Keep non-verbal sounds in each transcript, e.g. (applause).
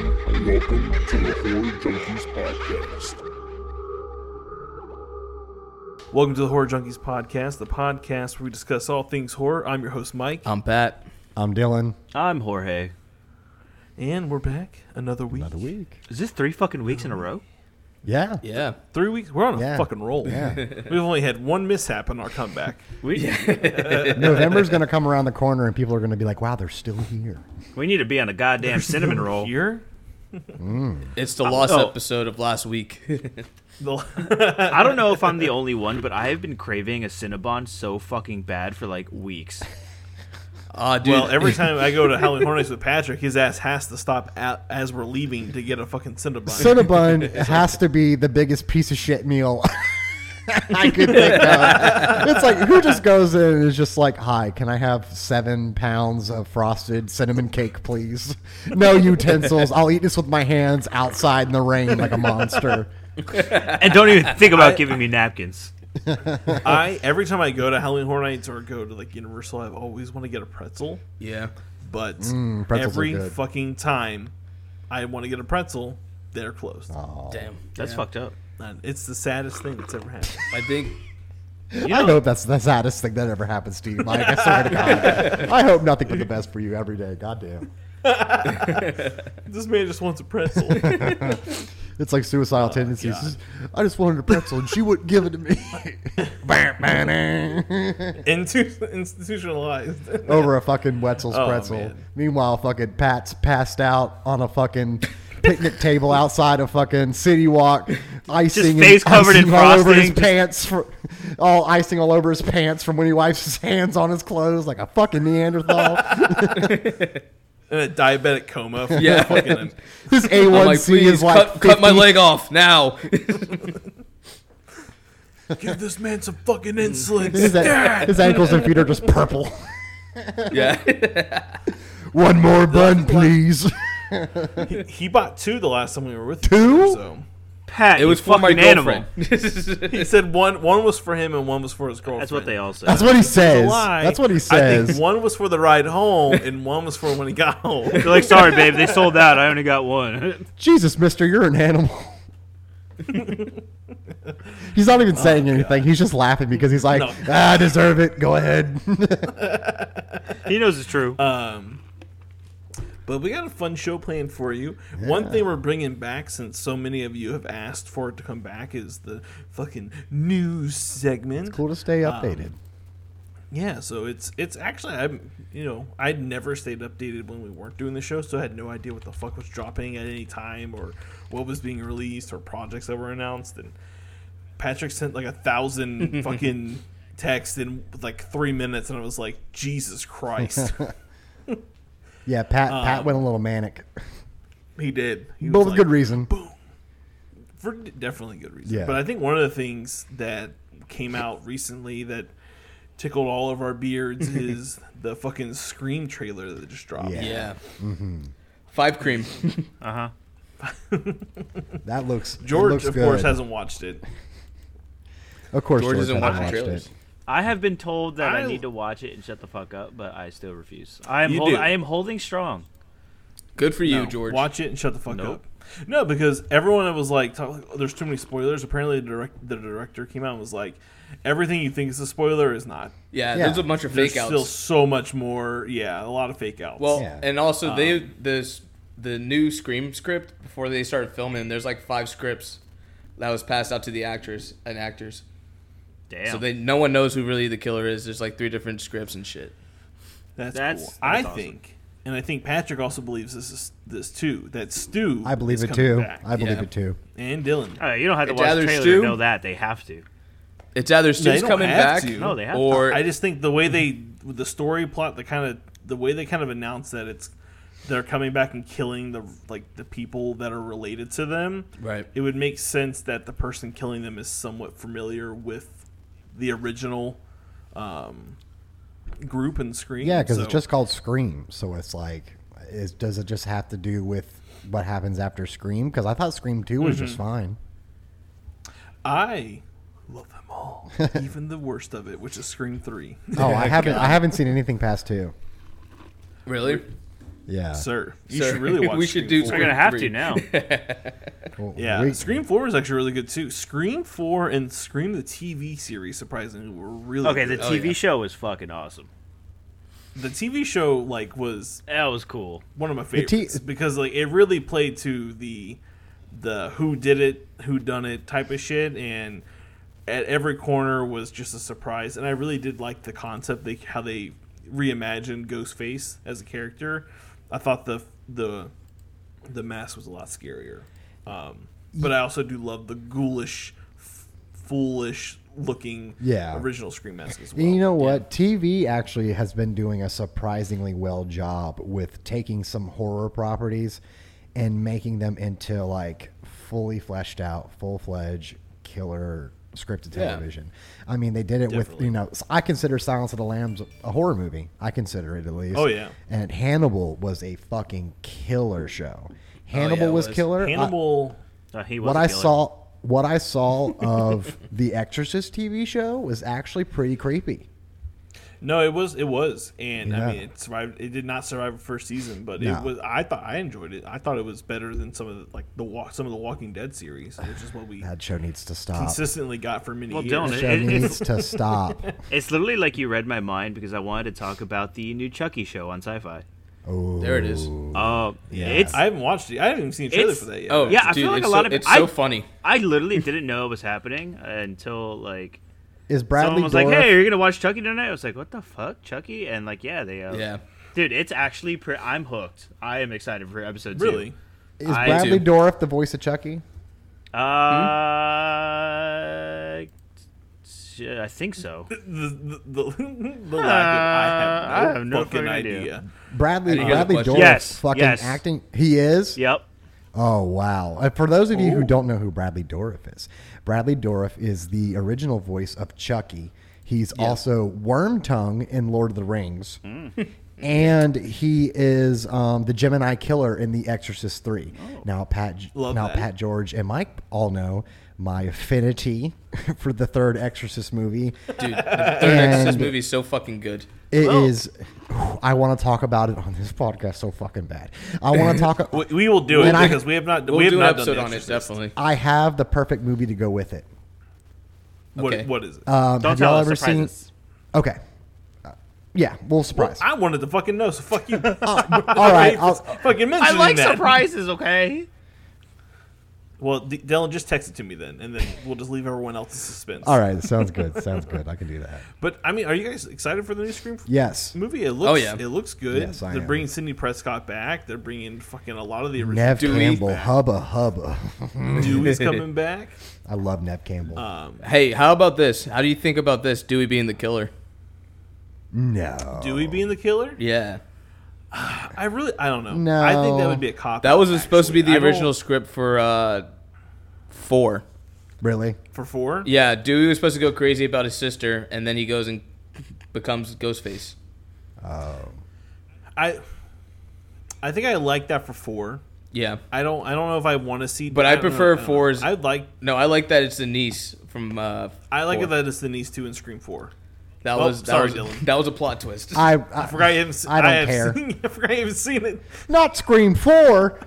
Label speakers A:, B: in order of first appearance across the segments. A: Welcome to the Horror Junkies Podcast.
B: Welcome to the Horror Junkies Podcast, the podcast where we discuss all things horror. I'm your host, Mike,
C: I'm Pat.
D: I'm Dylan.
E: I'm Jorge.
B: and we're back another week.
D: Another week.
E: Is this three fucking weeks in a row?
D: Yeah.
C: Yeah.
B: Three weeks? We're on a
D: Yeah.
B: fucking roll. (laughs) We've only had one mishap in our comeback.
E: We
D: (laughs) November's going to come around the corner and people are going to be like, wow, they're still here.
E: we need to be on a (laughs) goddamn cinnamon roll.
B: Here?
C: It's the lost
E: oh.
C: episode of last week.
B: The,
E: I don't know if I'm the only one, but I have been craving a Cinnabon so fucking bad for like weeks.
C: Ah, dude.
B: well, every time I go to Howling Hornets with Patrick, his ass has to stop at, as we're leaving to get a fucking Cinnabon.
D: (laughs) Cinnabon has to be the biggest piece of shit meal (laughs) I could think of. It's like, who just goes in and is just like, hi, can I have seven pounds of frosted cinnamon cake, please? No utensils. I'll eat this with my hands outside in the rain like a monster.
E: And don't even think (laughs) about giving me napkins.
B: I Every time I go to Howling Hornets or go to like Universal, I always want to get a pretzel,
C: yeah.
B: but
D: Mm, pretzels are
B: every
D: good.
B: fucking time I want to get a pretzel, they're closed.
C: Damn.
E: That's
C: Yeah.
E: fucked up.
B: And It's the saddest thing that's ever happened.
C: I think.
D: I hope that's the saddest thing that ever happens to you, Mike. I swear to God. I hope nothing but the best for you every day. Goddamn.
B: This man just wants a pretzel.
D: It's like
C: Oh,
D: suicidal tendencies. Just, I just wanted a pretzel and she wouldn't give it to
C: (laughs)
D: me.
B: Intu- institutionalized.
D: Over a fucking Wetzel's
B: Oh,
D: pretzel.
B: man.
D: Meanwhile, fucking Pat's passed out on a fucking picnic table outside of fucking
C: (laughs)
D: City Walk, icing,
E: face covered in
D: icing all over his
E: frosting, just-
D: pants, fr all icing all over his pants from when he wipes his hands on his clothes like a
C: (laughs)
D: fucking Neanderthal.
B: In a diabetic coma. For
C: Yeah.
B: Fucking,
D: his
C: I'm
D: A1C
C: like, please
D: is like
C: cut, cut my
D: 50.
C: leg off now.
B: Give this man some fucking insulin.
D: (laughs) His, his ankles and feet are
C: (laughs)
D: just purple.
C: yeah.
D: One more bun, please.
B: he, he bought two the last time we were with you,
D: Two?
B: So.
E: Pat,
C: It was for
E: fucking
C: my
E: animal.
C: girlfriend.
B: He said one one was for him and one was for his girlfriend.
E: That's what they all said.
D: That's what he says.
B: lie.
D: That's what he
B: I think
D: says.
B: one was for the ride home and one was for when he got home. (laughs)
E: They're like, sorry, babe, they sold out. I only got one. (laughs)
D: Jesus, Mister, you're an
B: (laughs)
D: animal. he's not even saying anything. He's just laughing because he's like,
B: Oh, No.
D: ah, "I deserve it.
B: (laughs)
D: Go ahead."
E: he knows it's true.
B: Um, but we got a fun show planned for you. One thing we're bringing back, since so many of you have asked for it to come back, is the fucking news segment.
D: cool to stay
B: Um,
D: updated.
B: Yeah, so it's it's actually I'm you know I'd never stayed updated when we weren't doing the show, so I had no idea what the fuck was dropping at any time or what was being released or projects that were announced. And Patrick sent like a
D: (laughs)
B: thousand fucking texts in like three minutes, and I was like, Jesus
D: (laughs)
B: Christ,
D: yeah, Pat. Pat went a little manic,
B: he did. uh,
D: (laughs)
B: He
D: but
B: was
D: with
B: like,
D: good reason.
B: for definitely good reason.
D: Yeah.
B: But I think one of the things that came out recently that tickled all of our
D: (laughs)
B: beards is the fucking Scream trailer that just dropped.
D: Yeah.
C: (laughs) Yeah. Five cream.
D: Mm-hmm.
E: Uh huh.
D: That looks. it
B: George,
D: looks
B: of course,
D: good.
B: hasn't watched it.
D: Of course,
C: George
D: George,
C: doesn't
D: hasn't
C: watch
D: watched
C: the trailers.
D: it.
E: I have been told that I,
B: I-
E: need to watch it and shut the fuck up, but I still refuse. I am
B: You
E: hold-
B: do.
E: I am holding strong.
C: Good for you,
B: No.
C: George.
B: Watch it and shut the fuck
E: Nope.
B: up. No, because everyone that was like, talk- oh, "There's too many spoilers." Apparently, the, direct- the director came out and was like, "Everything you think is a spoiler is not."
C: yeah,
D: Yeah.
C: There's a bunch of
B: There's
C: fake outs.
B: still so much more. Yeah, a lot of fake outs.
C: well,
D: Yeah.
C: and also they this the new Scream script before they started filming. There's like five scripts that was passed out to the actors and actors.
E: Damn.
C: So they no one knows who really the killer is. There's like three different scripts and shit.
B: that's,
E: that's-
B: cool.
E: that's
B: I
E: awesome.
B: think, and I think Patrick also believes this is this too. That Stu,
D: I believe
B: is
D: it
B: coming
D: too.
B: back.
D: I believe
C: Yeah.
D: it too.
B: and Dylan.
E: All right, you don't have to
C: It's
E: watch the
C: either
E: trailer
C: Stu-
E: to know that. They have to.
C: It's either Stu's
B: don't
C: coming
B: have
C: back,
B: to.
E: No, they have to.
C: or
B: I just think the way they, the story plot, the kind of the way they kind of announce that it's they're coming back and killing the like the people that are related to them.
C: Right.
B: It would make sense that the person killing them is somewhat familiar with the original um, group and screen.
D: Yeah, because it's
B: so-
D: just called Scream, so it's like, is does it just have to do with what happens after Scream? Because I thought Scream 2 was
B: Mm-hmm.
D: just fine.
B: I love them
D: (laughs)
B: all, even the worst of it, which is Scream Three.
D: Oh, I haven't. I haven't seen anything past two.
C: really.
B: (laughs)
D: Yeah.
B: sir. You
C: Sir,
B: should really watch.
C: (laughs) we
B: Scream
C: should do
B: 4.
E: We're gonna have
C: Three.
E: to now. (laughs)
D: Well,
B: Yeah,
D: we-
B: Scream Four is actually really good too. Scream Four and Scream the TV series, surprisingly, were really
E: Okay, the
B: Good. Uh,
E: TV
C: yeah.
E: show was fucking awesome.
B: The TV show like was
E: That was cool.
B: one of my
D: The T-
B: favorites because like it really played to the the who did it, who done it type of shit, and at every corner was just a surprise. And I really did like the concept, they how they reimagined Ghostface as a character. I thought the the the mask was a lot scarier, um, but I also do love the ghoulish, f- foolish looking
D: Yeah.
B: original Scream mask as well.
D: You know what? TV actually has been doing a surprisingly well job with taking some horror properties and making them into like fully fleshed out, full fledged killer scripted
C: Yeah.
D: television. I mean, they did it with, you know, I consider Silence of the Lambs a horror movie. I consider it at least.
B: Oh, yeah.
D: And Hannibal was a fucking killer
B: Oh,
D: show. Hannibal
C: it
D: was,
C: was.
D: killer. I-
B: Hannibal.
E: Uh, he was
D: what
E: a
D: I
E: killer.
D: saw what I saw of (laughs) the Exorcist TV show was actually pretty creepy.
B: No, it was it was, and I
D: Yeah.
B: mean, it survived. It did not survive the first season, but
D: No.
B: it was. I thought I enjoyed it. I thought it was better than some of the, like the walk some of the Walking Dead series, which is
D: (sighs)
B: what we
D: That show needs to stop. That
B: consistently got for many
E: Well,
B: years.
E: don't (laughs) it-
D: show needs to stop.
E: It's literally like you read my mind because I wanted to talk about the new Chucky show on Sci-Fi.
D: Oh,
C: (laughs) There it is.
E: Oh,
D: Yeah.
E: yeah. It's
B: I haven't watched it. I haven't even seen a trailer
E: It's-
B: for that yet.
C: Oh
E: Yeah, I
C: dude,
E: feel like
C: it's
E: a lot
C: so,
E: of-
C: it's
E: I-
C: so funny.
E: I literally didn't know it was happening until like
D: Is (laughs) Bradley
E: someone was
D: Dorff?
E: like, "Hey, you're gonna watch Chucky tonight?" I was like, "What the fuck, Chucky?" And like, yeah, they uh,
C: Yeah.
E: dude, it's actually pre- I'm hooked. I am excited for episode
B: really?
D: is
E: I
D: Bradley
C: do.
D: Dorff the voice of Chucky?
E: two. Uh, t- I
D: (laughs)
E: think so.
B: The the, the, (laughs) the lack of, I have no,
E: I have no
B: fucking
E: fucking
B: idea.
E: idea.
D: Bradley
C: I didn't hear the
D: Bradley
C: question.
D: Dorff
E: Yes,
D: fucking
E: yes.
D: acting. He is.
E: Yep.
D: Oh wow! Uh, For those of you who
B: Ooh.
D: don't know who Bradley Dorff is, Bradley Dorff is the original voice of Chucky. He's also Wormtongue in Lord of the Rings,
B: Mm.
D: (laughs) and he is um, the Gemini Killer in The Exorcist Three. Now Pat,
B: Oh. Love
D: now
B: that.
D: Pat George and Mike all know my affinity (laughs) for the third
B: (laughs)
D: Exorcist movie.
C: Dude, the
E: (laughs)
C: third Exorcist
D: And-
C: movie is so fucking good.
D: It is.
B: Oh.
E: Well-
D: I want to talk about it on this podcast so fucking bad.
B: (laughs)
D: I want to talk.
B: We, we will do
D: When
B: it
D: I-
B: because we have not
C: We'll
B: we have
C: do an
B: not
C: episode
B: done
C: on
B: The
C: it,
B: Exorcist.
C: definitely.
D: I have the perfect movie to go with it.
B: What
C: Okay.
B: what is it?
D: Um,
E: Don't
D: have
E: tell
D: y'all
E: us.
D: ever
E: Surprise
D: seen?
E: us.
D: Okay. Uh, yeah,
B: (laughs)
D: we'll surprise.
B: I wanted to fucking know, so fuck
D: (laughs)
B: you.
D: All right. I'll,
B: fucking
E: I
B: mentioning
E: like
B: that.
E: surprises. Okay.
B: Well, D- Dylan, just text it to me then, and then we'll just leave everyone else in suspense.
D: all right. Sounds good. Sounds good. I can do that.
B: But I mean, are you guys excited for the new Scream
D: Yes.
B: movie? It looks,
C: Oh, yeah.
B: it looks good.
D: Yes, I
B: They're
D: am.
B: bringing Sidney Prescott back. They're bringing fucking a lot of the original
D: Nev
C: Do we-
D: Campbell, hubba hubba. (laughs)
B: Dewey's coming back.
D: I love Nev Campbell.
C: Hey, how about this? How do you think about this? Dewey being the killer.
D: no.
B: Dewey being the killer?
C: Yeah.
B: I really, I don't know.
D: No.
B: I think that would be a cop.
C: That was supposed to be the
B: I don't-
C: original script for uh, four.
D: really?
B: for four.
C: Yeah, Dewey was supposed to go crazy about his sister, and then he goes and becomes Ghostface.
B: I, I think I like that for four.
C: Yeah.
B: I don't, I don't know if I want to see.
C: But I
B: don't know,
C: prefer
B: don't know.
C: four's-
B: I like,
C: No, I like that it's the niece from. Uh,
B: I like
C: four.
B: it that it's the niece two and Scream four.
C: That
B: Oh,
C: was that
B: sorry,
C: was
B: Dylan.
C: that was a plot twist.
D: I,
B: I forgot you
D: I,
B: haven't. se-
D: I don't
B: have
D: care.
B: Seen, (laughs) I forgot you haven't seen it.
D: Not Scream 4.
C: (laughs)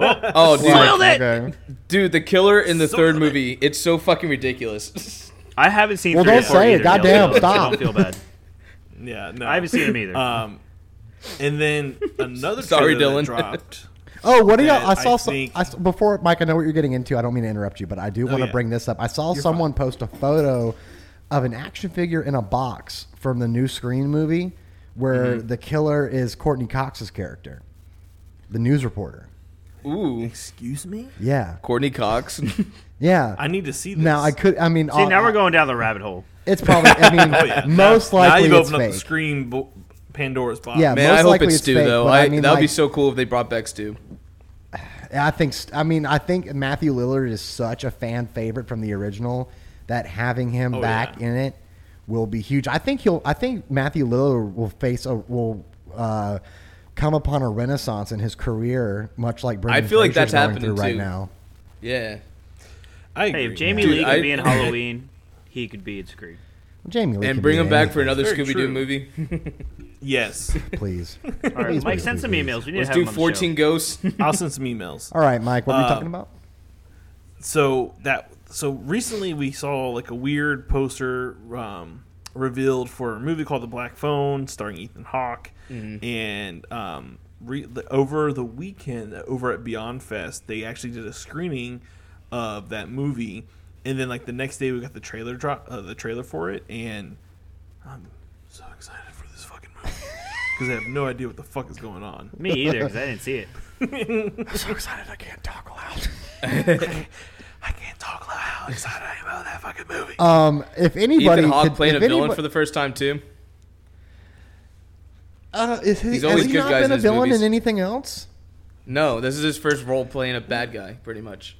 C: oh, dude,
E: Spoiled it!
D: Okay.
C: dude, the killer in the
B: Son
C: third
B: of a-
C: movie. It's so fucking ridiculous. (laughs)
E: I haven't seen.
D: Well,
E: three
D: don't
E: or four
D: say it.
E: either, Dylan,
D: Goddamn,
E: so
D: stop. Uh,
E: Don't feel bad.
B: Yeah, no,
E: I haven't seen
D: (laughs)
E: him either.
B: Um, and
E: (laughs)
B: then another
C: Sorry,
B: trailer that
C: Dylan. (laughs)
B: dropped.
D: Oh, what do y'all? I
B: I
D: saw some.
B: think- Oh,
D: I s before Mike, I know what you're getting into. I don't mean to interrupt you, but I do want to
B: yeah.
D: bring this up. I saw someone post a photo of an action figure in a box from the new Screen movie, where
B: Mm-hmm.
D: the killer is Courtney Cox's character, the news reporter.
C: Ooh,
B: Excuse me.
D: Yeah,
C: Courtney Cox. (laughs)
D: yeah.
B: I need to see this.
D: now I could. I mean,
E: See,
D: uh,
E: now we're going down the rabbit hole.
D: It's probably. I
B: (laughs)
D: mean,
B: Oh, Yeah,
D: most
B: now,
D: likely
B: now you've
D: it's
B: opened up
D: fake.
B: the Scream bo- Pandora's box.
D: Yeah,
C: Man,
D: most
C: I hope
D: likely
C: it's
D: it's
C: Stu
D: fake,
C: though.
D: but
C: I,
D: I mean,
C: that would be
D: like-
C: so cool if they brought back Stu.
D: I think. st- I mean, I think Matthew Lillard is such a fan favorite from the original that having him
B: Oh,
D: back
B: yeah.
D: in it will be huge. I think he'll. I think Matthew Lillard will face a will uh, come upon a renaissance in his career, much like Brendan
C: feel like that's
D: Fraser's going
C: happening
D: through right
C: too.
D: now.
C: Yeah.
B: I agree.
E: Hey, if Jamie
C: Dude,
E: Lee could
C: I-
E: be in Halloween, he could be in Scream.
D: Jamie Lee
C: and
D: can
C: bring
D: be
C: them back
D: anything,
C: for another
B: Very
C: Scooby
B: true.
C: Doo movie.
B: Yes,
D: (laughs) please.
E: All right,
D: Please,
E: Mike,
D: please,
E: send some
D: please.
E: emails. We need
C: Let's
E: to have
C: do
E: him on the show.
C: 14
D: (laughs)
C: Ghosts.
B: I'll send some emails.
D: All right, Mike,
C: Uh,
D: what are we talking about?
B: so that so recently we saw like a weird poster um, revealed for a movie called The Black Phone, starring Ethan Hawke, and um, re- the, over the weekend over at Beyond Fest they actually did a screening of that movie, and then like the next day we got the trailer drop uh, the trailer for it, and I'm so excited for this fucking movie because I have no idea what the fuck is going on.
E: Me either, because I didn't see it.
D: I'm so excited I can't talk
B: (laughs)
D: loud.
B: I can't talk loud how excited I am about that fucking movie.
D: Um, if anybody
C: Ethan Hawke
D: (laughs) could,
C: playing a
D: if
C: villain
D: anybo-
C: for the first time too.
D: uh, is he,
C: He's
D: has
C: always
D: he
C: good
D: not
C: guys
D: been
C: in
D: a
C: his
D: villain
C: movies.
D: in anything else?
C: No, this is his first role playing a bad guy, pretty much.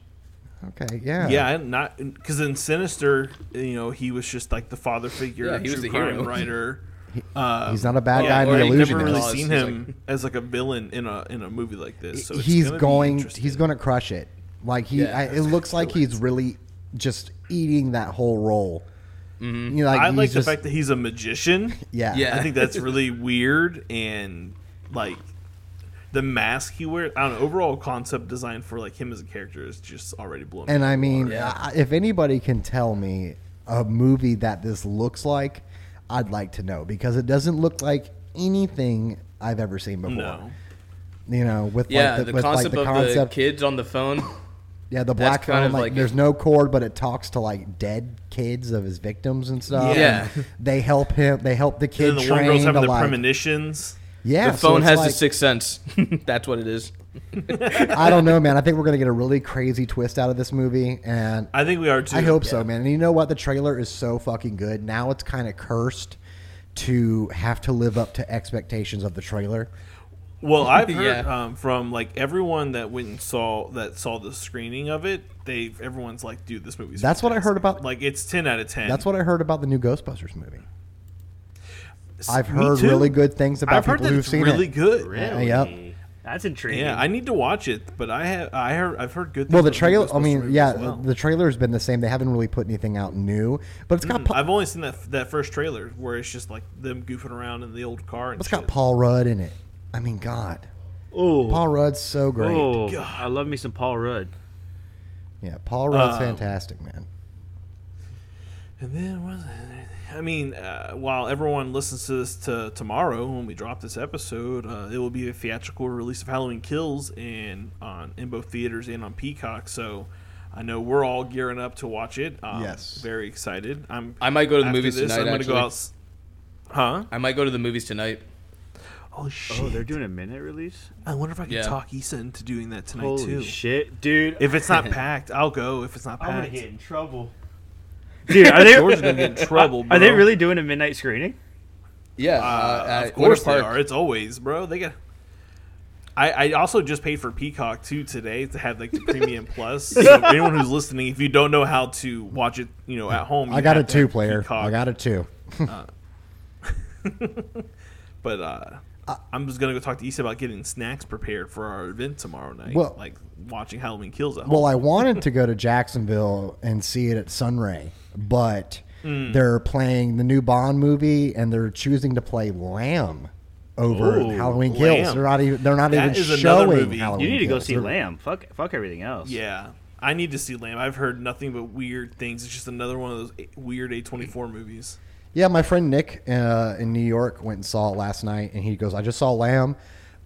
D: Okay, yeah,
B: Yeah, and not because in Sinister, you know, he was just like the father figure,
C: Yeah,
B: yeah,
C: he was
B: true
C: the hero.
B: crime writer. Uh,
D: He's not a bad
B: yeah,
D: guy in
B: or
D: the
B: I've
D: illusion.
B: never really
C: Cause
B: seen
C: he's
B: him as like a villain in a in a movie like this. So it's
D: he's
B: gonna be
D: going
B: interesting.
D: he's going to crush it. Like he,
C: Yeah.
D: I, it looks like he's really just eating that whole role. You know, like
B: Mm-hmm. I
D: he's
B: like
D: just-
B: the fact that he's a magician.
D: yeah,
C: Yeah.
B: I think that's really weird and like the mask he wears. I don't know. Overall concept design for like him as a character is just already blown.
D: And
B: up.
D: I mean,
C: Yeah.
D: I, if anybody can tell me a movie that this looks like, I'd like to know because it doesn't look like anything I've ever seen before.
B: no,
D: You know, with
C: Yeah,
D: like the,
C: the,
D: with
C: concept
D: like the
C: of
D: concept,
C: the kids on the phone.
D: yeah, the
C: that's
D: black
C: kind
D: phone,
C: of
D: like,
C: like
D: there's
C: it.
D: no cord, but it talks to like dead kids of his victims and stuff.
C: Yeah.
D: and they help him. They help the
B: and
D: kid
B: then the one
D: train
B: girl's
D: to
B: having the
D: like.
B: premonitions.
D: yeah,
C: the
D: so
C: phone
D: it's
C: has
D: like,
C: the sixth sense. (laughs) that's what it is.
D: (laughs) I don't know, man. I think we're gonna get a really crazy twist out of this movie, and
B: I think we are too.
D: I hope so, man. And you know what? The trailer is so fucking good. Now it's kind of cursed to have to live up to expectations of the trailer. (laughs)
B: Well, I've
C: Yeah.
B: heard um, from like everyone that went and saw that saw the screening of it. They everyone's like, "Dude, this movie's."
D: That's what I heard
B: fantastic."
D: about-
B: Like, it's ten out of ten.
D: That's what I heard about the new Ghostbusters movie.
B: S-
D: I've
B: me
D: heard
B: too.
D: really good things about
B: I've heard
D: people
B: that
D: who've
B: it's
D: seen
B: really
D: it.
B: good.
E: Really?
D: yep.
E: Uh, That's intriguing.
B: Yeah, I need to watch it, but I have I heard I've heard good. Things
D: Well, the
B: about
D: trailer. I
B: Ghostbusters
D: mean,
B: movie
D: yeah,
B: as well.
D: the trailer has been the same. They haven't really put anything out new, but it's got Paul,
B: I've only seen that that first trailer where it's just like them goofing around in the old car. And
D: it's
B: shit.
D: got Paul Rudd in it. I mean, God,
E: oh,
D: Paul Rudd's so great.
E: oh,
B: God.
E: I love me some Paul Rudd.
D: Yeah, Paul Rudd's
B: Um,
D: fantastic, man.
B: And then was I mean, uh, while everyone listens to this to tomorrow when we drop this episode, uh, it will be a theatrical release of Halloween Kills and on in both theaters and on Peacock. So I know we're all gearing up to watch it. Um,
D: Yes.
B: very excited. I'm.
C: I might go to the
B: after
C: movies
B: this,
C: tonight,
B: I'm gonna
C: actually.
B: go out. s- Huh?
C: I might go to the movies tonight.
B: Oh shit!
E: Oh, they're doing a minute release.
B: I wonder if I can
C: Yeah.
B: talk Issa into doing that tonight
E: Holy
B: too.
E: shit, dude!
B: If it's
E: (laughs)
B: not packed, I'll go. If it's not
E: I'm gonna
B: packed,
E: get in trouble. Dude, are they?
B: George's gonna
E: (laughs)
B: get in trouble. Bro.
E: Are they really doing a midnight screening?
C: Yeah, uh,
B: Uh,
C: at
B: of course
C: Winter
B: they
C: Park.
B: are. It's always, bro. They got. I, I also just paid for Peacock too today to have like the premium
D: (laughs)
B: plus. So if anyone who's listening, if you don't know how to watch it, you know at home,
D: I got a two player. I got a two.
B: Oh. But uh, I'm just gonna go talk to Issa about getting snacks prepared for our event tomorrow night.
D: Well-
B: like watching Halloween Kills at home.
D: Well, I wanted
B: (laughs)
D: to go to Jacksonville and see it at Sunray, but
B: Mm.
D: they're playing the new Bond movie and they're choosing to play Lamb over
E: Ooh,
D: Halloween Kills.
B: Lamb.
D: They're not even they're not
B: That
D: even
B: is another
D: showing
B: movie. You
D: Halloween.
E: You need to go
D: Kills.
E: see
D: Oh They're-
E: Lamb. Fuck, fuck everything else.
B: yeah, I need to see Lamb. I've heard nothing but weird things. It's just another one of those a- weird A24 movies.
D: Yeah, my friend Nick uh, in New York went and saw it last night, and he goes, "I just saw Lamb."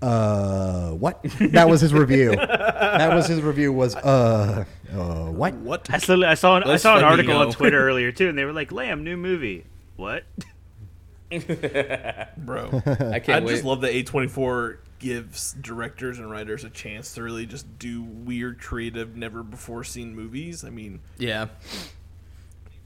D: Uh, what? (laughs) That was his review. that was his review. Was uh, uh, what?
B: What?
E: I, saw, I saw an, I
C: Let's
E: saw an
C: fucking
E: article
C: go.
E: on Twitter earlier too, and they were like, "Lamb, new movie." What?
D: (laughs)
B: bro.
C: I can't
B: I
C: wait.
B: just love that A24 gives directors and writers a chance to really just do weird, creative, never before seen movies. I mean,
C: yeah,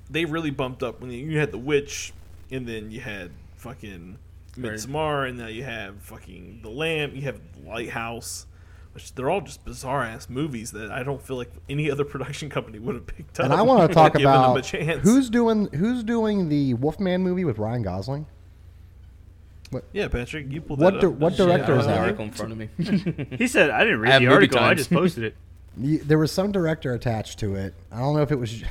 B: they really bumped up when you had The Witch, and then you had fucking
C: Right.
B: Midsommar, and now you have fucking The Lamp, you have Lighthouse. Which they're all just bizarre ass movies that I don't feel like any other (laughs) production company would have picked up.
D: And
B: (laughs)
D: I want
B: or
D: to talk
B: given them
D: about
B: a chance.
D: who's doing who's doing the Wolfman movie with Ryan Gosling.
B: yeah, Patrick. You pulled
D: What
B: that
D: di-
B: up.
D: what
B: Shit, I
D: director
B: don't
D: is
B: know.
C: an
D: that?
C: article in
B: (laughs)
C: front of me.
E: He said, "I didn't read
C: have
E: the
C: movie
E: article. I
C: time."
E: just posted it."
D: Y- There was some (laughs) director attached to it. I don't know if it was.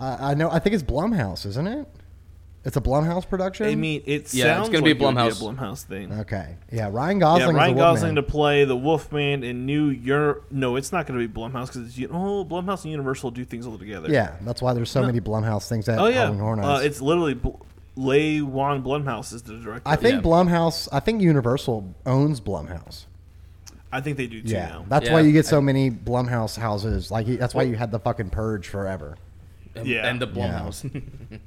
D: I I know. I think it's Blumhouse, isn't it? It's a Blumhouse production.
B: I mean, it
C: Yeah, it's
B: sounds like
C: gonna be a
B: it would
C: Blumhouse.
B: Blumhouse thing.
D: okay, yeah, Ryan
B: Yeah,
D: Gosling. is
B: Ryan
D: the
B: Gosling to
D: Wolfman.
B: play the Wolfman in New Europe. No, it's not going to be Blumhouse because it's you know, Blumhouse and Universal do things all together.
D: Yeah, that's why there's so many Blumhouse things that
B: Oh yeah.
D: Howlin' Horn
B: Uh,
D: has.
B: it's literally Bl- Lei Wan Blumhouse is the director.
D: I think
C: Yeah.
D: Blumhouse. I think Universal owns Blumhouse.
B: I think they do too
D: Yeah,
B: now.
D: that's why
C: Yeah.
D: you get so many Blumhouse houses. Like you- that's why you had the fucking purge forever.
C: And,
B: Yeah.
C: and the
D: Yeah.
C: Blumhouse.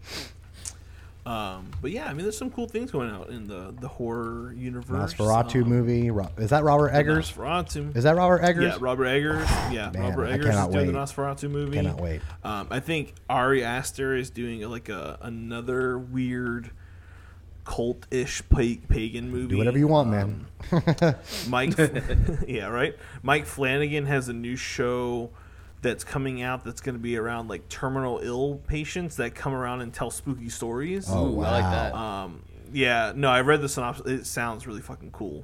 B: Um, but yeah, I mean, there's some cool things going out in the the horror universe.
D: Nosferatu
B: um,
D: movie. Ro- Is that Robert Eggers?
B: Nosferatu.
D: Is that Robert Eggers?
B: Yeah, Robert Eggers. Yeah,
D: Man,
B: Robert
D: I
B: Eggers is
D: cannot
B: doing the
D: wait.
B: Nosferatu movie.
D: Cannot wait.
B: Um, I think Ari Aster is doing uh, like a another weird cult-ish pa- pagan movie.
D: Do whatever you want, man.
B: Mike,
D: (laughs)
B: yeah, right. Mike Flanagan has a new show that's coming out that's going to be around like terminal ill patients that come around and tell spooky stories.
C: (laughs)
D: Oh,
C: Ooh, I like
D: wow.
C: that.
B: Um, yeah, no, I read the synopsis. It sounds really fucking cool.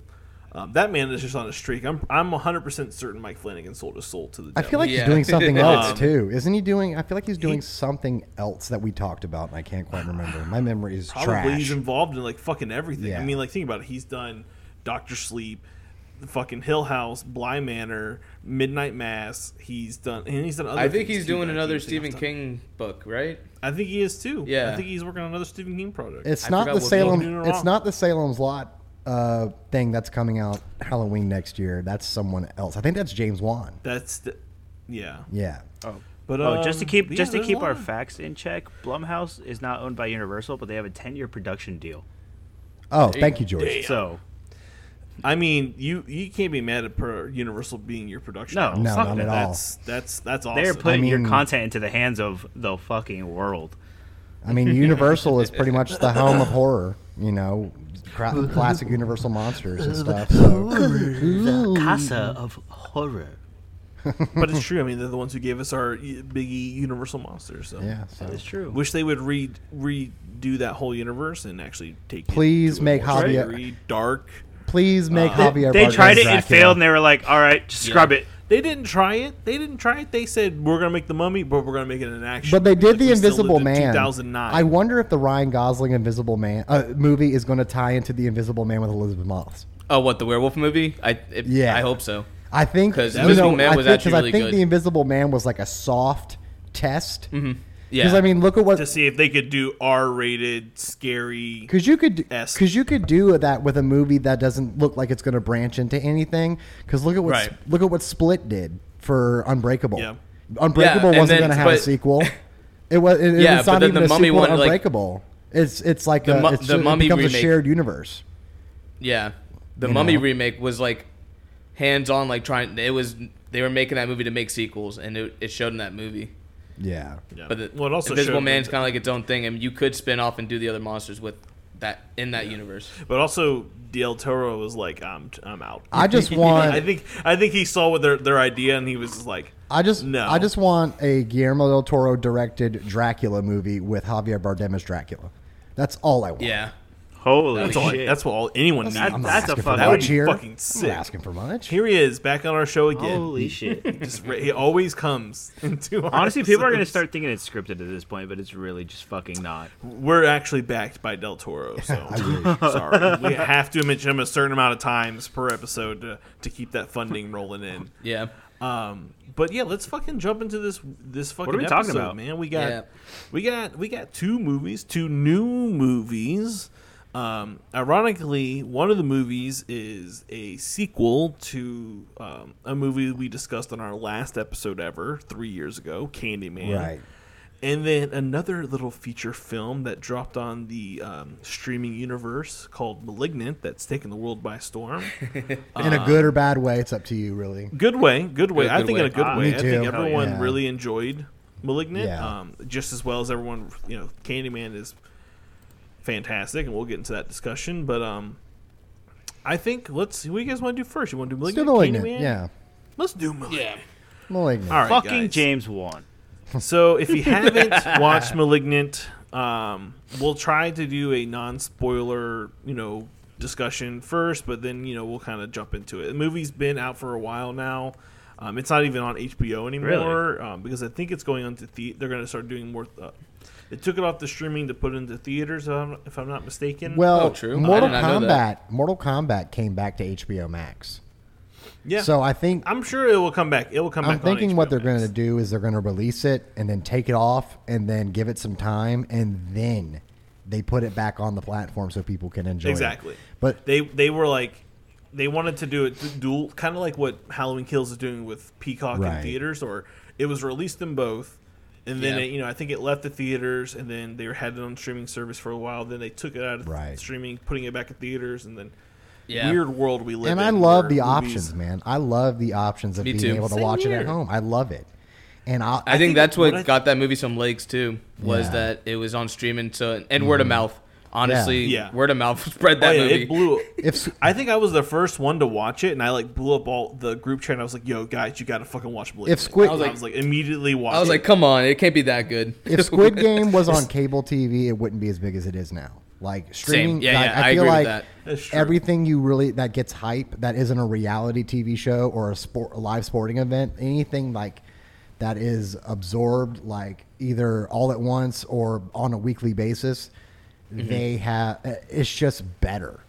B: Um, that man is just on a streak. I'm I'm 100% certain Mike Flanagan sold his soul to the
D: I
B: devil.
D: feel like
C: Yeah.
D: he's doing something else
B: Um,
D: too, isn't he? Doing? I feel like he's doing something else that we talked about, and I can't quite remember. My memory is
B: probably
D: trash.
B: he's involved in like fucking everything. I
D: Yeah.
B: mean, like think about it. He's done Doctor Sleep, the fucking Hill House, Bly Manor, Midnight Mass. He's done, and he's done. Other
C: I think
B: things,
C: he's
B: too,
C: doing
B: that I
C: another
B: can't think
C: Stephen
B: off the-
C: King book, right?
B: I think he is too.
C: Yeah.
B: I think he's working on another Stephen King project.
D: it's
C: I
D: not
C: forgot
D: the
C: what-
B: Doing it
D: Salem.
B: wrong.
D: It's not the Salem's Lot uh, thing that's coming out Halloween next year. That's someone else. I think that's James Wan.
B: That's the, yeah.
D: Yeah.
B: But
E: Oh, just to
B: um,
E: keep
B: yeah,
E: just to
B: there's a
E: keep our
B: lot.
E: facts in check, Blumhouse is not owned by Universal, but they have a ten-year production deal.
D: Oh, thank you, George.
E: So
B: I mean, you you can't be mad at per Universal being your production.
E: No,
B: house.
E: No,
D: not at all.
B: That's that's that's awesome.
E: they're putting your
D: mean-
E: content into the hands of the fucking world.
D: I mean, Universal is pretty much the home
E: (laughs)
D: of horror. You know, cra- classic Universal monsters and stuff. So.
E: Casa of horror.
B: but it's true. I mean, they're the ones who gave us our y- biggie Universal monsters. So.
D: Yeah. So.
E: That's true.
B: Wish they would re redo that whole universe and actually take. it
D: Please
B: to a
D: make
B: more
D: Javier-
B: dreary, dark.
D: Please make Javier.
E: Uh, They
D: Bardem
E: tried it, it
D: Dracula.
E: failed, and they were like, "All right, just scrub it."
B: They didn't try it. They didn't try it. They said we're gonna make the mummy, but we're gonna make it an action.
D: But they
B: movie
D: did
B: like
D: the
B: we still
D: Invisible
B: did
D: Man.
B: 2009.
D: I wonder if the Ryan Gosling Invisible Man uh, movie is going to tie into the Invisible Man with Elizabeth Moss.
C: Oh, what the werewolf movie? I it,
D: Yeah.
C: I hope so.
D: I think
C: 'Cause
D: you
C: Invisible
D: know,
C: Man
D: I
C: was
D: think,
C: actually
D: 'cause
C: really
D: I think
C: good. Mm-hmm.
D: the Invisible Man was like a soft test. Because
C: Yeah,
D: I mean, look at what
B: to see if they could do R-rated, scary.
D: Because you could,
B: Esque.
D: because you could do that with a movie that doesn't look like it's going to branch into anything. Because look at what
C: Right.
D: look at what Split did for Unbreakable.
B: Yeah.
C: Yeah,
D: Unbreakable
C: and
D: wasn't
C: then-
D: going to have a
C: but- (laughs)
D: sequel. It was. It,
C: Yeah,
D: it's
C: but
D: not
C: then
D: even
C: the
D: a
C: Mummy
D: sequel
C: one,
D: to
C: like-
D: Unbreakable. it's it's like
C: The
D: a,
C: Mu-
D: it's,
C: the
D: it
C: Mummy
D: becomes a
C: remake.
D: shared universe.
C: yeah. The
D: You
C: Mummy
D: know?
C: remake was like hands on, like trying. It was they were making that movie to make sequels, and it, it showed in that movie.
D: Yeah.
B: Yeah.
C: But the
B: Well, it also
C: Invisible
B: showed-
C: Man's kind of like its own thing, and you could spin off and do the other monsters with that in that universe.
B: But also, Del Toro was like, "I'm I'm out." (laughs)
D: I just want-
B: I think I think he saw what their their idea, and he was just like,
D: I just
B: No.
D: I just want a Guillermo del Toro directed Dracula movie with Javier Bardem as Dracula. That's all I want.
C: Yeah,
E: Holy
B: "That's all.
E: shit!
B: that's what all anyone needs."
E: That-
D: I'm not
E: that's a
D: asking for
E: fuck-
D: much
E: that would be
D: here.
B: fucking sick.
D: I'm not asking for much.
B: Here he is back on our show again.
E: Holy
B: (laughs)
E: shit!
B: Just re- he always comes (laughs) into our
E: Honestly, people are gonna
B: episodes.
E: start thinking it's scripted at this point, but it's really just fucking not.
B: We're actually backed by Del Toro, so
D: (laughs)
E: (laughs)
D: I
B: (laughs) sorry. We have to mention him a certain amount of times per episode to, to keep that funding rolling in.
C: yeah.
B: Um, but yeah, let's fucking jump into this this fucking
E: are we
B: episode,
E: talking about?
B: man. We got
C: Yeah.
B: we got we got two movies, two new movies. Um, ironically, one of the movies is a sequel to um, a movie we discussed on our last episode ever three years ago, Candyman.
D: Right.
B: And then another little feature film that dropped on the um, streaming universe called Malignant that's taken the world by storm. (laughs)
D: in
B: Uh,
D: a good or bad way, it's up to you, really.
B: Good way, good way.
C: Good-
B: I
C: good
B: think in
C: way.
B: a good
E: Ah,
B: way.
D: me
B: I think
D: too.
E: Hell
B: everyone
D: yeah.
B: really enjoyed *Malignant*,
D: Yeah.
B: um, just as well as everyone. You know, *Candyman* is fantastic, and we'll get into that discussion. But um, I think let's. What do you guys want to do first? You want to do
D: Let's do
B: *Malignant*? Candyman?
D: Malignant. Yeah.
B: let's do *Malignant*.
D: Malignant.
B: All right,
E: fucking
B: guys.
E: James Wan.
B: So if you haven't watched *Malignant*, um, we'll try to do a non-spoiler, you know, discussion first, but then you know we'll kind of jump into it. The movie's been out for a while now. Um, it's not even on HBO anymore um, because I think it's going on to the- they're going to start doing more. Uh, they took it off the streaming to put it into theaters, if I'm, if I'm not mistaken.
D: Well,
C: Oh, true. I
D: Mortal
C: did not know
D: Kombat,
C: that.
D: Mortal Kombat came back to HBO Max.
B: yeah.
D: So I think
B: I'm sure it will come back. It will come
D: I'm
B: back. on
D: thinking what
B: HBO
D: they're going to
B: Max.
D: do is they're going to release it and then take it off and then give it some time and then they put it back on the platform so people can enjoy it.
B: Exactly.
D: But
B: They they were like they wanted to do it dual kind of like what Halloween Kills is doing with Peacock
D: Right.
B: and theaters or it was released in both and then
C: Yeah.
B: it, you know I think it left the theaters and then they had it on streaming service for a while then they took it out of
D: Right.
B: streaming putting it back in theaters and then
C: Yeah.
B: weird world we live
D: and
B: in
D: I love
B: where movies-
D: the options, man. I love the options of
C: Me
D: being
C: too.
D: able to
B: Same
D: watch it at
B: here.
D: home. I love it. And I'll,
C: I, think, that's what,
B: what I-
C: got that movie some legs too. Was
D: Yeah. Mm.
C: that it was on streaming, so and word of mouth. Honestly,
B: Yeah. Yeah.
C: word of mouth (laughs) spread
B: Oh,
C: that
B: yeah,
C: movie.
B: it
D: (laughs)
B: blew
D: if
B: I think I was the first one to watch it, and I like blew up all the group chat. And I was like, "Yo, guys, you gotta fucking watch Blade!"
D: If
B: Runner."
D: Squid-
B: I was like, I was like immediately watch.
C: I was
B: it.
C: like, come on, it can't be that good. (laughs)
D: if Squid Game was on cable TV, it wouldn't be as big as it is now. Like streaming,
C: Yeah,
D: like,
C: yeah,
D: I,
C: I agree
D: feel
C: with
D: like
C: that.
B: That's true.
D: everything you really that gets hype that isn't a reality TV show or a sport, a live sporting event, anything like that is absorbed like either all at once or on a weekly basis.
C: Mm-hmm.
D: They have it's just better.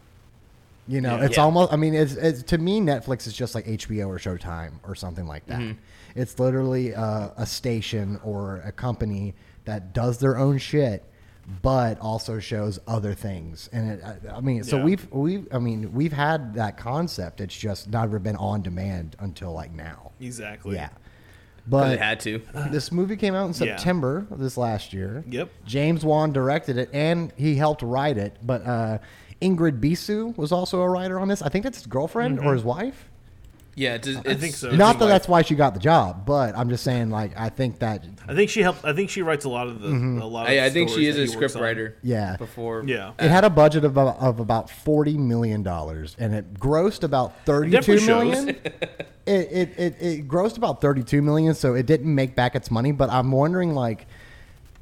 D: You know, it's almost. I mean, it's, it's to me Netflix is just like HBO or Showtime or something like that. It's literally uh, a, a station or a company that does their own shit, but also shows other things. And it, I, I mean, so
B: Yeah.
D: we've we've I mean we've had that concept. It's just never been on demand until like now.
B: exactly.
D: Yeah,
C: They
D: but
C: had to.
D: (sighs) this movie came out in
B: Yeah.
D: September of this last year.
B: Yep.
D: James Wan directed it and he helped write it, but uh, Ingrid Bisu was also a writer on this. I think that's his girlfriend or his wife.
C: Yeah, it's, it's,
B: think so.
C: it's
D: Not that
C: like-
D: that's why she got the job, but I'm just saying, like, I think that,
B: I think she helped. I think she writes a lot of the.
E: Mm-hmm.
B: A lot of
C: I, I think she
B: stories
C: is a
B: that he works
C: script
B: on.
C: writer.
D: yeah.
C: Before.
B: Yeah.
D: It had a budget of, of about $40 million and it grossed about
B: definitely
D: $32
B: shows. (laughs)
D: million. it, it, it, it grossed about 32 million, so it didn't make back its money, but I'm wondering, like,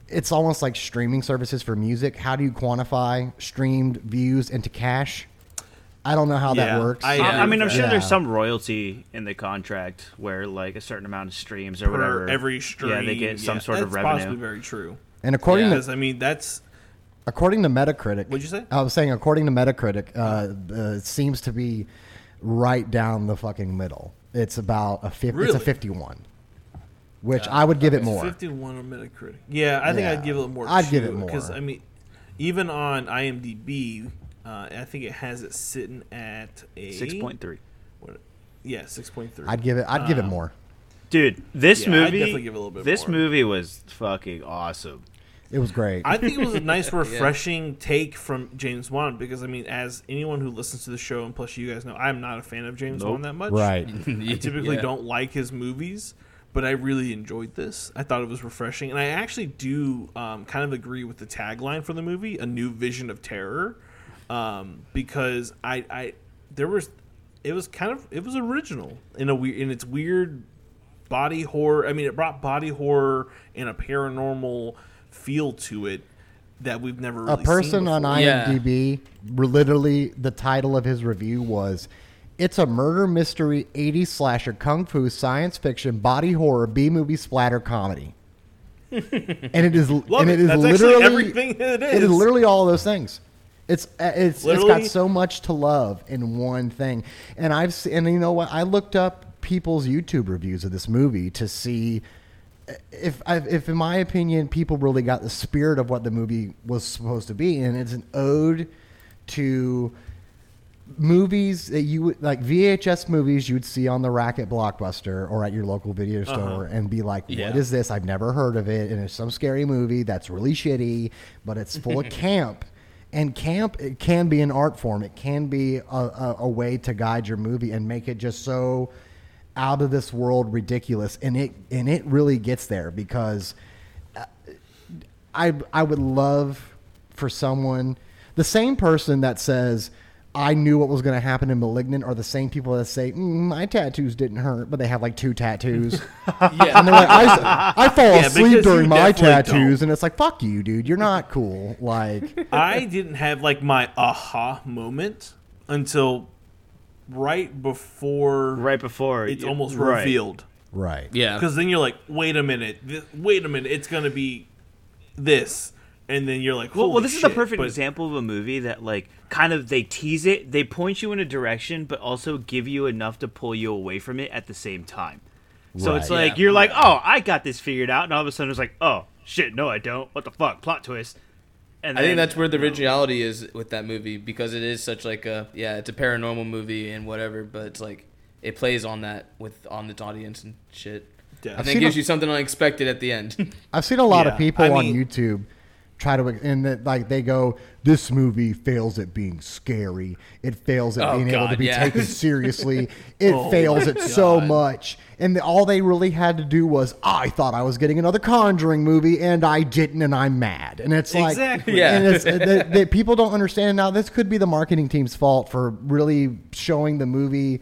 D: it's almost like streaming services for music. How do you quantify streamed views into cash? I don't know how
B: Yeah,
D: that works.
B: I-
E: I, I
B: agree
E: mean, I'm
B: with
E: sure
D: that.
E: there's
D: Yeah.
E: some royalty in the contract where like a certain amount of streams or
B: For
E: whatever.
B: every stream.
E: Yeah, they get some
B: yeah,
E: sort of
B: that's Possibly
E: revenue.
B: very true.
D: and according
C: Yeah.
D: to
B: Because I mean, that's
D: according to Metacritic,
B: What'd you say?
D: I was saying according to Metacritic, uh, uh, it seems to be right down the fucking middle. It's about a fifty. It's a
B: Really?
D: fifty-one, which I would give it more.
B: 51 on Metacritic. Yeah, I think
D: Yeah.
B: I'd give it more.
D: I'd give it more.
B: because I mean, even on IMDb, uh, I think it has it sitting at a
E: Six point three.
B: What, yeah, six point three.
D: I'd give it. I'd give
B: Ah.
D: it more.
E: Dude,
B: Yeah,
E: this
B: I'd
E: movie.
B: definitely give it a little bit
E: this
B: more.
E: movie was fucking awesome.
D: It was great.
B: I think it was a
E: (laughs)
B: nice, refreshing take from James Wan because I mean, as anyone who listens to the show, and plus you guys know, I'm not a fan of James
E: Nope.
B: Wan that much.
D: right.
C: (laughs)
B: I typically
C: Yeah.
B: don't like his movies, but I really enjoyed this. I thought it was refreshing, and I actually do um, kind of agree with the tagline for the movie: "A New Vision of Terror," um, because I, I there was it was kind of it was original in a weird in its weird body horror. I mean, it brought body horror and a paranormal feel to it that we've never really
D: a person
B: seen
D: on
B: before.
C: Yeah.
D: IMDb, re- literally the title of his review was, "It's a murder mystery, 80s slasher, kung fu, science fiction, body horror, B movie, splatter
B: (laughs)
D: comedy." and it is,
B: Love
D: and it
B: it.
D: is
B: That's actually
D: literally
B: everything it
D: It is
B: is.
D: literally all those things. It's uh, it's it's
B: Literally.
D: got so much to love in one thing, and I've se- and you know what? I looked up people's YouTube reviews of this movie to see uh, if I, if in my opinion people really got the spirit of what the movie was supposed to be and it's an ode to movies that you would like VHS movies you'd see on the rack at Blockbuster or at your local video store and be like
C: Yeah.
D: what is this I've never heard of it and it's some scary movie that's really shitty but it's full of camp and camp it can be an art form it can be a, a, a way to guide your movie and make it just so out of this world ridiculous and it and it really gets there because I I would love for someone the same person that says I knew what was going to happen in Malignant are the same people that say mm, my tattoos didn't hurt, but they have like
B: (laughs)
D: two tattoos. (laughs) and they're like, I, I fall
B: Yeah,
D: asleep
B: because you
D: during my
B: definitely
D: tattoos,
B: don't.
D: and it's like, fuck you, dude, you're not cool.
B: (laughs)
D: Like,
B: I didn't have like my aha moment until right before
E: right before
B: it's
E: you-
B: almost
E: right.
B: revealed.
D: Right.
C: Yeah.
B: Because then you're like, wait a minute, th- wait a minute, it's gonna be this, and then you're like,
E: Well, well,
B: holy
E: this is
B: shit,
E: the perfect
B: but-
E: example of a movie that like kind of they tease it, they point you in a direction, but also give you enough to pull you away from it at the same time. So it's
D: Right.
E: like
C: Yeah.
E: you're like, oh, I got this figured out, and all of a sudden it's like, oh shit, no, I don't. What the fuck? Plot twist. And
C: I
E: then-
C: think that's where the originality is with that movie because it is such like a yeah, it's a paranormal movie and whatever, but it's like it plays on that with on its audience and shit.
B: Yeah.
C: I
B: I've
C: think
D: seen
C: it gives
D: a-
C: you something unexpected at the
D: (laughs)
C: end.
D: I've seen a lot
B: Yeah,
D: of people
B: I
D: on
B: mean-
D: YouTube try to and that like they go this movie fails at being scary it fails at
C: Oh,
D: being able to
C: God,
D: be
C: yeah.
D: taken
C: (laughs)
D: seriously it
B: Oh,
D: fails
B: my
D: at so
B: God.
D: much and the, all they really had to do was i thought i was getting another conjuring movie and i didn't and i'm mad and it's like
B: Exactly.
C: Yeah.
D: and
C: (laughs)
D: it's, that, that people don't understand now this could be the marketing team's fault for really showing the movie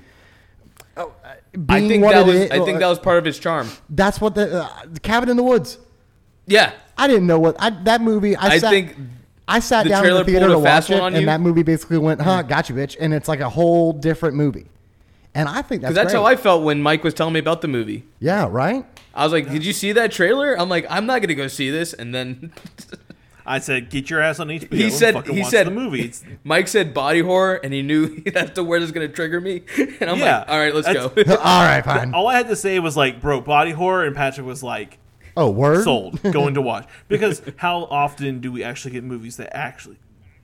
D: oh, being
C: I think
D: what
C: that
D: it
C: was
D: is- Uh,
C: I think that was part of its charm.
D: that's what the, uh, the cabin in the woods
C: Yeah.
D: I didn't know what I, that movie. I,
C: I
D: sat,
C: think
D: I sat
C: the
D: down in the
C: trailer
D: theater
C: pulled
D: to
C: a fast
D: watch it,
C: one on you.
D: and that movie basically went, "Huh, gotcha, bitch," and it's like a whole different movie. And I think that's
C: Cuz that's
D: great.
C: how I felt when Mike was telling me about the movie.
D: yeah, right. (laughs)
C: I was like, "Did you see that trailer?" I'm like, "I'm not going to go see this." And then (laughs)
B: I said, get your ass on HBO.
C: he
B: and
C: said
B: fucking
C: he
B: watch
C: said
B: the movie. It's,
C: Mike said body horror and he knew (laughs) that's the word that's going to trigger me. (laughs) And I'm
B: Yeah.
C: like, "All right, let's
B: That's-
C: go."
D: All
B: (laughs)
D: right, fine.
B: all I had to say was like, bro, body horror, and Patrick was like,
D: Oh, word.
E: (laughs)
B: sold, going to watch. Because how often do we actually get movies that actually,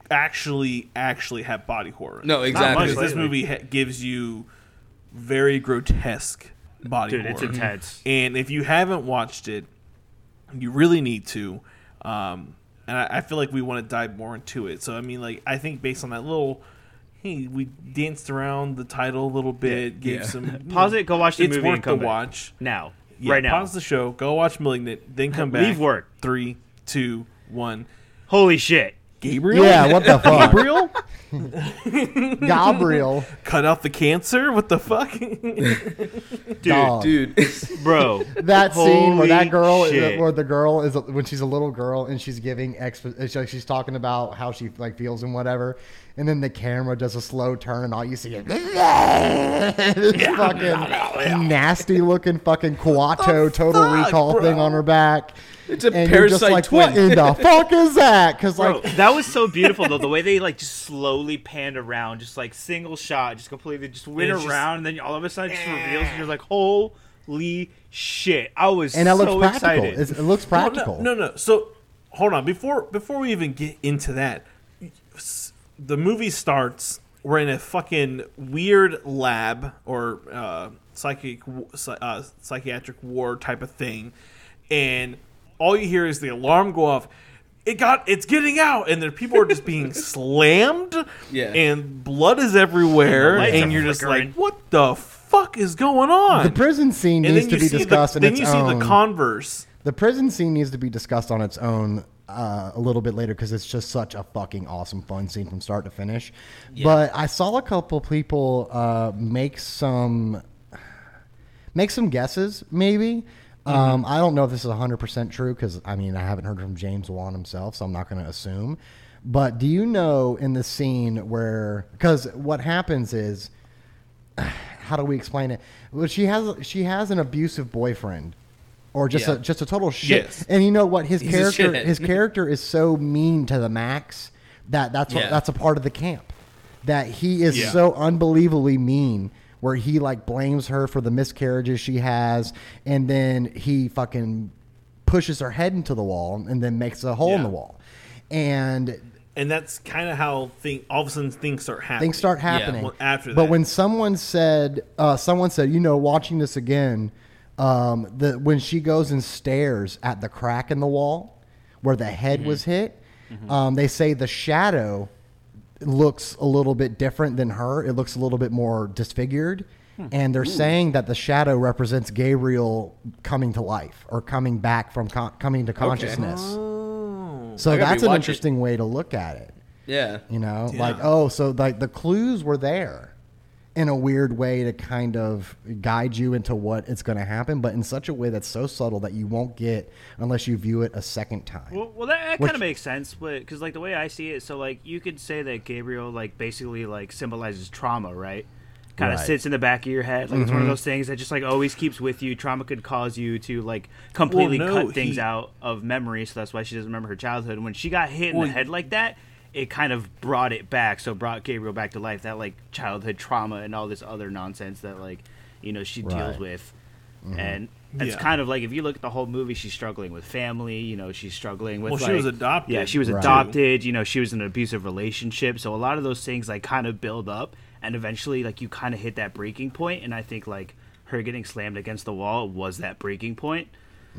B: actually, actually have body horror?
C: No,
E: much
C: exactly.
B: Because this
E: lately.
B: movie ha- gives you very grotesque body
E: dude,
B: horror.
E: it's intense.
B: And if you haven't watched it, you really need to. Um, and I, I feel like we want to dive more into it. So I mean, like I think based on that little, hey, we danced around the title a little bit, gave
C: Yeah.
E: (laughs)
B: some you
E: Pause
B: know,
E: it, go watch the
B: it's
E: movie
B: worth
E: and come
B: to
E: back.
B: watch
E: now,
B: Yeah,
E: right now.
B: Pause the show, go watch Malignant, then come back.
E: (laughs) Leave work.
B: Three, two, one.
E: Holy shit!
B: Gabriel.
D: Yeah,
C: (laughs)
D: what the fuck,
B: Gabriel, (laughs)
D: Gabriel?
B: cut out the cancer. What the fuck? (laughs)
E: Dude,
D: Dog.
C: Dude, (laughs)
E: bro,
D: That scene where that
E: Holy
D: girl,
E: shit.
D: where the girl is when she's a little girl and she's giving expo- it's like she's talking about how she like feels and whatever, and then the camera does a slow turn and all you see is (laughs) this
B: (laughs) Oh,
D: fucking nasty looking fucking Quato Total
B: fuck,
D: Recall
B: bro?
D: thing on her back.
C: It's a
D: and you're just
C: parasite twin.
D: like, What in
B: (laughs)
D: the fuck is that? Because
E: bro,
D: like
E: that was so beautiful though. The way they like just slowly panned around, just like single shot, just completely just went
B: It's just-
E: around, and then all of a sudden it just reveals, and you're like, holy shit! I was
D: and that
E: so
D: looks practical.
E: excited.
D: It's, it looks practical.
B: Oh, No, no, no. So, hold on. Before before we even get into that, s- the movie starts. We're in a fucking weird lab or uh, psychic w- psy- uh, psychiatric war type of thing, and all you hear is the alarm go off. It got. It's getting out, and the people are
D: (laughs)
B: just being slammed.
C: Yeah.
B: and blood is everywhere,
E: lights
B: and
E: are
B: you're just
E: flickering.
B: like, "What the fuck is going on?"
D: The prison scene
B: and
D: needs
B: then
D: to
B: you
D: be
B: see
D: discussed
B: the,
D: in
B: then
D: its
B: you
D: own.
B: see the Converse.
D: The prison scene needs to be discussed on its own uh, a little bit later because it's just such a fucking awesome, fun scene from start to finish. But I saw a couple people uh, make some make some guesses, maybe. Um, I don't know if this is 100% true because, I mean, I haven't heard from James Wan himself, so I'm not going to assume. But do you know in the scene where, because what happens is, (sighs) how do we explain it? Well, she has she has an abusive boyfriend, or just
C: Yeah.
D: a just a total shit.
B: Yes.
D: And you know what? His
C: a
D: character
C: shithead.
D: his (laughs) character is so mean to the max that that's what,
C: Yeah.
D: that's a part of the camp that he is
B: Yeah.
D: so unbelievably mean where he like blames her for the miscarriages she has and then he fucking pushes her head into the wall and then makes a hole in
B: Yeah.
D: the wall and
B: and that's kind of how thing all of a sudden things start happening.
D: things start happening
B: well, after
D: But
B: that.
D: when someone said, uh, someone said, you know, watching this again, um, the when she goes and stares at the crack in the wall where the head
B: Mm-hmm.
D: was hit, um, they say the shadow looks a little bit different than her. It looks a little bit more disfigured.
B: Hmm.
D: And they're saying that the shadow represents Gabriel coming to life or coming back from con- coming to consciousness. So
B: Oh.
C: I gotta
D: that's an
C: rewatch it.
D: interesting way to look at it.
C: yeah.
D: You know, like oh, so like the clues were there in a weird way to kind of guide you into what it's going to happen, but in such a way that's so subtle that you won't get unless you view it a second time.
E: Well, well that, that
D: Which-
E: kind of makes sense, but because like the way I see it, so like you could say that Gabriel like basically like symbolizes trauma, right? kind of
D: Right. Mm-hmm.
E: sits in the back of your head. Like it's one of those things that just like always keeps with you. Trauma could cause you to like completely
B: no,
E: cut things
B: he-
E: out of memory, so that's why she doesn't remember her childhood. When she got hit in
B: Well,
E: the head like that, it kind of brought it back. So brought Gabriel back to life. That like childhood trauma and all this other nonsense that like you know she deals
D: Right.
E: with,
D: Mm-hmm.
E: and. It's
B: Yeah.
E: kind of like if you look at the whole movie, she's struggling with family. You know, she's struggling with.
B: Well, she
E: like-
B: was adopted,
E: Yeah, she was
D: Right.
E: adopted did, you know, she was in an abusive relationship. So a lot of those things like kind of build up and eventually like you kind of hit that breaking point and I think like her getting slammed against the wall was that breaking point.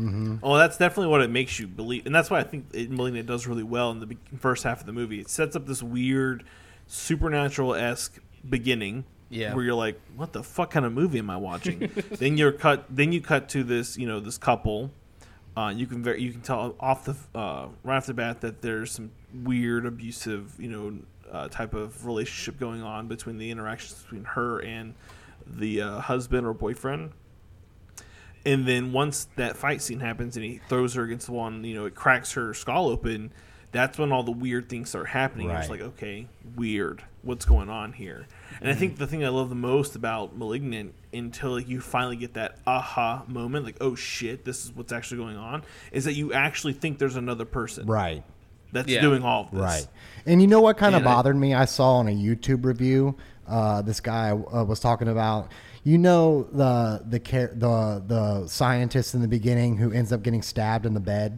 B: Oh, that's definitely what it makes you believe, and that's why I think it, Melina does really well in the be- first half of the movie. It sets up this weird, supernatural esque beginning,
C: Yeah.
B: where you're like, "What the fuck kind of movie am I
D: (laughs)
B: watching?" then you're cut. Then you cut to this, you know, this couple. Uh, you can ver- you can tell off the uh, right off the bat that there's some weird abusive, you know, uh, type of relationship going on between the interactions between her and the uh, husband or boyfriend. And then once that fight scene happens and he throws her against the wall and, you know, it cracks her skull open, that's when all the weird things start happening. It's
D: Right. Mm-hmm.
B: like, okay, weird. What's going on here? And I think the thing I love the most about Malignant until you finally get that aha moment, like, oh shit, this is what's actually going on, is that you actually think there's another person
D: Right.
B: that's
C: Yeah.
B: doing all of this.
D: Right. And you know what kind of
C: And I-
D: bothered me? I saw on a YouTube review, uh, this guy uh, was talking about, you know, the the care the the scientist in the beginning who ends up getting stabbed in the bed.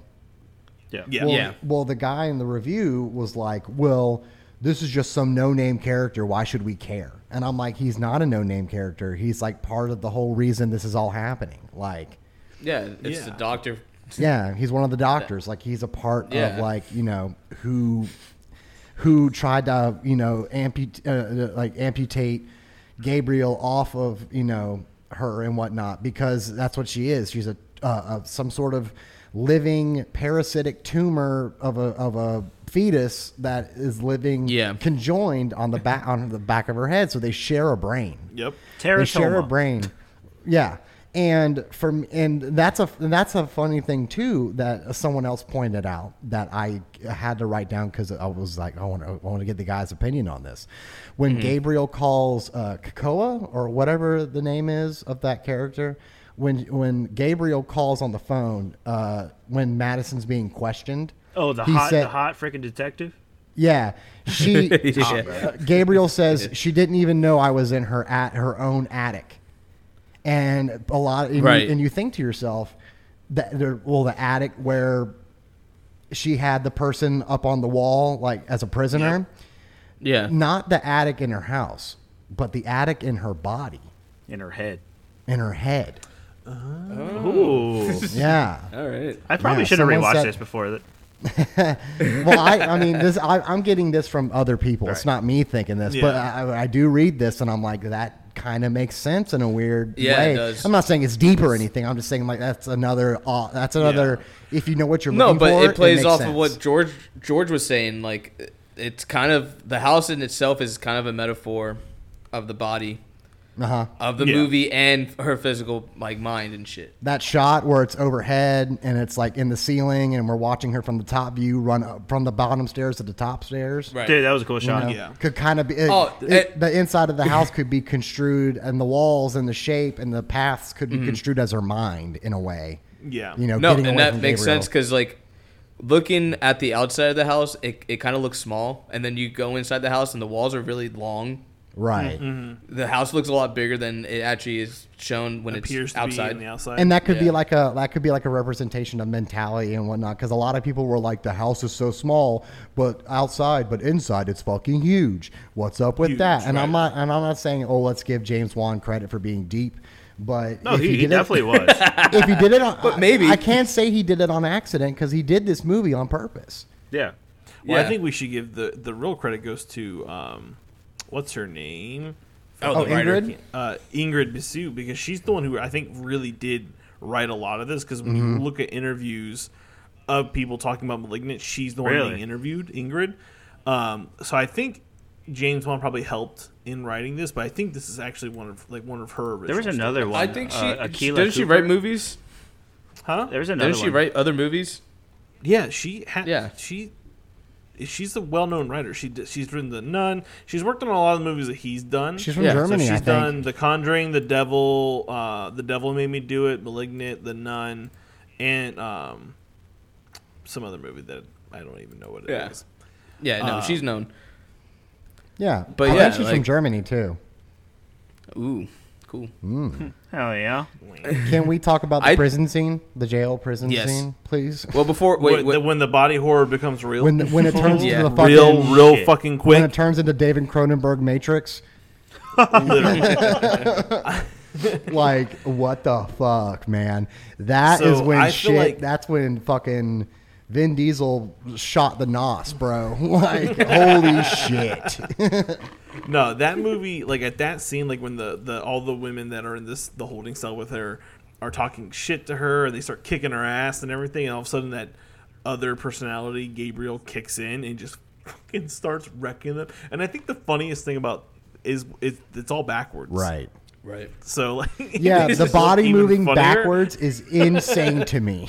E: Yeah.
B: Yeah.
D: Well,
C: Yeah.
D: well, the guy in the review was like, "Well, this is just some no-name character. Why should we care?" And I'm like, "He's not a no-name character. He's like part of the whole reason this is all happening. Like,
C: Yeah, it's the
B: Yeah.
C: doctor.
D: (laughs) yeah, he's one of the doctors. Like, he's a part of
C: Yeah.
D: like you know who who tried to you know amput- uh, uh, like amputate Gabriel off of you know her and whatnot because that's what she is. She's a uh, a, some sort of living parasitic tumor of a of a fetus that is living
C: Yeah.
D: conjoined on the back on the back of her head, so they share a brain
B: Yep.
D: they share a
E: Teratoma.
D: brain. Yeah, and from and that's a that's a funny thing too that someone else pointed out that I had to write down because I was like I want to I want to get the guy's opinion on this. When
E: Mm-hmm.
D: Gabriel calls uh, Kakoa or whatever the name is of that character, when when Gabriel calls on the phone uh, when Madison's being questioned.
E: Oh, the
D: he
E: hot
D: said-
E: the hot freaking detective?
D: yeah, she.
C: (laughs) Yeah.
D: uh, Gabriel says she didn't even know I was in her at her own attic, and a lot. And,
C: Right.
D: you, and you think to yourself that there- well, the attic where she had the person up on the wall, like as a prisoner,
C: Yeah,
D: not the attic in her house, but the attic in her body,
E: In her head.
D: in her head.
E: Ooh.
D: Yeah.
C: all right.
E: I probably
D: Yeah,
E: should have
D: someone
E: rewatched
D: said-
E: this before that.
D: well, I, I mean, this I, I'm getting this from other people. It's not me thinking this, but
B: Yeah.
D: I, I do read this, and I'm like, that kind of makes sense in a weird
C: Yeah,
D: way.
C: it does.
D: I'm not saying it's deep or anything. I'm just saying like that's another uh, that's another if you know what you're
C: No,
D: looking
C: but
D: for.
C: it plays
D: makes
C: off of
D: sense.
C: what George George was saying. Like, it's kind of the house in itself is kind of a metaphor of the body
D: uh-huh.
C: of the
B: Yeah.
C: movie and her physical like mind and shit.
D: that shot where it's overhead and it's like in the ceiling, and we're watching her from the top view run up from the bottom stairs to the top stairs.
C: Right.
E: Dude, that was a cool
D: you
E: shot.
D: know,
B: Yeah.
D: could kind of be it-
C: Oh,
D: it-
C: it-
D: the inside of the house could be construed and the walls and the shape and the paths could be construed as her mind in a way
B: Yeah.
D: you know
C: no,
D: getting
C: and
D: away
C: that
D: from
C: makes
D: Gabriel.
C: sense because like looking at the outside of the house, it it kind of looks small, and then you go inside the house and the walls are really long.
D: right
C: The house looks a lot bigger than it actually is shown when
B: Appears
C: it's
B: to be
C: outside.
B: on the outside.
D: and that could be
C: Yeah.
D: like a that could be like a representation of mentality and whatnot because a lot of people were like the house is so small but outside but inside it's fucking huge what's up with
B: Huge,
D: that and i'm
B: right.
D: not and i'm not saying oh let's give james wan credit for being deep but
E: No,
D: if
E: he,
D: you
E: he
D: did it-
E: definitely was. (laughs)
D: if he did it on
C: (laughs) But maybe.
D: I, I can't say he did it on accident because he did this movie on purpose
E: Yeah.
B: Well, I
C: Yeah.
B: think we should give the the real credit goes to um, what's her name?
D: Oh,
C: the writer.
D: Ingrid?
B: Uh, Ingrid Bisou because she's the one who I think really did write a lot of this because when
E: Mm-hmm.
B: you look at interviews of people talking about malignant, she's the one
E: Really?
B: being interviewed, Ingrid. Um, so I think James Wan probably helped in writing this, but I think this is actually one of like one of her. Original
E: There was another one.
C: I think she
E: uh, Akilah
C: didn't she write
E: Cooper.
C: movies?
B: huh?
E: There was another
C: Didn't she
E: one.
C: write other movies?
B: Yeah, she had.
C: Yeah.
B: she. she's a well-known writer. She d- she's written The Nun. She's worked on a lot of the movies that he's done.
D: She's from
C: Yeah, so
D: Germany,
B: so
D: I
B: she's
D: think.
B: done The Conjuring, The Devil, uh, The Devil Made Me Do It, Malignant, The Nun, and um, some other movie that I don't even know what it is.
C: Yeah. Yeah,
E: Uh,
C: no, she's known.
D: Yeah,
C: But
D: I
C: yeah,
D: think she's from
C: like-
D: Germany too.
C: Ooh, cool.
E: Mm. Hell yeah.
D: Can we talk about the
C: I-
D: prison scene, the jail prison
C: Yes.
D: scene, please?
C: Well, before wait,
B: when,
C: wait
B: the, when the body horror becomes real,
D: When when it turns
C: Yeah.
D: into the
B: (laughs)
D: fucking
B: real, real
E: Shit.
B: fucking
D: when it
B: quick,
D: turns into David Cronenberg Matrix,
B: literally.
D: (laughs) like what the fuck, man? That is
B: So,
D: when
B: I feel
D: shit.
B: like-
D: that's when fucking Vin Diesel shot the nos, bro. (laughs) Like holy shit.
B: No, that movie, like at that scene, like when the, the all the women that are in this the holding cell with her are talking shit to her and they start kicking her ass and everything, and all of a sudden that other personality, Gabriel, kicks in and just fucking starts wrecking them. And I think the funniest thing about is it, it's all backwards,
D: Right.
C: right.
B: So like, (laughs)
D: Yeah,
B: it's
D: the
B: just, like,
D: body
B: even
D: moving
B: funnier.
D: backwards is insane to me.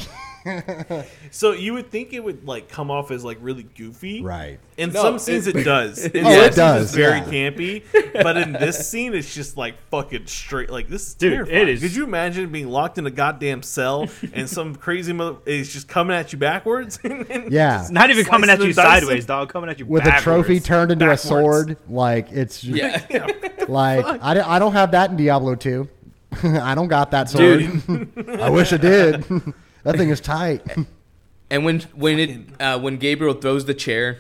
B: So you would think it would like come off as like really goofy,
D: (laughs) Right.
B: In
C: No,
B: some scenes,
C: it-
B: it, does. In some
C: Oh, it
B: scenes
D: does,
B: It's very
D: yeah.
B: campy, but in this scene, it's just like fucking straight. Like this, is
E: Dude,
B: terrifying.
E: it is-
B: Could you imagine being locked in a goddamn cell and some crazy mother is just coming at you backwards? (laughs) and- and
D: Yeah.
B: just
E: Not even coming at
B: slicing
E: you
B: and dicing?
E: sideways, dog. Coming at you
D: With a
E: backwards.
D: trophy turned into
B: Backwards.
D: a sword, like it's just,
C: Yeah,
D: like I, don't- I don't have that in Diablo 2. (laughs) I don't got that sword.
C: dude.
D: (laughs) I wish I did. that thing is tight.
C: and when when it uh, when Gabriel throws the chair,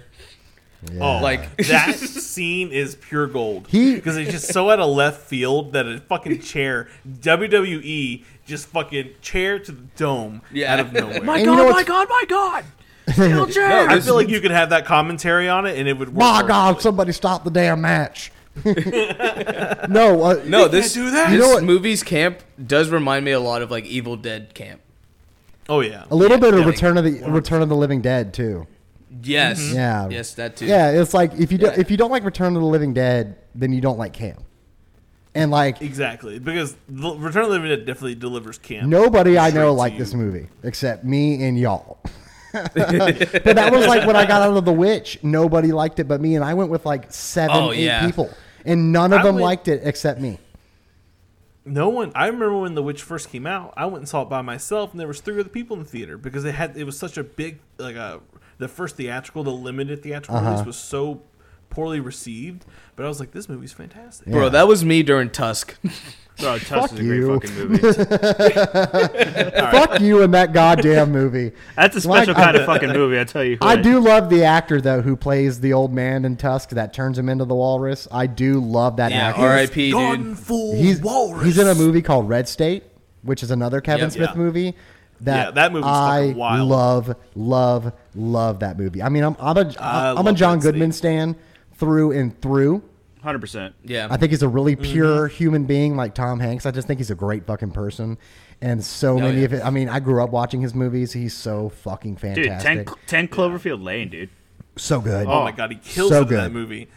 B: Oh,
C: Like-
B: like (laughs) that scene is pure gold.
D: He-
B: because it's just so out of left field that a fucking chair WWE just fucking chair to the dome
C: Yeah.
B: out of nowhere.
E: My
D: And you
E: god,
D: know
E: my
D: what's-
E: god, my god. Steel
C: (laughs)
E: chair.
C: No,
B: I
C: this-
B: feel like you could have that commentary on it, and it would. Work
D: My God,
B: perfectly.
D: somebody stop the damn match. (laughs) no, uh,
C: no, this
B: do that.
C: this
B: You
D: know what-
C: movie's camp does remind me a lot of like Evil Dead camp.
B: Oh yeah.
D: a little bit of
C: yeah, like-
D: Return of the Return of the Living Dead too.
C: Yes,
E: Mm-hmm.
D: Yeah.
C: yes, that too.
D: Yeah, it's like if you do,
C: Yeah.
D: if you don't like Return of the Living Dead, then you don't like Cam. And like
B: Exactly, because the Return of the Living Dead definitely delivers camp.
D: nobody I
B: Straight
D: know liked
B: to
D: this
B: you.
D: movie except me
C: (laughs)
D: and y'all. (laughs) but that was like when I got out of The Witch. Nobody liked it but me, and I went with like seven,
C: Oh,
D: eight
C: yeah.
D: people, and none of
B: I
D: them
B: went-
D: liked it except
C: (laughs)
D: me.
B: No one. I remember when The Witch first came out. I went and saw it by myself, and there was three other people in the theater because it had it was such a big like a the first theatrical, the limited theatrical
D: Uh-huh.
B: release was so poorly received. But I was like, this movie's fantastic.
C: bro,
D: Yeah.
C: that was me during Tusk. (laughs)
E: Bro, Tusk is a great
D: you.
E: fucking
D: (laughs)
E: movie.
D: Fuck you and that goddamn movie.
E: (laughs) That's a
D: Like,
E: special
D: I-
E: kind of fucking movie, I tell you.
D: I
E: what.
D: do love the actor though who plays the old man in Tusk that turns him into the walrus. I do love that
C: Yeah,
D: actor.
C: R.I.P.
B: Gone
C: dude.
B: full
D: He's
B: walrus.
D: he's in a movie called Red State, which is another Kevin
C: Yep.
D: Smith
B: Yeah.
D: movie. That
B: Yeah, that movie's
D: I
B: fucking wild.
D: love, love, love that movie. I mean, I'm I'm a
B: I
D: am a
B: love
D: John
B: Red State.
D: Goodman stan through and through.
E: 100%.
C: Yeah,
D: I think he's a really
B: Mm-hmm.
D: pure human being like Tom Hanks. I just think he's a great fucking person. And so many
C: yeah.
D: of it. I mean, I grew up watching his movies. He's so fucking
E: Dude,
D: fantastic.
E: 10, 10 Cloverfield Lane, dude.
D: so good.
B: Oh my god, he kills
D: so
B: it in that
D: good.
B: movie.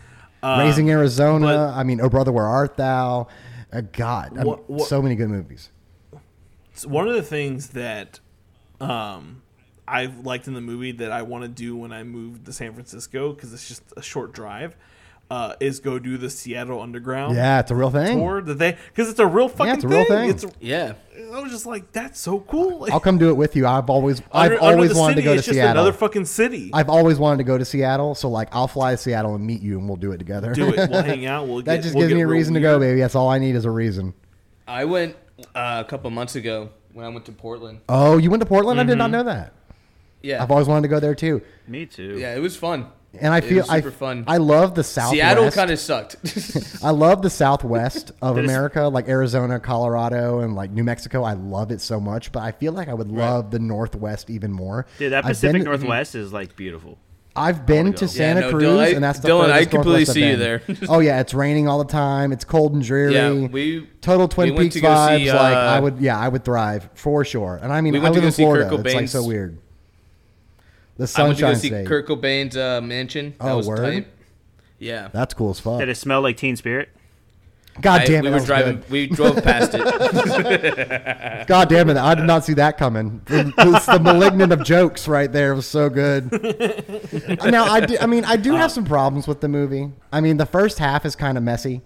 D: Raising Arizona.
B: but-
D: I mean, Oh Brother, Where Art Thou? Uh, God, I mean,
B: What- what-
D: so many good movies.
B: It's one of the things that um, I've liked in the movie that I want to do when I move to San Francisco because it's just a short drive. Uh, is go do the Seattle Underground
D: Yeah, it's a real thing.
B: Oh. tour that they because it's a real fucking
D: it's a real thing.
B: It's
C: yeah.
B: I was just like that's so cool. (laughs)
D: I'll come do it with you. I've always, I've
B: Under- Under
D: always
B: the
D: wanted
B: City
D: to go to
B: is just
D: Seattle.
B: Another fucking city.
D: I've always wanted to go to Seattle, so like I'll fly to Seattle and meet you, and we'll do it together. (laughs)
B: do it. We'll hang out. We'll
D: that
B: get,
D: just
B: we'll
D: gives
B: get
D: me a
B: real
D: reason to go,
B: weird.
D: baby. That's all I need is a reason.
C: I went uh, a couple months ago when I went to Portland.
D: Oh, you went to Portland? I
B: Mm-hmm.
D: did not know that.
C: Yeah,
D: I've always wanted to go there too,
E: Me too.
C: yeah, it was fun.
D: and I
C: was
D: feel I,
C: super fun.
D: I love the Southwest.
C: Seattle kind of sucked. (laughs)
D: I love the Southwest of
E: That is-
D: America, like Arizona, Colorado, and like New Mexico. I love it so much, but I feel like I would love the Northwest even more.
E: Dude, that
D: I've been-
E: Pacific Northwest is like beautiful.
D: I've been
E: go.
D: to
E: Yeah,
D: Santa
C: no, Dylan,
D: Cruz,
C: I-
D: and that's the
C: Dylan, I
D: furthest
C: completely
D: Northwest I've
C: see you
D: been.
C: there. (laughs)
D: oh yeah, it's raining all the time. It's cold and dreary.
C: Yeah, we-
D: total Twin
C: we went
D: Peaks
C: to go
D: vibes.
C: see, uh,
D: like I would, yeah, I would thrive for sure. And I mean,
C: we
D: I
C: went to
D: live
C: go
D: in
C: see Kurt
D: Florida. It's like so
C: Cobain's-
D: weird. The
C: I went to
D: sunshine
C: go see
D: state.
C: Kurt Cobain's uh, mansion. That
D: Oh,
C: was
D: word?
C: tight. Yeah.
D: That's cool as fuck.
E: Did it smell like Teen Spirit?
D: God
C: I-
D: damn it.
C: we
D: that
C: were
D: was
C: driving.
D: good.
C: We drove past
D: (laughs)
C: it.
D: God damn it. I did not see that coming. It's the malignant of jokes right there. It was
C: (laughs)
D: so good. now, I, do, I mean, I do have some problems with the movie. I mean, the first half is kind of messy,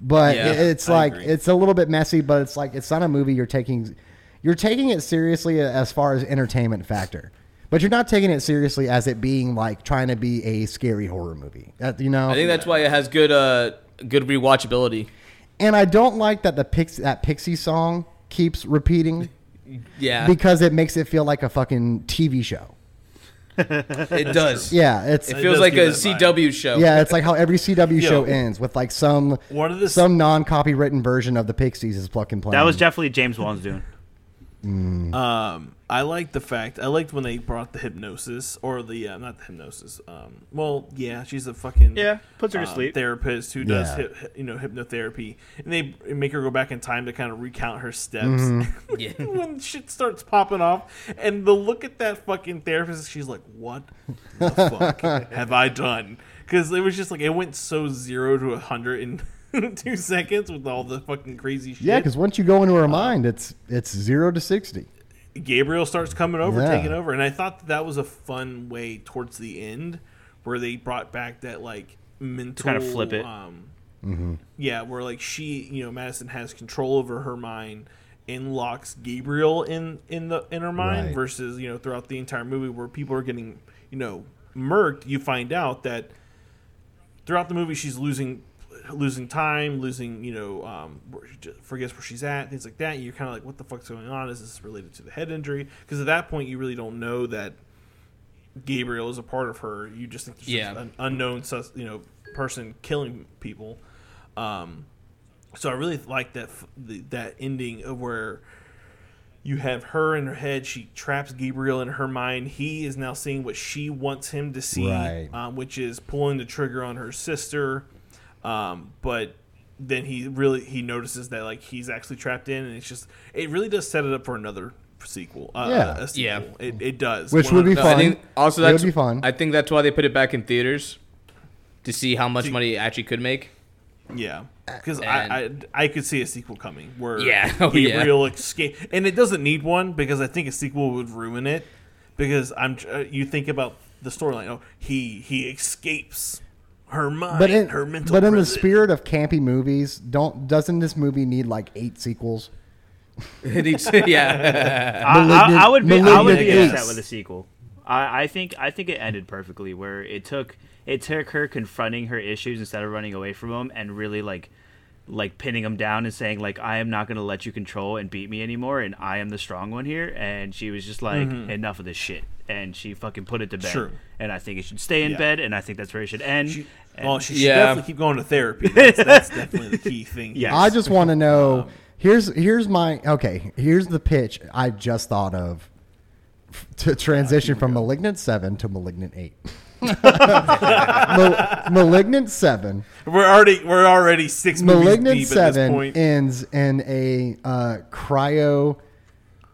D: but
C: Yeah,
D: it- it's
C: I
D: like,
C: agree.
D: it's a little bit messy, but it's like, it's not a movie you're taking, you're taking it seriously as far as entertainment factor. But you're not taking it seriously as it being like trying to be a scary horror movie. Uh, you know,
C: I think that's why it has good uh good rewatchability.
D: and I don't like that the pix- that Pixie song keeps repeating
C: Yeah,
D: because it makes it feel like a fucking TV show.
C: it does.
D: Yeah, it's
C: It
B: It
C: feels
B: does
C: like
B: give
C: a
B: that vibe.
C: CW show.
D: yeah, it's like how every CW
B: Yo.
D: show ends with like some
B: One of the s-
D: some non copywritten version of the Pixies is plucking playing.
E: That was definitely James Wan's doing.
B: Um, I liked the fact I liked when they brought the hypnosis or the uh, not the hypnosis. Um, well, yeah, she's a fucking
E: Yeah, puts her to
B: uh,
E: sleep.
B: therapist who does
D: Yeah.
B: hip, you know hypnotherapy, and they make her go back in time to kind of recount her steps.
D: Mm-hmm.
B: (laughs)
C: Yeah.
B: when shit starts popping off, and the look at that fucking therapist, she's like, "What the fuck
D: (laughs)
B: have I done?" Because it was just like it went so zero to a hundred in (laughs) two seconds with all the fucking crazy shit.
D: yeah, because once you go into her mind, it's it's zero to sixty.
B: Gabriel starts coming over,
D: Yeah.
B: taking over, and I thought that, that was a fun way towards the end where they brought back that like mental
E: kinda flip it.
B: Um,
D: Mm-hmm.
B: Yeah, where like she, you know, Madison has control over her mind and locks Gabriel in in the in her mind
D: Right.
B: versus you know throughout the entire movie where people are getting you know murked. You find out that throughout the movie she's losing losing time losing you know um, where she just forgets where she's at things like that and you're kind of like what the fuck's going on is this related to the head injury because at that point you really don't know that gabriel is a part of her you just think there's just
C: Yeah.
B: an unknown sus- you know person killing people um, so i really like that f- the, that ending of where you have her in her head. She traps Gabriel in her mind. He is now seeing what she wants him to see,
D: Right.
B: um, which is pulling the trigger on her sister. Um, but then he really he notices that like he's actually trapped in, and it's just it really does set it up for another sequel. Uh,
D: Yeah.
B: a sequel. It, it does.
D: Which would be
C: No, I
D: Fun.
C: think also
D: It would
C: that's
D: be fun.
C: I think that's why they put it back in theaters to see how much money it actually could
D: (laughs)
C: make. (laughs)
B: Yeah, because I, I I could see a sequel coming where
C: Yeah. (laughs) Oh, yeah.
B: Gabriel escape, and it doesn't need one because I think a sequel would ruin it. Because I'm tr- uh, you think about the storyline. Oh, he he escapes her mind,
D: But in
B: her mental.
D: but in the
B: prison.
D: spirit of campy movies, don't doesn't this movie need like eight sequels?
C: It needs-
D: (laughs)
C: yeah,
E: I, I, I would be, I would be
D: Malignant
E: upset
D: Ace.
E: with a sequel. I, I think I think it ended perfectly where it took it took her confronting her issues instead of running away from them and really like like pinning them down and saying like I am not going to let you control and beat me anymore and I am the strong one here and she was just like enough of this shit and she fucking put it to bed
B: Mm-hmm. Sure.
E: and I think it should stay in
B: Yeah.
E: bed and I think that's where it should end.
B: She,
E: And-
B: well, she should
C: Yeah.
B: definitely keep going to therapy. That's, that's definitely the key thing.
E: Yeah.
D: I just want to
B: Um,
D: know. Here's here's my okay. Here's the pitch I just thought of f- to transition from Malignant Seven to Malignant Eight. (laughs) Mal- Malignant Seven.
B: we're already we're already six
D: Malignant
B: movies deep at this
D: Seven
B: point.
D: ends in a uh, cryo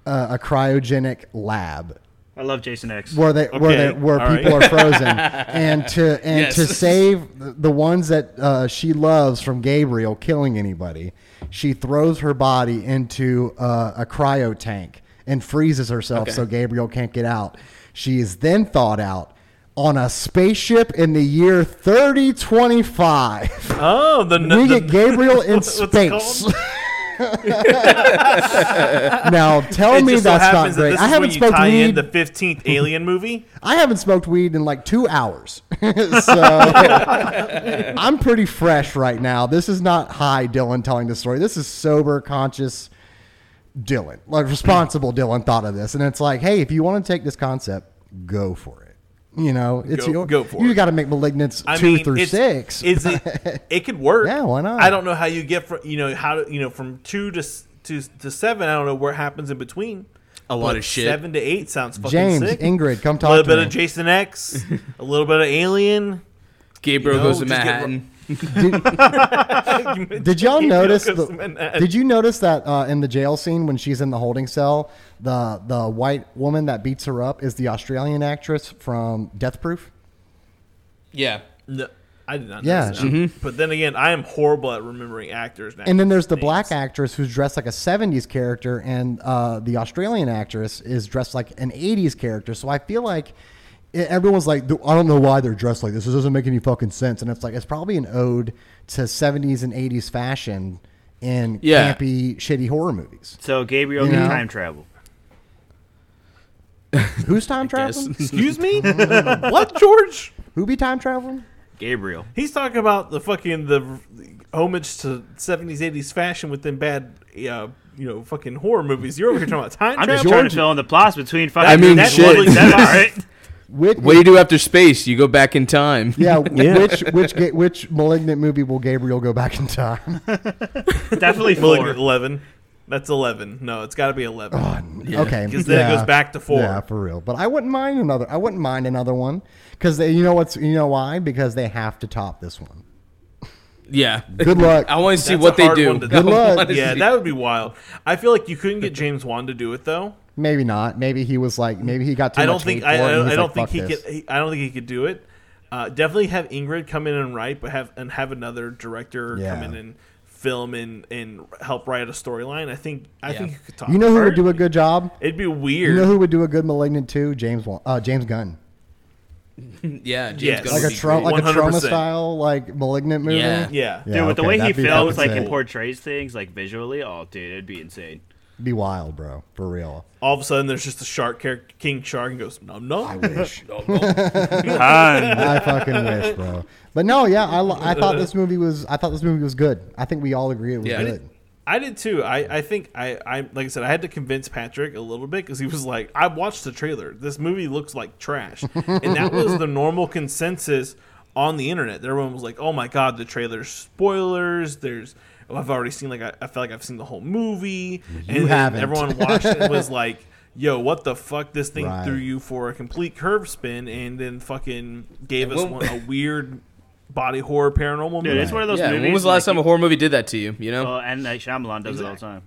D: uh, a cryogenic lab
E: I love Jason X.
D: where they where they
B: Okay,
D: where
B: all
D: people are
B: (laughs)
D: frozen and to and to
C: Yes.
D: save the- the ones that uh, she loves from Gabriel killing anybody, she throws her body into uh, a cryo tank and freezes herself so Gabriel can't get out. She is then thawed out on a spaceship in the year 3025.
B: oh, the,
D: We
B: the (laughs)
D: get Gabriel in
B: what's it called? (laughs)
D: space. (laughs) now tell
B: It
D: me
B: just so
D: that's not
B: happens that
D: great.
B: this
D: I
B: is
D: haven't
B: when you
D: smoked
B: tie
D: weed.
B: in the
D: (laughs)
B: fifteenth Alien movie.
D: I haven't smoked weed in like two hours, (laughs)
B: (laughs)
D: so I'm pretty fresh right now. This is not high Dylan telling the story. This is sober, conscious Dylan, like responsible Dylan thought of this, and it's like, hey, if you want to take this concept, go for it. You know, it's
B: Go-
D: your,
B: go for
D: you
B: it.
D: got to make malignants two through
B: it's-
D: six.
B: Is
D: (laughs)
B: it? It could work.
D: Yeah, why not?
B: I don't know how you get from you know how to, you know from two to s- to to seven. I don't know what happens in between.
C: a lot
B: But
C: of shit.
B: Seven to eight sounds fucking
D: James,
B: sick.
D: Ingrid, come
B: a little
D: talk
B: bit
D: to
B: of
D: me.
B: Jason
C: (laughs)
B: X, a little bit of Alien.
C: Gabriel
B: No,
C: goes to
B: just get
C: Manhattan.
D: Did y'all notice?
B: Goes to
D: The,
B: Manhattan.
D: did you notice that uh, in the jail scene when she's in the holding cell, the the white woman that beats her up is the Australian actress from Death Proof?
C: Yeah,
B: No, I did not.
D: Yeah.
B: Yeah. But then again, I am horrible at remembering actors.
D: And then there's the
B: actors'
D: black
B: names.
D: actress who's dressed like a 70s character, and uh, the Australian actress is dressed like an 80s character. So I feel like it, everyone's like, I don't know why they're dressed like this. This doesn't make any fucking sense. And it's like, it's probably an ode to 70s and 80s fashion in
C: Yeah.
D: campy, shitty horror movies.
E: So Gabriel
D: You
E: can
D: know?
E: time travel.
D: Who's time
C: Yes.
D: traveling?
B: Excuse
D: (laughs)
B: me. what George?
D: Who be time traveling?
E: Gabriel.
B: He's talking about the fucking the, the homage to seventies, eighties fashion within bad, uh, you know, fucking horror movies. You're over here talking about time
E: I'm just
B: travel.
E: trying to fill in the plots between fucking.
C: I mean,
E: that's
C: shit.
E: Lovely, that's all right.
D: Whitney.
C: What do you do after space? You go back in time.
D: Yeah, which which ga- which malignant movie will Gabriel go back in time?
E: Definitely
B: Malignant
E: four.
B: eleven. That's eleven. No, it's got to be
D: Oh,
B: eleven.
D: Okay,
B: Because then it
D: yeah.
B: goes back to four.
D: Yeah, for real. But I wouldn't mind another. I wouldn't mind another one because they. You know what's. You know why? Because they have to top this one.
C: Yeah.
D: Good luck.
C: (laughs) I want to see
B: That's
C: what
B: a
C: they
B: hard
C: do.
B: one to
C: I
B: do. (laughs)
D: luck.
C: wanna
B: Yeah,
C: see-
B: that would be wild. I feel like you couldn't (laughs) get James Wan to do it though.
D: Maybe not. Maybe he was like. Maybe he got too
B: I don't
D: much
B: think
D: hate for
B: I,
D: it and
B: I,
D: he's
B: I don't think
D: like, "Fuck
B: he
D: this."
B: could. He, I don't think he could do it. Uh, definitely have Ingrid come in and write, but have and have another director
D: Yeah.
B: come in and film and, and help write a storyline. I think I
C: Yeah.
B: think you could talk.
D: You know who
B: her.
D: would do a good job?
B: It'd be
D: You
B: weird.
D: know who would do a good malignant too? James. Wa- Uh, James Gunn.
C: Yeah,
B: Yes.
C: James Gunn
D: Like
C: would
D: a
C: be
D: tra-
C: great.
D: like a trauma
B: 100%.
D: style like malignant movie.
C: Yeah.
B: yeah.
D: Yeah.
E: Dude, with the
D: okay,
E: way he
D: that'd be- that
E: films,
D: would
E: like,
D: be
E: and
D: sick.
E: portrays things, like, visually, oh, dude, it'd be insane.
D: Be wild, bro. For real.
B: All of a sudden, there's just a shark character, King Shark, and goes nom
D: I
B: nom.
D: wish.
E: Time.
D: I fucking wish, bro. But no, yeah, I, lo- I thought this movie was I thought this movie was good. I think we all agree it was
C: Yeah.
D: good.
B: I did too. I, I think I, I like I said I had to convince Patrick a little bit because he was like I watched the trailer. This movie looks like trash, and that was the normal consensus on the internet. Everyone was like, "Oh my god, the trailer's spoilers." There's oh, I've already seen like I, I felt like I've seen the whole movie, and then
D: haven't.
B: everyone watched it and was
D: (laughs)
B: like, "Yo, what the fuck?" This thing
D: Right.
B: threw you for a complete curve spin, and then fucking gave us
C: Well-
B: one, a weird body horror paranormal
E: Dude,
B: movie.
E: it's one of those
C: Yeah,
E: movies.
C: when was the last
E: like,
C: time a horror movie did that to you? You know,
E: Oh, and like, Shyamalan does it all the time.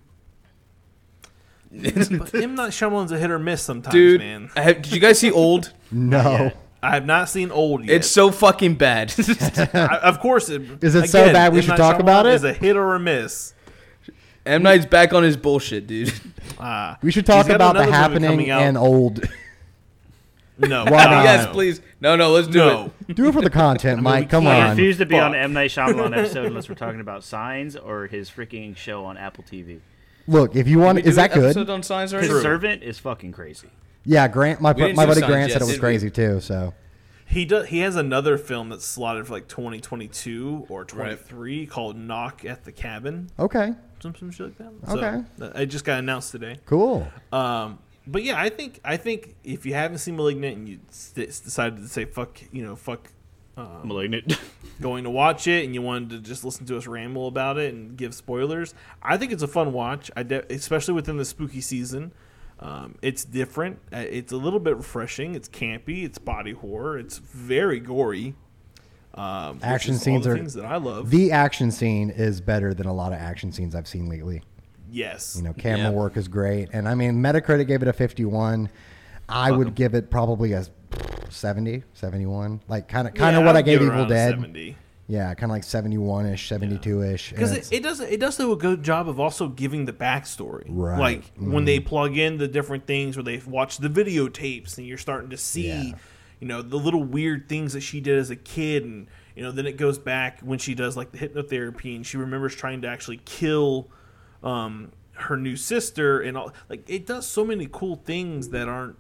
B: But M Night Shyamalan's a hit or miss sometimes,
C: dude.
B: man.
C: I have- did you guys see Old?
D: No.
B: I have not seen old yet.
C: It's so fucking bad. (laughs)
B: I, of course. It,
D: Is it so bad we
B: M.
D: should
B: Night
D: talk about
B: Shyamalan
D: it?
B: Is a hit or a miss.
C: M Night's back on his bullshit, dude.
B: Ah,
D: We should talk
B: He's got
D: about the
B: another movie
D: happening
B: coming out.
C: (laughs)
D: and old.
B: no. Uh,
D: Why
B: no,
D: not?
C: yes,
B: no.
C: please. No, no, let's do
B: No.
C: it.
D: Do it for the content, Mike. Come
E: I
D: on.
E: refuse to be on
B: Fuck.
E: an M
C: (laughs)
E: Night Shyamalan episode unless we're talking about Signs or his freaking show on Apple TV.
D: Look, if you want,
C: We do
D: is that
C: an
D: good?
C: Episode on science already?
E: His servant is fucking crazy.
D: Yeah, Grant. My
C: didn't
D: my
C: do
D: buddy
C: Signs
D: Grant
C: yet,
D: said it was
C: did we?
D: crazy too. So
B: He does. He has another film that's slotted for like 2022 or 23 called Knock at the Cabin,
D: okay,
B: some some shit like that.
D: Okay.
B: So, uh, it just got announced today.
D: cool.
B: Um, but yeah, I think I think if you haven't seen *Malignant* and you st- decided to say fuck, you know, fuck
C: Uh,
E: Malignant. (laughs)
B: going to watch it and you wanted to just listen to us ramble about it and give spoilers, I think it's a fun watch. I de- especially within the spooky season. Um, it's different. Uh, It's a little bit refreshing. It's campy. It's body horror. It's very gory. Um, which
D: Action
B: is all
D: scenes
B: the
D: are-
B: things that I love.
D: The action scene is better than a lot of action scenes I've seen lately.
B: yes.
D: You know,
C: Yeah.
D: camera work is great, and I mean, Metacritic gave it a 51. I would give it probably a 70, 71. Like kind of kind of
B: Yeah,
D: what
B: I'd
D: I gave
B: give it
D: Evil
B: around a
D: Dead.
B: 70.
D: Yeah, kind of like 71 ish, 72 ish.
B: because it, it does it does do a good job of also giving the backstory
D: Right. Mm-hmm.
B: like when they plug in the different things where they watch the videotapes and you're starting to see
D: Yeah.
B: you know the little weird things that she did as a kid and you know then it goes back when she does like the hypnotherapy and she remembers trying to actually kill um her new sister and all like it does so many cool things that aren't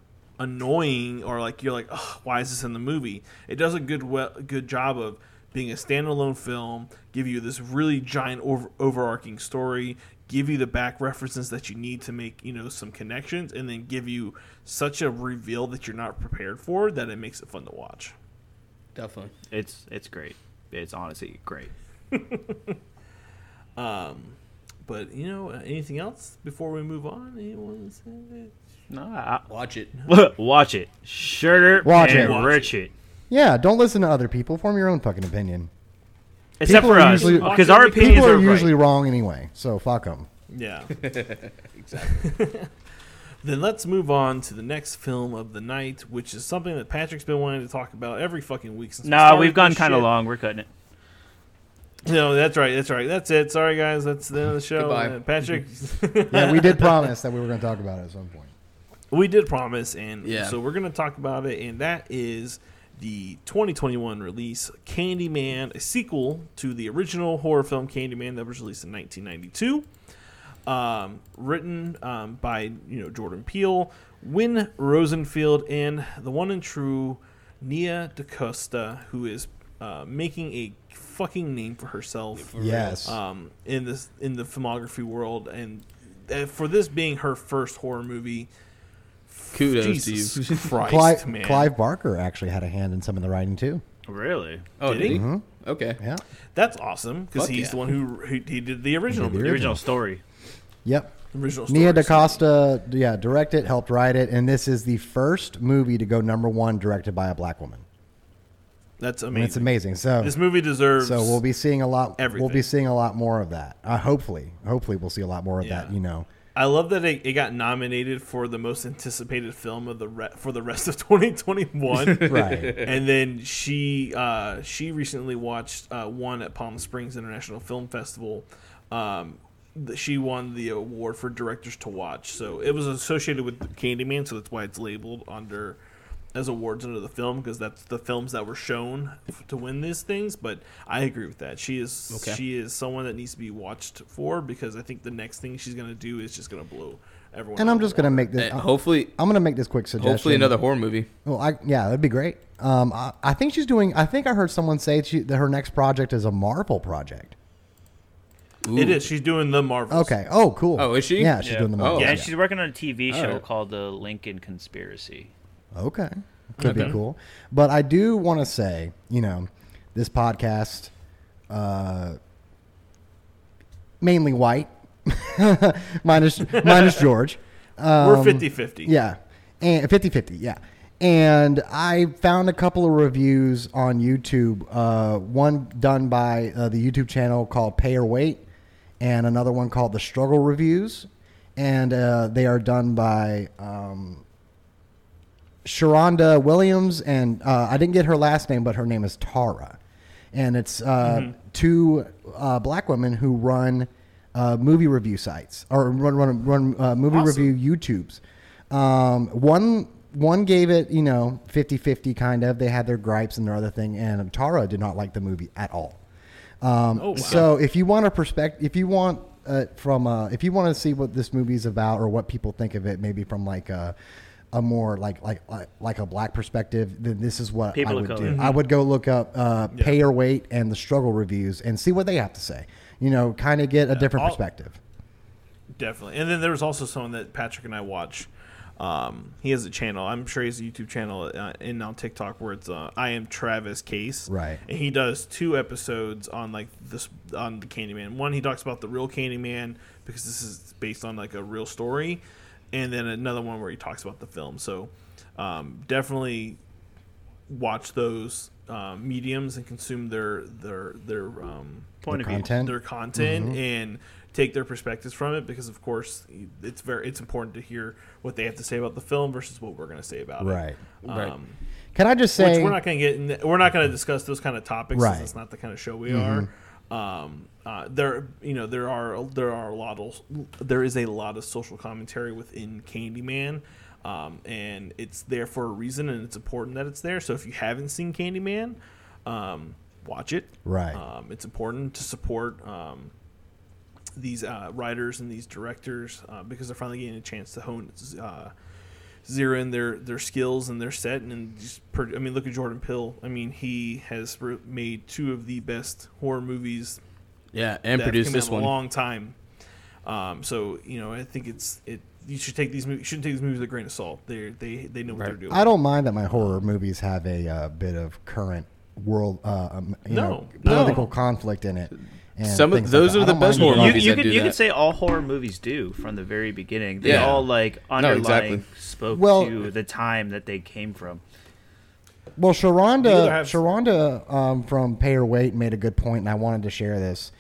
B: annoying or like you're like Ugh, why is this in the movie it does a good well, good job of being a standalone film give you this really giant over, overarching story give you the back references that you need to make you know some connections and then give you such a reveal that you're not prepared for that it makes it fun to watch
C: Definitely.
E: it's it's great. It's honestly great.
B: but you know anything else before we move on anyone say
E: No, I,
C: Watch it.
E: I- (laughs) watch it. Shirter
D: Watch
E: and
D: it.
B: Watch
E: rich it.
D: Yeah, don't listen to other people. Form your own fucking opinion.
E: Except
D: People
E: for
D: are
E: us,
D: usually-
E: because our
B: People
E: opinions
D: people
E: are,
D: are usually
E: right.
D: wrong anyway, so fuck them.
B: Yeah. exactly. (laughs) Then let's move on to the next film of the night, which is something that Patrick's been wanting to talk about every fucking week since. we
E: No,
B: started
E: we've gone
B: this
E: kind of
B: shit.
E: long. We're cutting it.
B: No, that's right. That's right. That's it. Sorry, guys. That's the end of the show.
C: Goodbye.
B: Uh, Patrick,
D: Yeah,
B: (laughs)
D: we did promise that we were going to talk about it at some point.
B: we did promise, and
C: Yeah.
B: so we're going to talk about it, and that is the 2021 release Candyman, a sequel to the original horror film Candyman that was released in 1992. um, written um, by you know Jordan Peele, Win Rosenfield, and the one and true Nia DaCosta, who is uh, making a fucking name for herself.
D: Yes.
B: Um, in this in the filmography world, and uh, for this being her first horror movie,
C: Kudos to you.
B: (laughs) Jesus Christ,
D: Clive,
B: man!
D: Clive Barker actually had a hand in some of the writing too.
E: Really?
C: (laughs) Oh,
B: Did
C: did,
B: he?
C: he?
D: Uh-huh.
C: Okay.
D: Yeah.
B: That's awesome because
C: Fuck
B: he's
C: yeah.
B: the one who, who he did the original
D: He
B: movie,
D: did
E: The
D: Original.
E: original story.
D: Yep.
B: original
D: Nia
B: story, so-
D: DaCosta, yeah, directed, helped write it, and this is the first movie to go number one directed by a black woman.
B: That's
D: And
B: amazing.
D: it's amazing. So,
B: This movie deserves.
D: so we'll be seeing a lot. We'll be
B: Everything.
D: seeing a lot more of that. Uh, hopefully, hopefully we'll see a lot more of that.
B: Yeah.
D: You know,
B: I love that it, it got nominated for the most anticipated film of the re- for the rest of (laughs)
C: (laughs)
B: 2021.
D: right?
B: and then she uh, she recently watched uh, one at Palm Springs International Film Festival. Um, th- she won the award for directors to watch, so it was associated with Candyman, so that's why it's labeled under as awards under the film because that's the films that were shown f- to win these things. But I agree with that. She is
C: Okay.
B: she is someone that needs to be watched for because I think the next thing she's gonna do is just gonna blow everyone.
D: and
B: out
D: I'm
B: of
D: just
B: the
D: gonna make this.
C: Uh, hopefully,
D: I'm gonna make this quick suggestion.
C: hopefully another horror movie.
D: Well, I yeah, that'd be great. Um, I, I think she's doing. I think I heard someone say she, that her next project is a Marvel project.
B: water. It is. She's doing the Marvel.
D: Okay. Oh, cool.
C: Oh, is she?
D: Yeah, she's
E: Yeah.
D: doing the
C: Oh.
D: Marvel.
E: yeah, and
D: project.
E: she's working on a TV show
C: Alright.
E: called The Lincoln Conspiracy.
D: Okay. Could be cool. But I do want to say, you know, this podcast, uh, mainly white, (laughs) minus, minus George.
B: We're 50-50.
D: Um, Yeah. And 50 50, yeah. And I found a couple of reviews on YouTube. Uh, one done by uh, the YouTube channel called Pay or Wait, and another one called The Struggle Reviews. And uh, they are done by um, Sharonda Williams, and uh, I didn't get her last name, but her name is Tara. And it's uh, two uh, black women who run uh, movie review sites or run run run uh, movie review YouTubes. Um, one one gave it you know 50-50 kind of. They had their gripes and their other thing, and Tara did not like the movie at all. Um,
B: Oh, wow.
D: So if you want a perspective, if you want uh, from uh, if you want to see what this movie's about or what people think of it, maybe from like a, a more like like like- like a black perspective, then this is what
E: People
D: I
E: of
D: would do.
E: color.
D: I would go look up uh, Pay or Wait and the Struggle reviews and see what they have to say. You know, kind of get a different
B: I'll-
D: perspective.
B: Definitely. And then there was also someone that Patrick and I watch. Um, he has a channel. I'm sure he has a YouTube channel uh, and on TikTok where it's uh, I am Travis Case.
D: Right.
B: And he does two episodes on like this on the Candyman. One he talks about the real Candyman because this is based on like a real story, and then another one where he talks about the film. So um, definitely watch those uh, mediums and consume their their their um,
E: Point of view.
D: Content.
B: their content
D: Mm-hmm.
B: and take their perspectives from it because of course it's very it's important to hear what they have to say about the film versus what we're going to say about
D: Right.
B: it
C: Right.
B: um,
D: Can I just say
B: which we're not going to get in the, we're not going to discuss those kind of topics
D: Right. Mm-hmm.
B: since it's not the kind of show we are um, uh, there you know there are there are a lot of there is a lot of social commentary within Candyman um, and it's there for a reason and it's important that it's there so if you haven't seen Candyman um, watch it
D: Right.
B: um, it's important to support um, these uh, writers and these directors uh, because they're finally getting a chance to hone uh, zero in their their skills and their set and, then just per- I mean look at Jordan Pill I mean he has re- made two of the best horror movies
C: Yeah, and
B: that
C: produce
B: came
C: this
B: out in
C: one.
B: a long time um, so you know I think it's it you should take these movies you shouldn't take these movies with a grain of salt they they they know what they're doing
D: I don't mind that my horror movies have a uh, bit of current world, uh, um, you
B: No,
D: know,
B: no.
D: political conflict in it. and
C: Some of-
D: things
C: those
D: that.
C: are
D: I
C: the
D: don't
C: best
D: mind
C: horror
D: that.
E: You,
C: movies
E: you
C: that
E: could
C: do
E: you
C: that.
E: could say all horror movies do from the very beginning. They
C: Yeah.
E: all like underlying
C: exactly.
E: spoke
D: Well-
E: to the time that they came from.
D: Well,
B: You
D: Sharonda,
B: either have-
D: Sharonda um, from Pay or Wait made a good point, and I wanted to share this.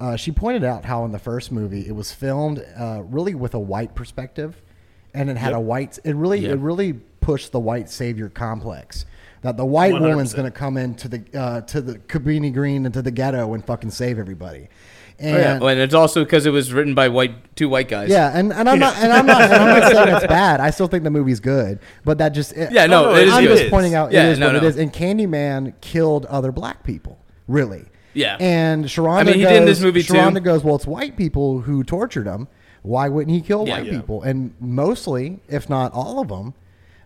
D: Uh, she pointed out how in the first movie it was filmed uh, really with a white perspective, and it had a white. It really,
F: Yeah.
D: it really pushed the white savior complex that the white woman's
B: 100%.
D: going to come into the uh, to the Cabrini Green and to the ghetto and fucking save everybody. And
C: yeah. Oh, and it's also because it was written by white two white guys.
D: Yeah, and, and I'm not and I'm not, and I'm not
C: (laughs)
D: saying it's bad. I still think the movie's good, but that just it,
C: Yeah, no,
B: Oh, no,
C: it is
D: I'm
B: it
C: good.
D: just pointing out
C: Yeah,
D: it is
C: no,
D: what it
C: no.
D: is. And Candyman killed other black people, really.
C: Yeah.
D: And Sharonda
C: I mean, he
D: goes,
C: did in this movie, too.
D: Sharonda goes, well, it's white people who tortured him. Why wouldn't he kill
C: Yeah.
D: white
C: Yeah.
D: people? And mostly, if not all of them,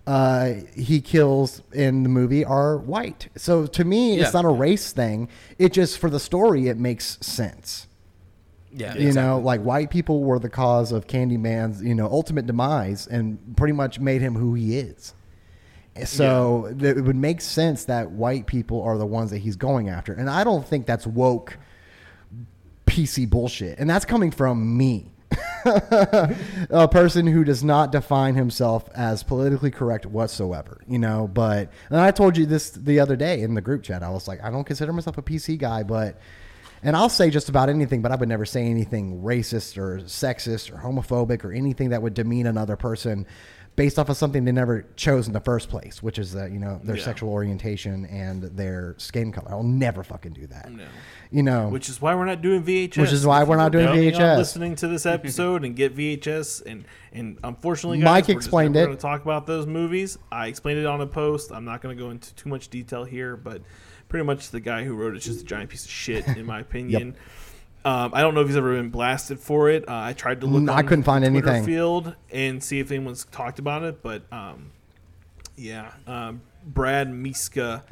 D: uh, he kills in the movie are white. So to me, it's
C: Yeah.
D: not a race thing. It just for the story, it makes sense
C: yeah.
D: you know, like white people were the cause of Candyman's, you know, ultimate demise and pretty much made him who he is. So th- it would make sense that white people are the ones that he's going after. And I don't think that's woke PC bullshit. And that's coming from me. (laughs) a person who does not define himself as politically correct whatsoever, you know. But and I told you this the other day in the group chat. I was like, I don't consider myself a PC guy, but and I'll say just about anything, but I would never say anything racist or sexist or homophobic or anything that would demean another person based off of something they never chose in the first place, which is that you know their
B: Yeah.
D: sexual orientation and their skin color. I'll never fucking do that. You know,
B: Which is why we're not doing VHS.
D: Which is why
B: If
D: we're
B: you
D: not
B: were
D: doing
B: planning on
D: VHS.
B: Listening to this episode and get VHS and and unfortunately, guys,
D: Mike
B: we're just
D: explained
B: never
D: it.
B: gonna talk about those movies. I explained it on a post. I'm not going to go into too much detail here, but pretty much the guy who wrote it's just a giant piece of shit, in
D: (laughs)
B: my opinion. Um, I don't know if he's ever been blasted for it. Uh, I tried to look.
D: Mm, I
B: on
D: couldn't find
B: the Twitter
D: anything.
B: Field and see if anyone's talked about it, but um, yeah, um, Brad Miska.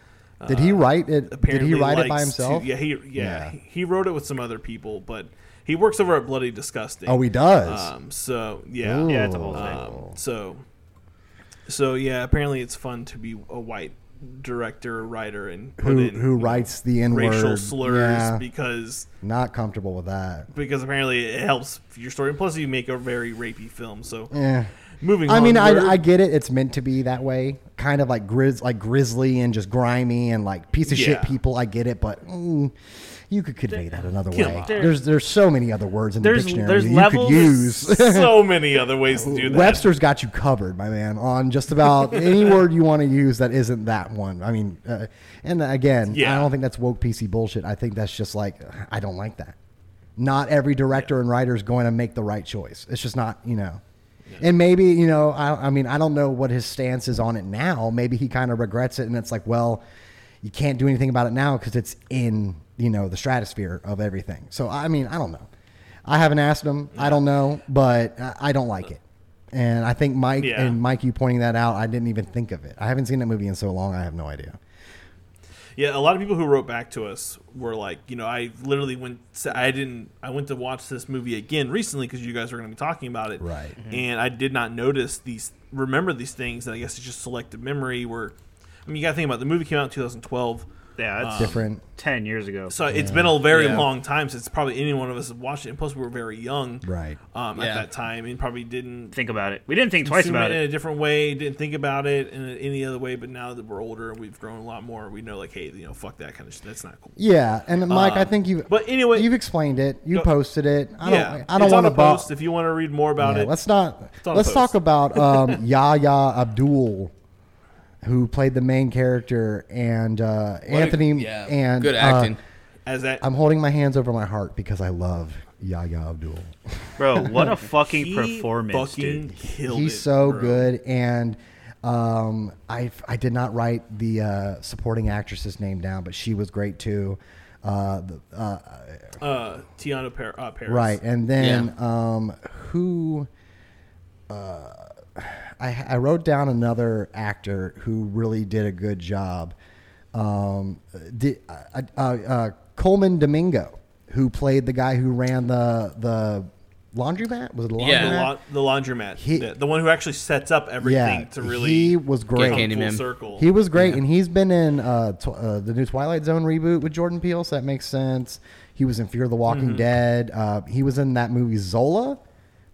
D: did he write it? Did
B: Uh, apparently
D: he write it by
B: likes to-
D: himself?
B: yeah, he yeah,
D: Yeah.
B: He, he wrote it with some other people, but he works over at Bloody Disgusting.
D: Oh, he does.
B: Um, so yeah,
D: Ooh.
E: Yeah, it's a whole thing.
B: Um, so so yeah, apparently it's fun to be a white director or writer and put
D: who
B: in
D: who writes the N word?
B: racial slurs because
D: Not comfortable with that.
B: because apparently it helps your story. Plus, you make a very rapey film. So
D: Yeah.
B: moving.
D: I mean,
B: onward-
D: I, I get it. It's meant to be that way, kind of like grizz, like grizzly and just grimy and like piece of shit
B: Yeah.
D: people. I get it, but mm, you could convey that another
B: Come
D: way.
B: on.
D: There's there's so many other words in the
E: There's-
D: dictionary
E: there's
D: that you
E: levels.
D: could use.
B: (laughs) so many other ways to do that.
D: Webster's got you covered, my man, on
B: (laughs)
D: just about any word you want to use that isn't that one. I mean, uh, and again, I
B: Yeah.
D: don't think that's woke PC bullshit. I think that's just like I don't like that. Not every director and writer is going to make the right choice. It's just not, you know. And maybe you know, I, I mean, I don't know what his stance is on it now. Maybe he kind of regrets it, and it's like, well, you can't do anything about it now because it's in you know the stratosphere of everything. So I mean, I don't know. I haven't asked him. I don't know, but I- I don't like it. And I think Mike
B: Yeah.
D: and Mike, you pointing that out, I didn't even think of it. I haven't seen that movie in so long. I have no idea.
B: Yeah, a lot of people who wrote back to us were like, you know, I literally went, I didn't, I went to watch this movie again recently because you guys were going to be talking about it,
D: Right.
B: And I did not notice these, remember these things, and I guess it's just selective memory. Where, I mean, you got to think about it, the movie came out in 2012,
E: Yeah, it's
D: Different.
E: ten years ago.
B: so it's been a very
C: Yeah.
B: long time since probably any one of us watched it. And plus, we were very young,
D: Right.
B: Um,
C: Yeah.
B: at that time, and probably didn't
E: think about it. We didn't think twice
B: consume
E: about
B: it in
E: it.
B: a different way, didn't think about it in any other way. But now that we're older and we've grown a lot more, we know like, hey, you know, fuck that kind of shit. That's not cool.
D: Yeah, and Mike, I think you.
B: Um, but anyway-
D: you've explained it. You
B: Go-
D: posted it. I don't.
B: yeah,
D: I don't
B: it's
D: want
B: on
D: to
B: a
D: boast.
B: post. If you want to read more about
D: Yeah,
B: it,
D: let's not.
B: on
D: Let's
B: post. (laughs)
D: talk about um, Yahya Abdul, who played the main character, and uh, Anthony.
C: yeah,
D: and
C: good
D: uh,
C: acting.
B: as that
D: I'm holding my hands over my heart because I love Yahya Abdul.
E: Bro,
D: (laughs)
E: what a fucking
B: he
E: performance,
B: fucking
E: (laughs) dude.
B: killed
D: He's
B: it,
D: so
B: bro.
D: good, and um, I I did not write the uh, supporting actress's name down, but she was great too. Uh, the, uh,
B: Uh, Tiana Par- uh, Paris,
D: right, and then um, who? Uh, I I wrote down another actor who really did a good job. Um, did, uh, uh, uh, Coleman Domingo, who played the guy who ran the the laundromat, was it a
B: The,
D: laundromat?
C: Yeah.
B: la- the laundromat,
D: He-
B: the, the one who actually sets up everything to really
D: he was
B: come
D: great.
B: full
C: Candyman.
B: circle.
D: He was great, and he's been in uh, tw- uh, the new Twilight Zone reboot with Jordan Peele, so that makes sense. He was in Fear of the Walking Dead. Uh, he was in that movie Zola,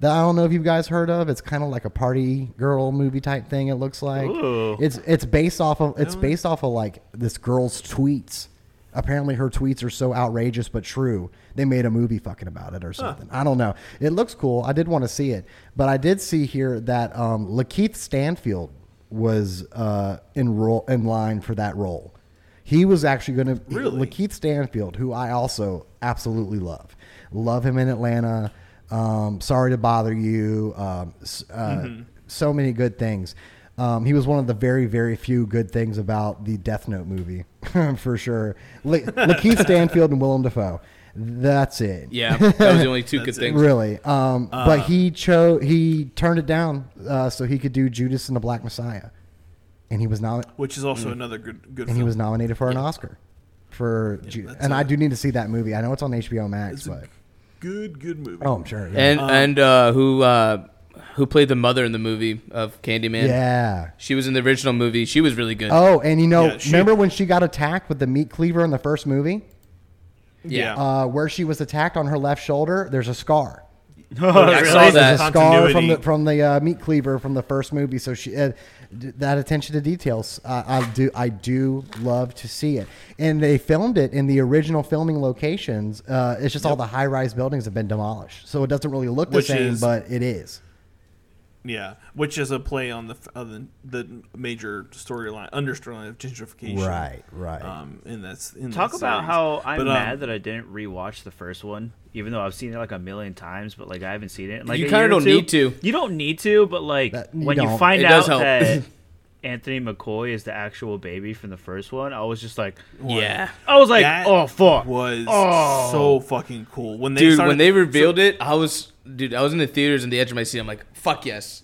D: that I don't know if you guys heard of. It's kind of like a party girl movie type thing. It looks like
E: Ooh.
D: it's it's based off of it's based off of like this girl's tweets Apparently, her tweets are so outrageous but true. They made a movie fucking about it or something. I don't know. It looks cool. I did want to see it, but I did see here that um, Lakeith Stanfield was uh, in role in line for that role. He was actually going to
B: Really?
D: Lakeith Stanfield, who I also absolutely love. Love him in Atlanta. Um, sorry to bother you. Um, s- uh, So many good things. Um, he was one of the very, very few good things about the Death Note movie, (laughs) for sure. La- Lakeith Stanfield and Willem Dafoe. That's it.
C: Yeah, that
D: (laughs)
C: was the only two good things.
D: Really. Um,
B: Uh.
D: but he chose. He turned it down uh, so he could do Judas and the Black Messiah, and he was nominated
B: which is also another good good
D: and
B: film.
D: he was nominated for an Oscar for Ju-
B: that's
D: and I
B: a-
D: do need to see that movie. I know it's on HBO Max,
B: it's a
D: but
B: good good movie.
D: oh, I'm sure. Yeah.
C: And and uh, who uh, who played the mother in the movie of Candyman?
D: yeah.
C: she was in the original movie. She was really good.
D: Oh, and you know,
B: Yeah, she-
D: remember when she got attacked with the meat cleaver in the first movie,
C: yeah.
D: uh, where she was attacked on her left shoulder? There's a scar.
C: I saw
D: There's
C: that.
D: a scar from
B: Continuity.
D: the from the uh, meat cleaver from the first movie. So she uh, d- that attention to details. Uh, I do I do love to see it. And they filmed it in the original filming locations. Uh, it's just all the high rise buildings have been demolished, so it doesn't really look the
B: Which
D: same,
B: is-
D: but it is.
B: Yeah, which is a play on the f- on the, the major storyline, under storyline of gentrification.
D: Right, right.
B: Um, and that's in
E: Talk
B: that
E: about
B: series.
E: how I'm
B: But, um,
E: mad that I didn't rewatch the first one, even though I've seen it like a million times, but like I haven't seen it. in, Like
C: You
E: a
C: kinda
E: year or
C: don't
E: two.
C: need to.
E: You don't need to, but like
D: That- you
E: when you
D: don't.
E: find
C: It does
E: out
C: help. (laughs)
E: that Anthony McCoy is the actual baby from the first one, I was just like,
C: yeah.
E: I was like,
B: that
E: oh fuck,
B: was
E: Oh.
B: so fucking cool when they
C: Dude,
B: started,
C: when they revealed it, I was dude, I was in the theaters on the edge of my seat. I'm like, fuck yes.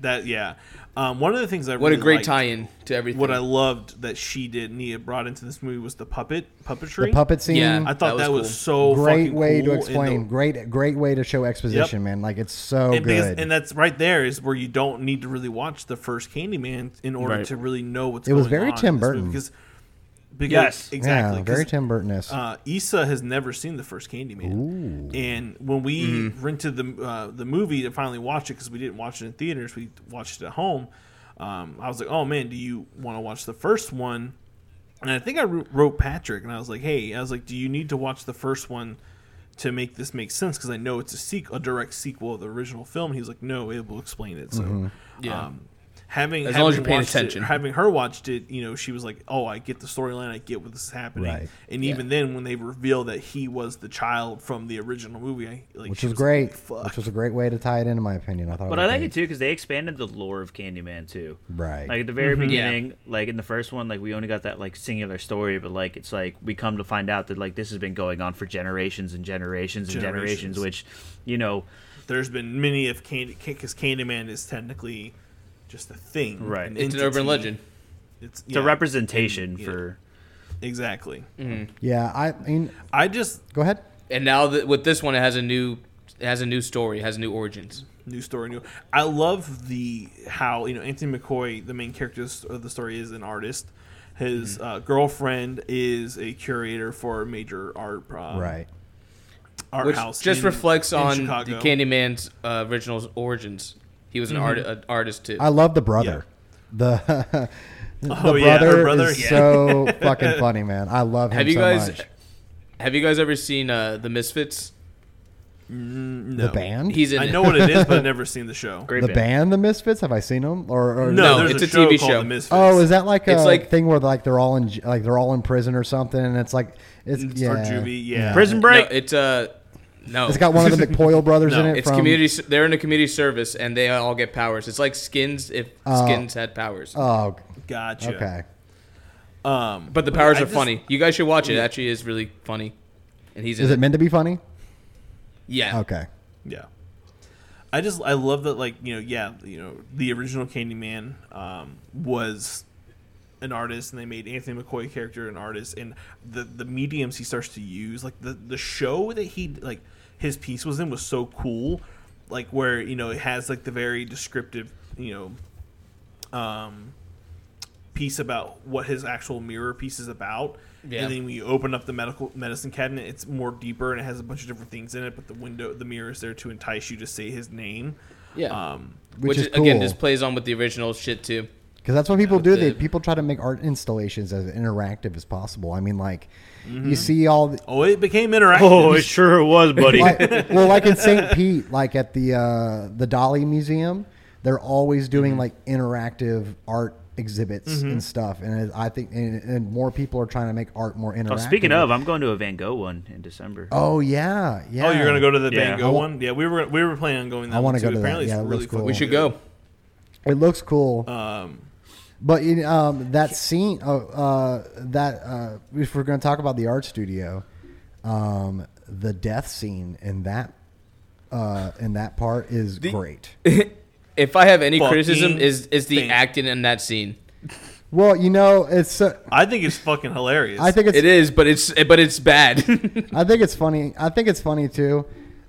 B: that yeah. Um, one of the things I
C: What a
B: really
C: great
B: liked,
C: tie-in to everything.
B: What I loved that she did, Nia brought into this movie was the puppet puppetry.
D: The puppet scene.
C: Yeah,
B: I thought
C: That
B: that was,
C: was
B: so
D: great
B: fucking
D: way
B: cool,
D: to
B: and the-
D: explain. great, great way to show exposition,
B: Yep.
D: man. Like it's so
B: and, because,
D: good.
B: and that's right there is where you don't need to really watch the first Candyman in order
C: Right.
B: to really know what's
D: It
B: going
D: was
B: on.
D: very Tim
B: in this movie,
D: Burton.
B: because, because
E: Yes.
B: exactly
D: yeah,
B: 'cause,
D: very Tim Burton-esque.
B: Uh, Issa has never seen the first Candyman, and when we rented the uh, the movie to finally watch it because we didn't watch it in theaters, we watched it at home. Um, I was like, "Oh man, do you want to watch the first one?" And I think I wr- wrote Patrick, and I was like, "Hey, I was like, do you need to watch the first one to make this make sense? Because I know it's a sequ- a direct sequel of the original film." He's like, "No, it will explain it." So,
C: Yeah.
B: um, having
C: Mm-hmm. As long as
B: having
C: you're paying
B: watched it-
C: attention.
B: having her watched it, you know, she was like, "Oh, I get the storyline. I get what this is happening."
D: Right.
B: And even then, when they reveal that he was the child from the original movie, I, like,
D: which
B: she
D: was
B: like,
D: great.
B: "Fuck."
D: which was a great way to tie it in, in my opinion. I thought.
E: But
D: was
E: I like
D: great.
E: it too because they expanded the lore of Candyman too.
D: Right.
E: Like at the very
C: Yeah.
E: beginning, like in the first one, like we only got that like singular story, but like it's like we come to find out that like this has been going on for generations and generations and generations,
B: Generations.
E: which, you know,
B: There's been many of Candy because Candyman is technically just a thing,
E: Right.
C: it's an urban
B: entity.
C: legend.
B: It's
E: it's a representation
B: yeah.
E: for.
B: exactly.
C: Mm.
D: Yeah, I mean,
B: I just
D: go ahead.
C: And now that with this one, it has a new, it has a new story, it has new origins.
B: new story new i love the how you know anthony mccoy the main character of the story is an artist his
D: Mm-hmm.
B: uh, girlfriend is a curator for a major art um,
D: Right.
B: art
C: which
B: house
C: just
B: in-
C: reflects
B: in
C: on the
B: Chicago. Mm-hmm.
C: Candyman's uh, original origins. He was an art, an artist too.
D: I love the brother. The (laughs) the
B: Oh,
D: brother,
B: yeah, her brother,
D: is
B: yeah.
D: so (laughs) fucking funny, man. I love him
C: have you
D: so
C: guys,
D: much.
C: have you guys ever seen uh, the Misfits?
B: no.
D: The band,
C: He's in.
B: i
C: it. (laughs)
B: know what it is but i've never seen the show
E: Great
D: the
E: band.
D: band, the Misfits. Have I seen them? Or, or
B: no,
C: No,
B: there's
C: it's
B: a,
C: a
B: show
C: TV
B: called
C: show.
B: the misfits
D: Oh, is that like a
C: It's like-
D: thing where like they're all in j- like they're all in prison or something, and it's like it's yeah.
B: or juvie yeah
E: Prison
C: No,
E: Break.
C: it's uh, no.
D: It's got one of the McPoyle brothers
B: No,
D: in it.
C: It's
D: from,
C: community. s- They're in a community service, and they all get powers. It's like Skins if
D: Uh,
C: Skins had powers,
D: Oh,
B: gotcha
D: okay.
B: um
C: but the powers
B: I
C: are
B: just-
C: funny. You guys should watch it. It actually is really funny, and he's
D: Is
C: in
D: it meant to be funny?
C: Yeah,
D: Okay.
B: Yeah. I just I love that like, you know, yeah, you know, the original Candyman um, was an artist and they made Anthony McCoy character an artist and the the mediums he starts to use, like the the show that he like his piece was in was so cool, like where, you know, it has like the very descriptive, you know, um piece about what his actual mirror piece is about.
C: Yeah.
B: And then when you open up the medical medicine cabinet, it's more deeper and it has a bunch of different things in it. But the window, the mirror is there to entice you to say his name.
C: yeah.
B: Um,
D: Which
C: Which,
D: is
C: is- again
D: cool.
C: just plays on with the original shit too.
D: because that's what people
C: it
D: do. They
C: did.
D: people try to make art installations as interactive as possible. I mean, like
B: Mm-hmm.
D: you see all the,
B: Oh, it became interactive. (laughs)
E: (laughs) Oh, it sure was, buddy.
D: like, well, like in St. Pete, like at the uh, the Dolly Museum, they're always doing like interactive art exhibits and stuff. And it- I think and, and more people are trying to make art more interactive.
E: (laughs) Oh, speaking of, I'm going to a Van Gogh one in December.
D: oh yeah, yeah.
B: Oh, you're gonna go to the
E: Yeah.
B: Van Gogh one? Yeah, we were we were planning on going. That
D: I
B: want
D: wanna go to that.
B: Apparently,
D: Yeah, it
B: it's
D: looks
B: really
D: cool.
B: cool.
C: We should go.
D: It looks cool.
B: Um,
D: But in um, that scene, uh, uh, that uh, if we're going to talk about the art studio, um, the death scene in that uh, in that part is great.
C: (laughs) If I have any
B: Fucking
C: criticism, is is the
B: thing.
C: acting in that scene?
D: Well, you know, it's uh,
B: I think it's fucking hilarious.
D: I think it's
C: It is, but it's but it's bad. (laughs)
D: I think it's funny. I think it's funny too.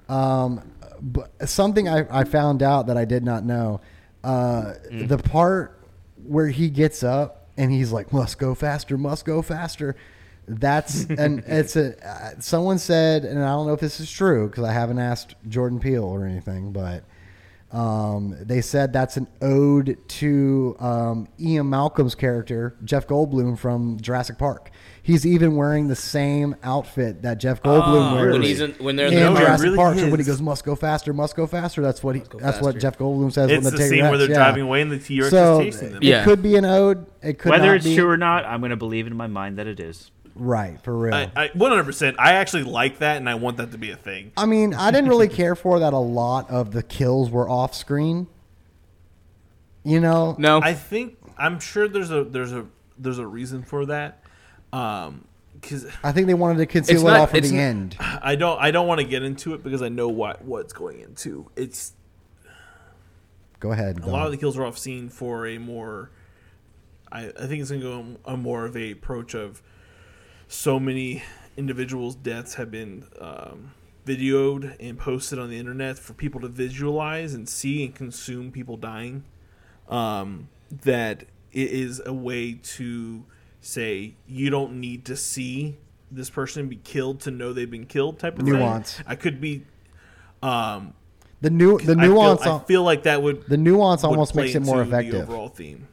D: Um, but something I, I found out that I did not know. Uh,
C: Mm.
D: The part where he gets up and he's like, "Must go faster, must go faster."
C: (laughs)
D: That's and it's a uh, someone said, and I don't know if this is true because I haven't asked Jordan Peele or anything, but um, they said that's an ode to um, Ian Malcolm's character, Jeff Goldblum from Jurassic Park. He's even wearing the same outfit that Jeff Goldblum wears
C: Oh, when he's in, when they're in
D: in
B: No, it
C: the car.
D: Jurassic
B: really
D: Park. So when he
B: is.
D: goes, "Must go faster, must go faster," that's what he, that's what
C: faster.
D: Jeff Goldblum says
B: it's
D: when
B: the
D: T-Rex,
B: scene where they're
D: yeah.
B: driving away and the T Rex
D: So
B: is chasing them.
D: it
C: Yeah.
D: could be an ode. It could
E: Whether
D: not
E: it's
D: be,
E: true or not, I'm going to believe in my mind that it is.
D: right for real.
B: I
D: I,
B: I- 100%. I actually like that, and I want that to be a thing.
D: mean, I didn't really care for that. A lot of the kills were off screen. You know,
C: No,
B: I think I'm sure there's a there's a there's a reason for that. Um, because
D: I think they wanted to conceal it
C: not-
D: all from
C: it's
D: the
C: not-
D: end.
B: (sighs) I don't I don't want to get into it because I know what what's going into. It's
D: Go ahead.
B: a lot of
D: Don.
B: the kills were off scene for a more I, I think it's gonna go a more of a approach of so many individuals deaths have been um, videoed and posted on the internet for people to visualize and see and consume people dying um, that it is a way to say you don't need to see this person be killed to know they've been killed type of
D: Nuance.
B: thing. I could be um,
D: the new the
B: I feel-
D: nuance.
B: I feel,
D: on-
B: like that would
D: the nuance
B: would
D: almost
B: play
D: makes it more
B: into The
D: effective.
B: overall theme.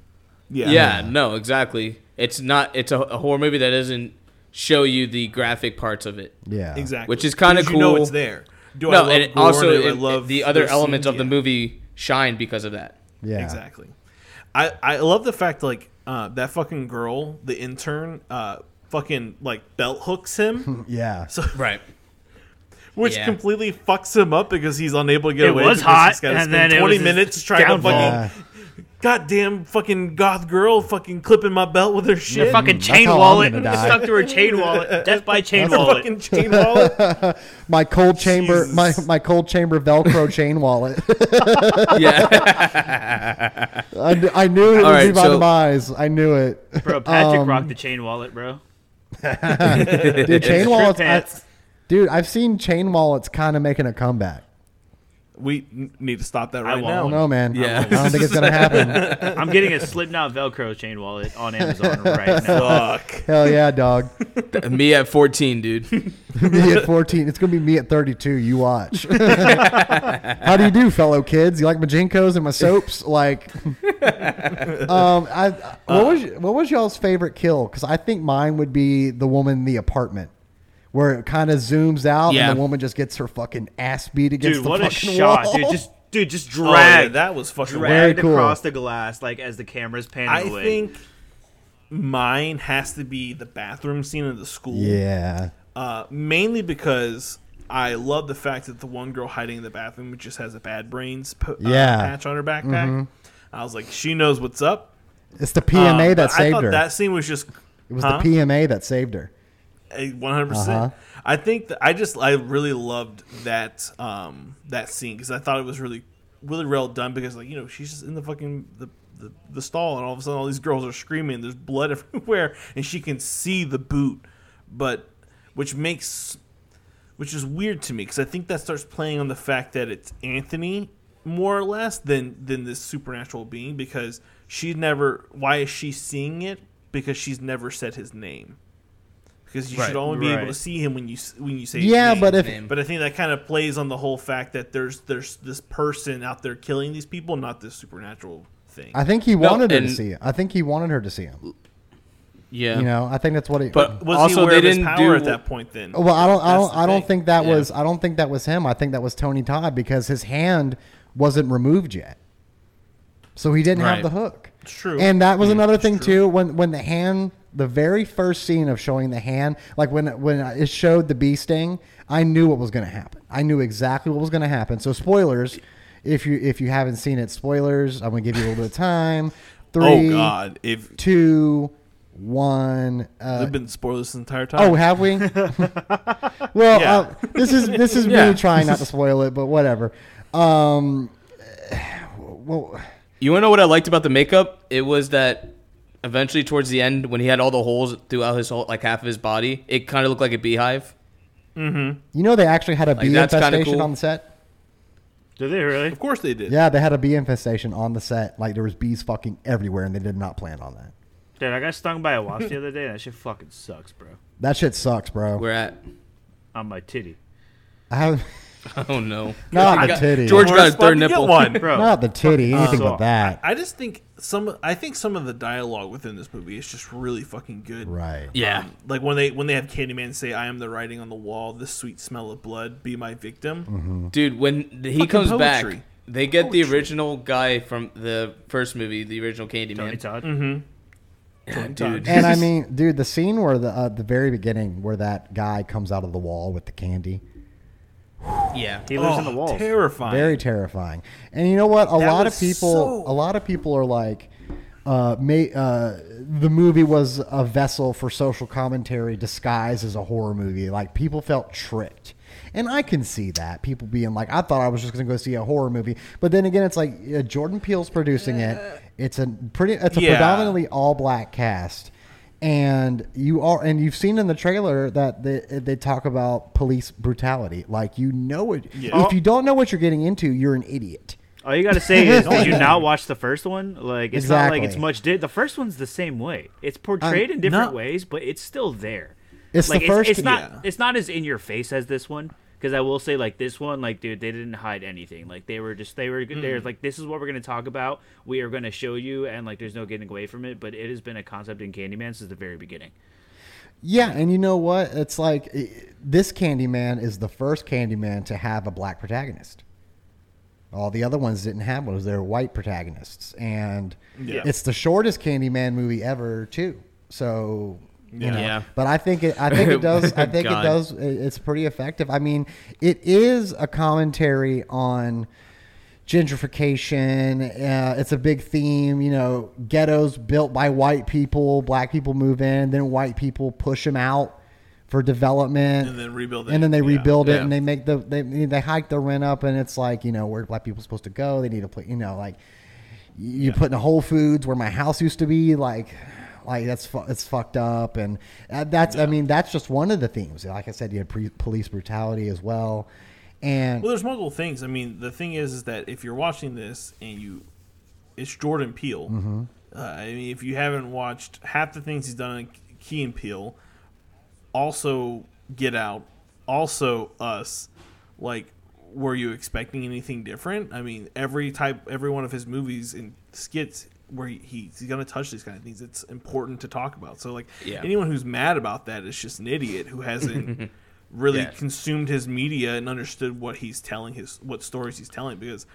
B: Yeah.
C: yeah, no, exactly. It's not. It's a, a horror movie that doesn't show you the graphic parts of it.
D: Yeah,
B: Exactly.
C: Which is kinda
B: Because You know
C: cool.
B: it's there. Do I
C: no,
B: love
C: and it
B: gore?
C: also
B: Do I
C: it-
B: love
C: the other
B: those
C: elements
B: scenes?
C: of the
B: Yeah.
C: movie shine because of that.
D: Yeah,
B: Exactly. I I love the fact like uh, that fucking girl, the intern, uh, fucking like belt hooks
D: (laughs)
B: him,
D: Yeah,
B: so
C: Right.
B: which
C: Yeah.
B: completely fucks him up because he's unable to get
E: It
B: away.
E: was
B: because
E: hot,
B: he's gotta
E: and
B: spend
E: then it
B: twenty
E: was his
B: minutes trying
E: downfall.
B: to
D: yeah.
B: fucking goddamn fucking goth girl fucking clipping my belt with her shit.
E: The fucking chain
D: how I'm
E: wallet (laughs)
D: gonna die.
E: stuck to her chain wallet.
D: (laughs)
E: Death by chain
B: Her
E: wallet.
B: fucking chain wallet.
D: My cold chamber,
B: Jesus.
D: my my cold chamber Velcro chain wallet.
C: (laughs) Yeah.
D: I, kn- I knew it would
C: All
D: be
C: right,
D: my
C: so-
D: demise. I knew it.
C: (laughs)
E: Bro, Patrick
D: um,
E: rocked the chain wallet, bro.
D: Dude, chain wallets. I,
E: pants.
D: dude, I've seen chain wallets kind of making a comeback.
B: We n- need to stop that right
E: won't.
D: I
B: now.
D: don't know, man.
C: Yeah.
D: I don't think it's
C: (laughs)
D: gonna happen.
E: I'm getting a Slipknot Velcro chain wallet on Amazon
D: (laughs)
E: right now.
B: Fuck.
D: Hell yeah, dog.
C: me at fourteen, dude.
D: Me at fourteen. It's gonna be me at thirty-two. You watch.
C: (laughs)
D: How do you do, fellow kids? You like my jinkos and my soaps?
C: (laughs)
D: Like, um, I
C: Uh,
D: what was what was y'all's favorite kill? Because I think mine would be the woman in the apartment. Where it kind of zooms out
C: Yeah.
D: and the woman just gets her fucking ass beat against
E: Dude,
D: the
E: what a
D: fucking
E: shot,
D: wall.
E: dude! Just, dude, just
B: Oh, yeah,
E: drag
B: that was fucking wild.
E: dragged
D: Very cool.
E: across the glass, like as the camera's panning
B: I
E: away.
B: think mine has to be the bathroom scene of the school.
D: Yeah.
B: Uh, mainly because I love the fact that the one girl hiding in the bathroom just has a bad brains po- uh,
D: Yeah. Mm-hmm.
B: patch on her backpack. I was like, she knows what's up.
D: It's the PMA
B: Um,
D: that
B: but I
D: saved
B: thought
D: her.
B: that scene was just.
D: it was
B: huh?
D: the PMA that saved her.
B: One hundred
D: Uh-huh.
B: percent. I think that I just I really loved that um that scene because I thought it was really really well done because like you know she's just in the fucking the, the the stall and all of a sudden all these girls are screaming there's blood (laughs) everywhere and she can see the boot but which makes which is weird to me because I think that starts playing on the fact that it's Anthony more or less than than this supernatural being because she never why is she seeing it because she's never said his name because you
C: Right.
B: should only be able to
E: Right.
B: see him when you s- when you say his
D: Yeah,
B: name.
D: but if
C: name.
B: but I think that kind of plays on the whole fact that there's there's this person out there killing these people not this supernatural think.
D: I think he
C: No,
D: wanted her to
C: and-
D: see it. I think he wanted her to see him.
C: (laughs) Yeah.
D: You know, I think that's what he.
C: But
B: was
C: also,
B: he aware
C: they
B: of his
C: didn't
B: power
C: do-
B: at that point? Then
D: well, I don't, I
B: That's
D: don't,
B: the
D: I don't
B: thing.
D: think that
C: Yeah.
D: was, I don't think that was him. I think that was Tony Todd because his hand wasn't removed yet, so he didn't
C: Right.
D: have the hook.
B: It's true.
D: And that was another thing too. When when the hand, the very first scene of showing the hand, like when when it showed the bee sting, I knew what was going to happen. I knew exactly what was going to happen. So spoilers, if you if you haven't seen it, spoilers. I'm going to give you a little bit of time. Three,
B: oh god, if
D: two, one. Uh,
B: I've been spoiled this entire time.
D: Oh, have
C: (laughs)
D: we? well,
B: Yeah.
D: uh, this is this is
C: Yeah.
D: me trying not to spoil it, but whatever. Um, well,
C: You want to know what I liked about the makeup? It was that eventually, towards the end, when he had all the holes throughout his whole, like half of his body, it kind of looked like a beehive.
D: you know they actually had a bee
C: that's kinda
D: infestation
C: cool.
D: on the set.
E: Do they really?
B: of course they did.
D: Yeah, they had a bee infestation on the set. Like there was bees fucking everywhere, and they did not plan on that.
E: Dude, I got stung by a wasp the other day. and That shit fucking sucks, bro.
D: That shit sucks, bro.
C: We're at. (laughs)
E: On my titty,
D: I haven't,
C: Oh no.
D: Not
C: I
D: the
C: got-
D: titty.
C: George
B: Or
C: got his
B: spot
C: third
B: to get
C: nipple.
B: one.
D: (laughs)
E: bro.
D: not the titty,
C: Oh,
D: anything
E: suck.
D: but that.
B: I just think some. I think some of the dialogue within this movie is just really fucking good.
D: Right.
C: (laughs) yeah. (laughs)
B: Like when they when they have Candyman say, "I am the writing on the wall. The sweet smell of blood. Be my victim."
C: Dude, when th- he
B: Fucking
C: comes
B: poetry.
C: back, they get the
B: Poetry.
C: original guy from the first movie, the original Candyman.
E: Tony Todd.
D: Mm-hmm.
C: Dude.
D: And I mean, dude, the scene where the uh, the very beginning where that guy comes out of the wall with the candy,
C: yeah.
E: He lives
B: Oh,
E: in the walls.
B: terrifying.
D: very terrifying. And you know what? A
B: That
D: lot of
B: was
D: people,
B: so-
D: a lot of people are like, uh, may, uh, the movie was a vessel for social commentary disguised as a horror movie. Like people felt tricked. And I can see that people being like, I thought I was just going to go see a horror movie, but then again, it's like uh, Jordan Peele's producing it. It's a pretty, it's a
B: Uh. Yeah.
D: predominantly all black cast, and you are, and you've seen in the trailer that they they talk about police brutality. Like you know it,
B: Yeah.
D: if you don't know what you're getting into, you're an idiot.
E: All you gotta say is, did you
D: (laughs)
E: not watch the first one? Like, it's not like
D: Exactly.
E: it's
D: Uh,
E: much. Di- the first one's the same way. It's portrayed in different
B: not-
E: ways, but it's still there.
D: It's the
E: like,
D: first-
E: It's, not.
B: Yeah.
E: It's not as in your face as this one. Because I will say, like this one, like dude, they didn't hide anything. Like they were just, they were, they
D: Mm.
E: were like, this is what we're gonna talk about. We are gonna show you, and like, there's no getting away from it. But it has been a concept in Candyman since the very beginning.
D: Yeah, and you know what? It's like i- this Candyman is the first Candyman to have a black protagonist. All the other ones didn't have one; it was their white protagonists, and
B: Yeah.
D: it's the shortest Candyman movie ever, too. So, you
B: Yeah.
D: know.
C: Yeah.
D: But I think it, I
B: (laughs)
D: think it does. I think it
C: God.
D: does. i- It's pretty effective. I mean, it is a commentary on gentrification. Uh, it's a big theme, you know, ghettos built by white people, black people move in, then white people push them out for development.
B: And then rebuild it.
D: And then they
B: Yeah.
D: rebuild it
C: Yeah.
D: and they make the, they, they hike the rent up and it's like, you know, where black people supposed to go? They need a place, you know, like you're putting a Whole Foods where my house used to be, like, like that's fu- it's fucked up, and uh, that's I mean that's just one of the themes. Like I said, you had pre- police brutality as well, and
B: Well, there's multiple things. I mean, the thing is, is that if you're watching this and you, it's Jordan Peele. Uh, I mean, if you haven't watched half the things he's done on Key and Peele, also Get Out, also Us, like, were you expecting anything different? I mean, every type, every one of his movies and skits where he, he's going to touch these kind of things, it's important to talk about. So, like,
C: Yeah.
B: anyone who's mad about that is just an idiot who
C: (laughs)
B: hasn't really
C: Yeah.
B: consumed his media and understood what he's telling his what stories he's telling because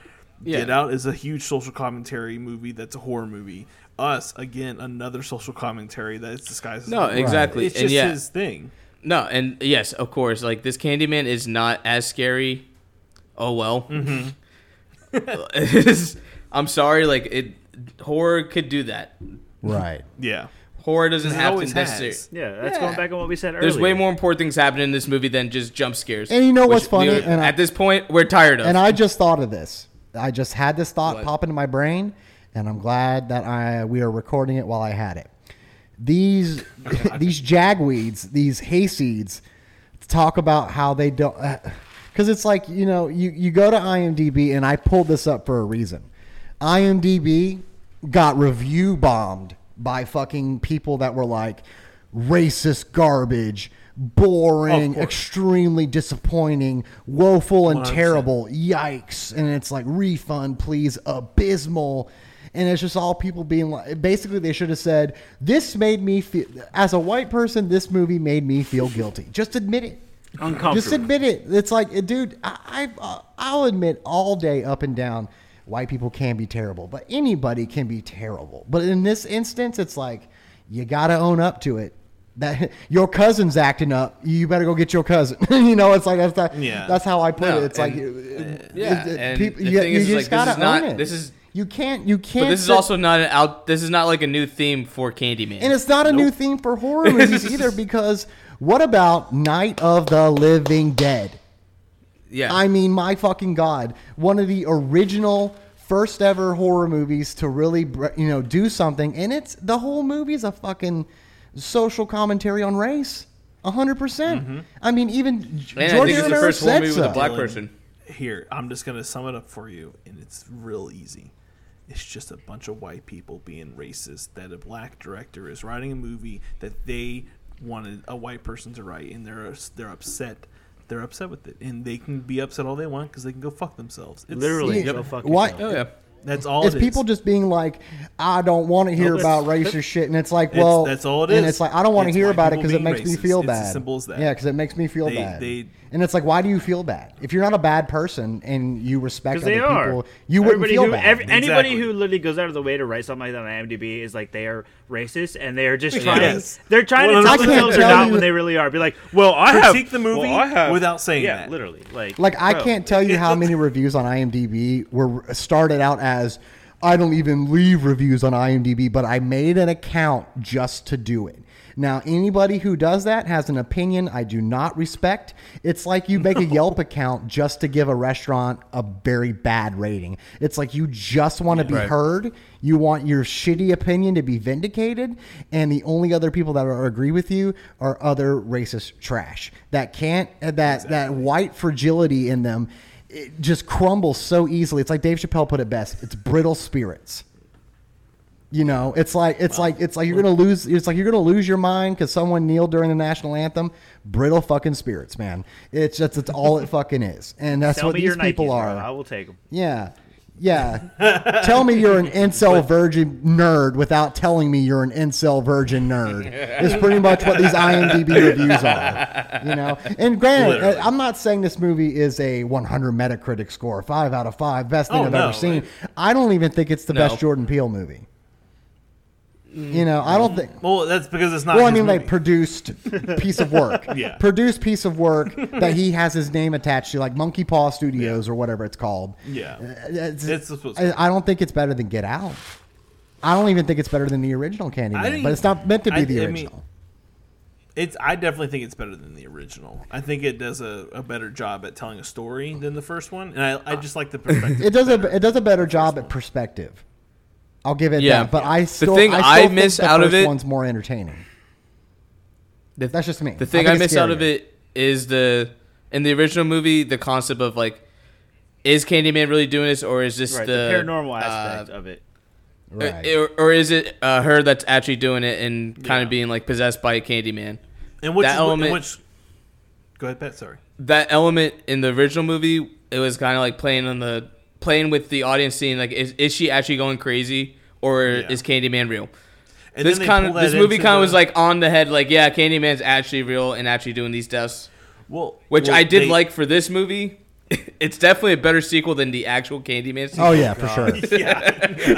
B: Get
C: Yeah.
B: Out is a huge social commentary movie that's a horror movie. Us again another social commentary that it's disguised. as
C: No,
B: a horror
C: exactly.
B: movie. It's
C: and
B: just
C: yeah.
B: his thing.
C: No, and yes, of course. Like this Candyman is not as scary. Oh well.
B: Mm-hmm.
C: (laughs) I'm sorry. Like it, horror could do that.
D: right.
B: Yeah.
C: Horror doesn't
B: It
C: have to
B: always has.
C: necessarily.
E: Yeah, that's
C: Yeah.
E: going back on what we said earlier.
C: There's way more important things happening in this movie than just jump scares.
D: And you know
C: which
D: what's funny?
C: we-
D: And I-
C: at this point, we're tired of.
D: And I just thought of this. I just had this thought
C: What?
D: pop into my brain, and I'm glad that I we are recording it while I had it.
C: (laughs)
D: These these jagweeds, these hayseeds, talk about how they don't. Because it's like you know, you you go to IMDb, and I pulled this up for a reason. IMDb got review bombed by fucking people that were like racist garbage, boring,
B: course.
D: extremely disappointing, woeful and
B: 100%.
D: terrible. Yikes. And it's like refund, please, abysmal. and it's just all people being like. Basically, they should have said, "This made me feel as a white person. This movie made me feel guilty. Just admit it."
E: Uncomfortable.
D: Just admit it. It's like, dude, I, I I'll admit all day up and down, white people can be terrible, but anybody can be terrible. But in this instance, it's like you gotta own up to it. That (laughs) your cousin's acting up, you better go get your cousin. (laughs) you know, it's like that's not,
B: Yeah.
D: that's how I put
C: No,
D: it. It's like
C: and- uh,
D: it-
C: yeah,
D: it-
C: and
D: people-
C: the
D: you,
C: thing
D: you
C: is,
D: just
C: is like,
D: gotta
C: this is not-
D: own it.
C: this is-
D: you can't you can't.
C: But this is
D: sit-
C: also not an out. This is not like a new theme for Candyman.
D: and it's not a new
C: (laughs)
D: theme for horror movies either because what about Night of the Living Dead?
C: yeah,
D: I mean, my fucking god! One of the original, first ever horror movies to really, br- you know, do something, and it's the whole movie's a fucking social commentary on race, hundred percent. I mean, even J-
C: Mm-hmm. And I
D: George
C: think it's the
D: Romero
C: first horror
D: said
C: movie with a
D: so.
C: black
B: Dylan,
C: person.
B: Here, I'm just gonna sum it up for you, and it's real easy. It's just a bunch of white people being racist that a black director is writing a movie that they wanted a white person to write, and they're they're upset. They're upset with it, and they can be upset all they want because they can go fuck themselves. It's,
E: Literally,
D: Yeah.
E: go fuck
D: Why-
E: yourself.
C: Oh yeah,
B: that's all.
D: It's
B: it is.
D: people just being like, I don't want to hear
B: Nope.
D: about
B: That's-
D: racist shit, and it's like,
B: It's-
D: well,
B: that's all it
D: And
B: is.
D: it's like, I don't want to
B: It's
D: hear
B: white
D: about it
B: people
D: because it
B: being
D: makes me
B: racist.
D: feel
B: It's as
D: bad.
B: simple as that.
D: Yeah, because it makes me feel
B: They-
D: bad.
B: they-
D: and it's like, why do you feel bad if you're not a bad person and you respect other
E: Because they are.
D: people? You wouldn't
E: Everybody
D: feel
E: who,
D: bad.
E: every- Anybody
B: Exactly.
E: who literally goes out of the way to write something like that on IMDb is like they are racist and they are just trying.
B: Yes.
E: To, they're trying to
B: Well,
E: tell
B: I can't
E: themselves they're
D: tell
E: not
D: you-
E: when they really are. Be like, well, I have
B: Critique the movie
E: well, I have-
B: without saying
E: yeah,
B: that.
E: literally. Like,
D: Like I
E: bro.
D: can't tell you
B: it
D: how
B: looks-
D: many reviews on IMDb were started out as I don't even leave reviews on IMDb, but I made an account just to do it. Now, anybody who does that has an opinion I do not respect. It's like you (laughs) make a Yelp account just to give a restaurant a very bad rating. It's like you just want to be
C: Right.
D: heard. You want your shitty opinion to be vindicated, and the only other people that are agree with you are other racist trash that can't uh, that that white fragility in them it just crumbles so easily. It's like Dave Chappelle put it best. It's brittle spirits. You know, it's like it's like it's like you're gonna lose. It's like you're gonna lose your mind because someone kneeled during the national anthem. Brittle fucking spirits, man. It's just it's all it fucking is, and that's
E: Tell
D: what
E: me
D: these
E: your
D: people
E: Nikes, bro.
D: are.
E: I will take them.
D: Yeah. Yeah. Tell me you're an incel virgin nerd without telling me you're an incel virgin nerd. It's pretty much what these IMDb reviews are. You know? And granted,
B: Literally.
D: uh, I'm not saying this movie is a 100 Metacritic score, 5 out of 5, best thing
B: Oh,
D: I've
B: no.
D: ever seen. I don't even think it's the
C: No.
D: best Jordan Peele movie. You know, I don't think.
B: Well, that's because it's Mm. not.
D: Well, I
B: his
D: mean,
B: movie.
D: like produced piece of work.
B: (laughs) Yeah.
D: Produced piece of work that he has his name attached to, like Monkey Paw Studios or whatever it's called.
B: Yeah.
D: Uh, It's,
B: It's supposed to-
D: I, I don't think it's better than Get Out. I don't even think it's better than the original Candyman,
B: don't
D: but it's not meant to be
B: even- I-
D: the
B: I mean-
D: original.
B: It's. I definitely think it's better than the original. I think it does a, a better job at telling a story than the first one, and
C: Uh,
B: I, I just like the perspective.
D: it does a it does a better job at perspective. I'll give it
C: Yeah.
D: that, but I
C: The
D: still
C: thing
D: I, still
C: I
D: think
C: miss
D: the
C: out of
D: first
C: it-
D: one's more entertaining.
C: The-
D: That's just me.
C: The thing
D: I
C: I,
D: think it's
C: miss out of
D: scarier.
C: it is the in the original movie the concept of like, is Candyman really doing this or is this
E: Right,
C: the,
E: the, paranormal
C: uh,
E: aspect
D: (laughs)
E: of it.
D: Right.
C: Or, or is uh, it uh, her that's actually doing it and kind of being like possessed by Candyman?
B: and which,
C: that element-
B: which Go ahead, Pat. Sorry.
C: That element in the original movie, it was kind of like playing on the playing with the audience, seeing like is, is she actually going crazy or
B: Yeah.
C: is Candyman real?
B: And
C: this
B: then they
C: kind
B: pull
C: of
B: that
C: this movie
B: into
C: kind of
B: the-
C: was like on the head, like yeah, Candyman's actually real and actually doing these deaths,
B: well,
C: which
B: well,
C: I did
B: they-
C: like for this movie. (laughs) it's definitely a better sequel than the actual Candyman. Sequel. (laughs)
D: Oh yeah, for sure.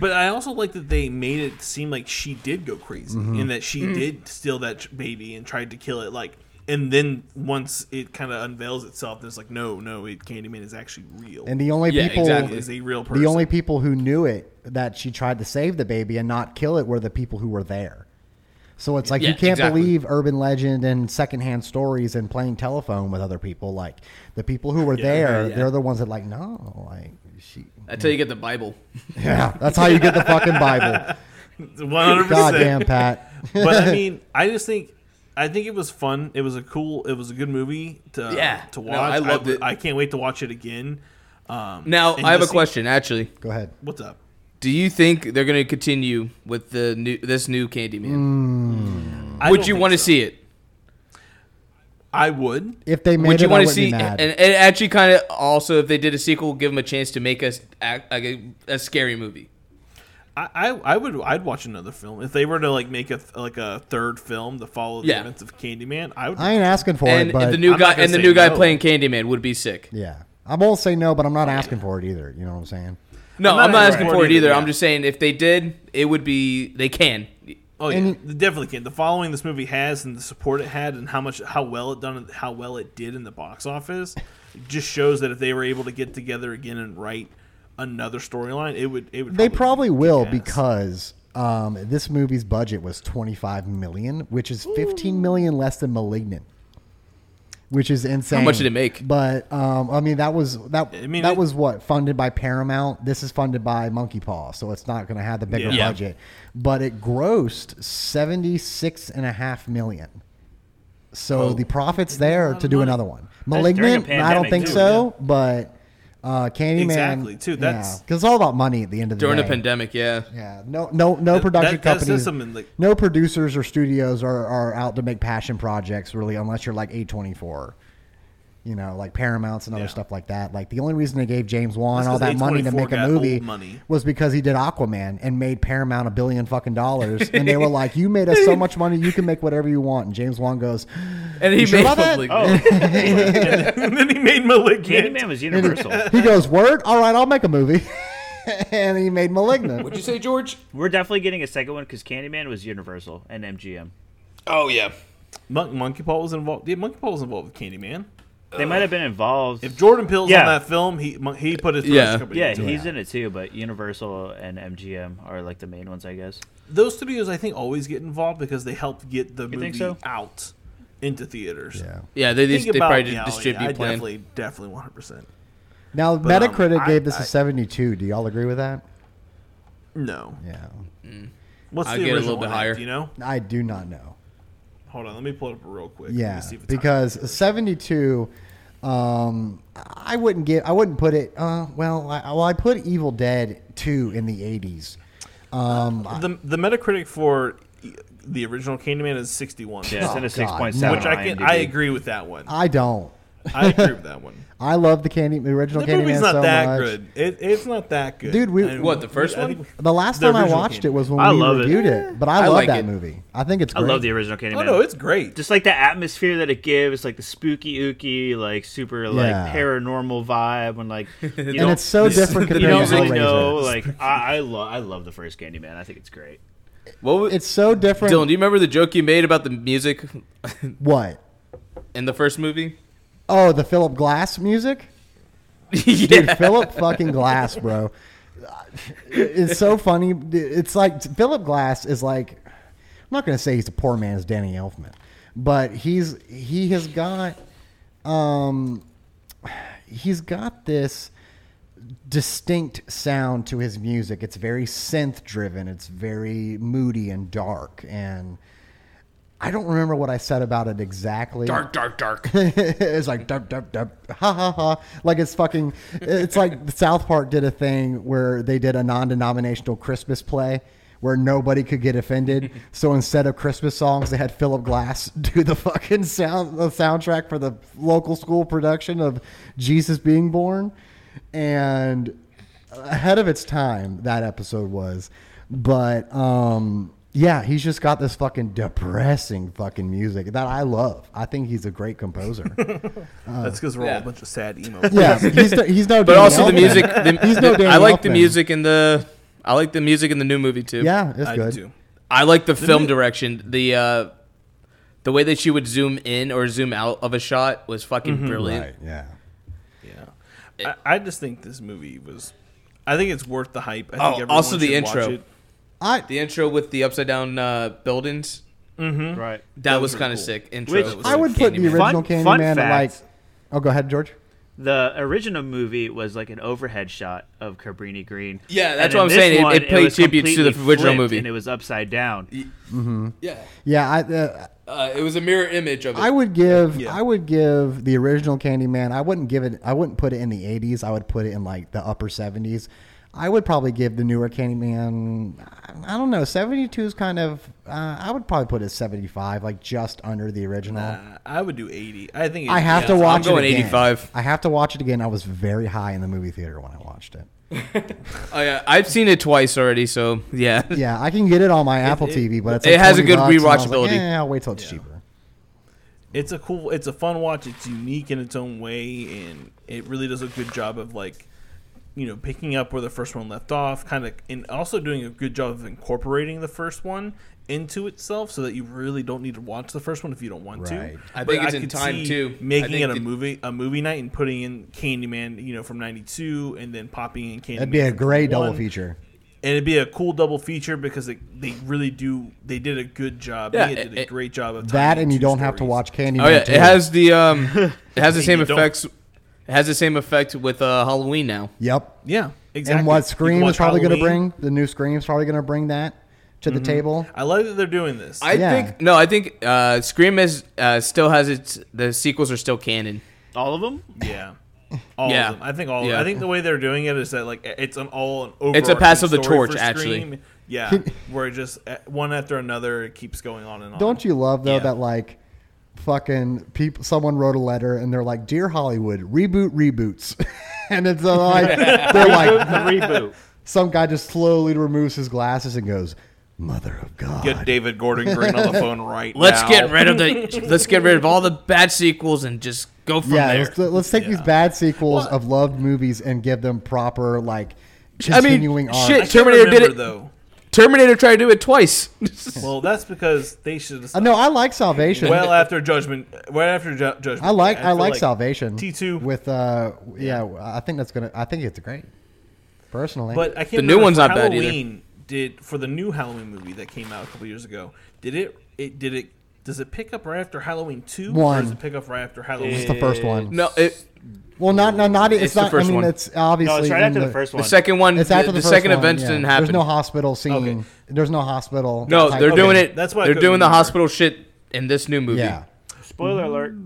B: But I also like that they made it seem like she did go crazy
D: Mm-hmm.
B: and that she
C: Mm-hmm.
B: did steal that ch- baby and tried to kill it. Like, and then once it kind of unveils itself, there's like, no, no, it Candyman is actually real.
D: And the only
C: Yeah,
D: people
C: exactly.
B: is a real person.
D: the only people who knew it that she tried to save the baby and not kill it were the people who were there. So it's like you
C: Yeah,
D: can't
C: exactly.
D: believe urban legend and secondhand stories and playing telephone with other people. Like the people who were
C: (laughs)
D: there,
C: yeah.
D: they're the ones that like no, like she.
C: Until you get the Bible.
D: Yeah, that's how you get the
C: (laughs)
D: fucking Bible.
B: 100%.
D: Goddamn, Pat. (laughs)
B: but I mean, I just think I think it was fun. It was a cool. It was a good movie to
C: Yeah.
B: to
C: No,
B: watch.
C: I loved
B: w-
C: it.
B: I can't wait to watch it again. Um,
C: Now
B: and
C: I have a
B: just see-
C: question actually.
D: Go ahead.
B: What's up?
C: Do you think they're going to continue with the new this new Candyman?
B: I
C: Would
B: don't
C: you
B: think
C: want to
B: so.
C: see it?
B: I would.
D: If they made
C: Would
D: it,
C: you
D: I
C: want to
D: wouldn't
C: see?
D: be mad.
C: And, and it actually, kind of also, if they did a sequel, give them a chance to make us act like a, a scary movie.
B: I, I, I would I'd watch another film if they were to like make a th- like a third film to follow the
C: Yeah.
B: events of Candyman. I would.
D: I ain't asking for
C: and
D: it, but
C: the new
B: I'm
C: guy
B: not gonna
C: and the
B: say
C: new guy
B: no.
C: playing Candyman would be sick.
D: yeah, I won't say no, but I'm not asking for it either. You know what I'm saying?
C: No, I'm
B: I'm
C: not,
B: not
C: asking
B: right.
C: for it either. I'm
B: Yeah.
C: just saying if they did, it would be they can.
B: oh yeah,
D: and-
B: they definitely can. The following this movie has and the support it had and how much how well it done how well it did in the box office just shows that if they were able to get together again and write another storyline, it would it would
D: They probably will
B: kick ass.
D: because um, this movie's budget was 25 million, which is 15 million less than *Malignant*, which is insane.
C: much did it make?
D: But um, I mean, that was that
B: I mean,
D: that
B: it-
D: was what funded by Paramount. This is funded by Monkey Paw, so it's not going to have the bigger
B: Yeah.
D: budget. But it grossed 76 and a half million. So
B: Oh.
D: the profits there to do another one.
E: during a
D: *Malignant*, I don't
E: pandemic,
D: think
E: too,
D: so, but. Uh, Candyman,
B: Exactly, too. That's-
D: because it's all about money at the end of the
C: During
D: day.
C: a pandemic, yeah.
D: Yeah, no, no, no production
B: that- that says
D: companies,
B: something, like-
D: no producers or studios are, are out to make passion projects really, unless you're like A twenty four, you know, like Paramount's and other
B: Yeah.
D: stuff like that. Like the only reason they gave James Wan
B: That's
D: all
B: 'cause
D: that money to
B: A24
D: make a
B: got
D: movie
B: old money.
D: was because he did Aquaman and made Paramount a billion
B: (laughs)
D: fucking dollars, and they were like, "You made us so much money, you can make whatever you want." And James Wan goes,
C: And he
D: sure
C: made
D: about that?
C: public-
E: Oh,
B: (laughs) and then he made Malignant.
E: Candyman was universal.
D: "He goes, word, all right, I'll make a movie," (laughs) and he made *Malignant*.
C: What'd you say, George?
E: We're definitely getting a second one because Candyman was universal and MGM.
C: Oh yeah.
B: Mon- Monkey Paul was involved. Yeah, Monkey Paul was involved with Candyman.
E: They might have been involved.
B: If Jordan Peele's
E: Yeah.
B: on that film, he mon- he put his
C: Yeah.
B: production company
E: yeah,
B: into it.
E: he's in it too, but Universal and MGM are like the main ones, I guess.
B: those studios I think always get involved because they help get the movie
E: think so?
B: out into theaters.
D: Yeah.
C: Yeah, they
B: Think
C: they, they
B: about
C: probably
B: reality.
C: distribute
B: I
C: plan.
B: definitely, definitely, one hundred percent.
D: Now,
B: um,
D: Metacritic
B: I-
D: gave this a
B: I-
D: seventy two. Do y'all agree with that?
B: No,
D: Yeah,
B: what's
C: I'll
B: the
C: get a
B: original
C: little
B: one
C: bit
B: at,
C: higher.
B: do You know,
D: I do not know.
B: hold on, let me pull it up real quick. Let me
D: Yeah,
B: see if it's
D: because seventy two, um, I wouldn't get. I wouldn't put it. Uh, well, I, well, I put Evil Dead two in the eighties. Um,
B: high. the the Metacritic for e, the original Candyman is sixty one,
E: Yeah, it's in
D: Oh,
E: a
D: God,
E: six point seven.
B: which I can I agree with that
C: (laughs)
B: one.
D: I don't.
B: I agree with that one.
D: I love the candy, the original
B: The
D: Candyman
B: movie's not
D: so
B: that
D: much.
B: good. It, it's not that good,
D: Dude, we-
C: What, the first
B: I
C: one?
B: think-
D: The last
B: The
D: time I
B: original
D: watched it was when
E: I
D: we
E: love it.
D: reviewed it, but I,
C: I
D: love
C: like
D: that
C: it.
D: movie. I think it's.
E: I
D: Great.
E: love the original Candyman.
B: Oh no, it's great.
E: just like the atmosphere that it gives, like the spooky ooky, like super like
D: Yeah.
E: paranormal vibe,
C: (laughs)
E: when like you
D: and
E: don't,
D: it's so different
E: you
D: compared to
E: don't
D: Hellraiser.
E: really know. Like I, I love I love the first Candyman. I think it's great.
C: What was,
D: it's so different.
C: Dylan? Do you remember the joke you made about the music
D: what?
C: in the first movie?
D: Oh, the Philip Glass music.
C: (laughs)
D: Dude,
C: yeah.
D: Philip fucking Glass, bro. It's so funny. It's like Philip Glass is like I'm not going to say he's a poor man's Danny Elfman, but he's he has got um he's got this distinct sound to his music. It's very synth driven. It's very moody and dark and I don't remember what I said about it exactly.
C: Dark, dark, dark.
D: (laughs) it's like dub dub dub ha ha ha like it's fucking it's like (laughs) south park did a thing where they did a non-denominational christmas play where nobody could get offended so instead of christmas songs they had philip glass (laughs) do the fucking sound the soundtrack for the local school production of jesus being born and ahead of its time that episode was but um yeah he's just got this fucking depressing fucking music that i love i think he's a great
E: (laughs)
D: composer
B: That's because we're
C: Yeah.
B: all a bunch of sad emo.
D: (laughs) yeah he's, no- he's no
C: But
D: Danny
C: also the
D: Elfman. (laughs)
C: music. The,
D: he's no
C: the-
D: Danny
C: I like the
D: Elfman.
C: music in the. I like the music in the new movie too.
D: yeah it's
B: I
D: good
B: do.
C: I like the film direction. The uh, the way that she would zoom in or zoom out of a shot was fucking brilliant.
D: right yeah
B: Yeah. I, I just think this movie was. I think it's worth the hype. I
C: Oh,
B: think everyone
C: also the
B: should watch
C: intro.
B: it.
D: i
C: The intro with the upside down uh, buildings Mm-hmm.
E: Right.
C: that
B: Those
C: was
B: are
C: kind of
B: cool.
C: sick. Intro.
E: Which-
C: was
D: i
C: like
D: would put the
C: Candyman.
D: original
E: Fun-
D: candyman
E: fun
D: at like
E: fact.
D: oh go ahead george
E: The original movie was like an overhead shot of Cabrini Green.
C: Yeah, that's what
E: And in
C: I'm
E: this
C: saying. It-
E: one,
C: it played
E: was
C: tribute to the
E: completely
C: original
E: flipped
C: movie.
E: and it was upside down.
C: Yeah,
D: yeah i uh,
C: uh, it was a mirror image of it.
D: I would give
B: Yeah.
D: I would give the original Candyman. I wouldn't give it. I wouldn't put it in the eighties. I would put it in like the upper seventies. I would probably give the newer Candyman. I I don't know. Seventy two is kind of. Uh, I would probably put it seventy five, like just under the original.
B: Uh, I would do 80. I think it,
D: I have
B: yeah,
D: to watch
C: going
D: it again.
C: 85.
D: I have to watch it again. I was very high in the movie theater when I watched it.
C: Oh yeah, I've seen it twice already, so yeah. (laughs)
D: Yeah, I can get it on my Apple TV, but it's
C: it
D: like
C: has a
D: 20
C: good
D: bucks, and I was
C: rewatchability.
D: Like, yeah, I'll wait till it's cheaper.
B: It's a cool, it's a fun watch. It's unique in its own way, and it really does a good job of like, you know, picking up where the first one left off, kind of, and also doing a good job of incorporating the first one into itself, so that you really don't need to watch the first one if you don't want
D: Right.
B: to.
C: I
B: But
C: think it's in
B: could
C: time,
B: see
C: too. I
B: Making
C: think
B: it a
C: it-
B: movie, a movie night, and putting in Candyman, you know, from '92, and then popping in Candyman.
D: That'd be a
B: from
D: great
B: 91.
D: double feature.
B: and it'd be a cool double feature because it, they really do. They did a good job.
C: Yeah,
B: Yeah, did
C: it-
B: a
C: it-
B: great job of
D: That
B: tying
D: and you
B: two
D: don't have to
B: stories.
D: watch Candyman.
C: Oh yeah,
D: too.
C: it has the (laughs) um, it has the same
B: you don't-
C: effects. It has the same effect with uh, Halloween now.
D: Yep.
B: Yeah, exactly.
D: And what
B: You
D: Scream
B: can
D: is probably
B: watch
D: going to
B: Halloween. Mm-hmm. Uh,
D: bring the new Scream is probably going to bring that to the table.
B: I like that they're doing this.
C: I
D: Yeah.
C: think no, I think uh, Scream is uh, still has its the sequels are still canon.
E: All of them?
C: (laughs)
B: yeah. All
C: Yeah.
B: of them. I think all.
C: Yeah.
B: I think the way they're doing it is that like it's an all an
C: It's a pass of the
B: overarching story
C: torch,
B: for
C: actually.
B: Scream. Yeah, where it just uh, one after another it keeps going on and on.
D: Don't you love though
B: Yeah.
D: that like fucking people someone wrote a letter and they're like dear Hollywood reboot reboots (laughs) and it's uh,
B: (laughs)
D: like they're
E: Reboot
D: like
E: the
C: (laughs)
E: reboot. Oh,
D: some guy just slowly removes his glasses and goes mother of god
B: get David Gordon Green
D: (laughs)
B: on the phone right
C: Let's
B: now?
C: get rid of the
B: (laughs)
C: let's get rid of all the bad sequels and just go from
D: yeah
C: there.
D: let's, uh, let's take these
B: Yeah.
D: bad sequels of loved movies and give them proper like
C: I mean,
D: continuing arc.
C: shit.
B: I can't
C: Terminator did
B: remember,
C: it.
B: though.
C: Terminator tried to do it twice.
B: Well, that's because they should have
D: Uh, no I like Salvation
B: well after judgment right after ju- judgment
D: I like I,
B: feel
D: like, Salvation
B: T2.
D: with uh yeah I think that's gonna I think it's great personally
B: but i can't
C: The new
B: remember
C: one's
B: for
C: not bad either.
B: halloween did for the new halloween movie that came out a couple years ago did it it did it does it pick up right after halloween 2 or
D: One.
B: does it pick up right after halloween
D: it's the first
C: (laughs)
D: one
C: no, it,
D: Well, not no, not it's,
C: It's the
D: not.
C: first
D: I mean,
C: one.
D: it's obviously
E: No, it's right
D: in
E: after the, first
C: the
E: one.
C: second one,
D: It's
C: the,
D: after the,
C: the
D: first
C: second
D: one,
C: event
D: yeah.
C: didn't happen.
D: There's no hospital scene. There's no hospital.
C: No,
D: type
C: they're
D: of
C: doing
D: thing.
C: it.
B: That's why I
C: they're
B: couldn't
C: doing the
B: remember.
C: hospital shit in this new movie.
D: Yeah,
E: Spoiler alert.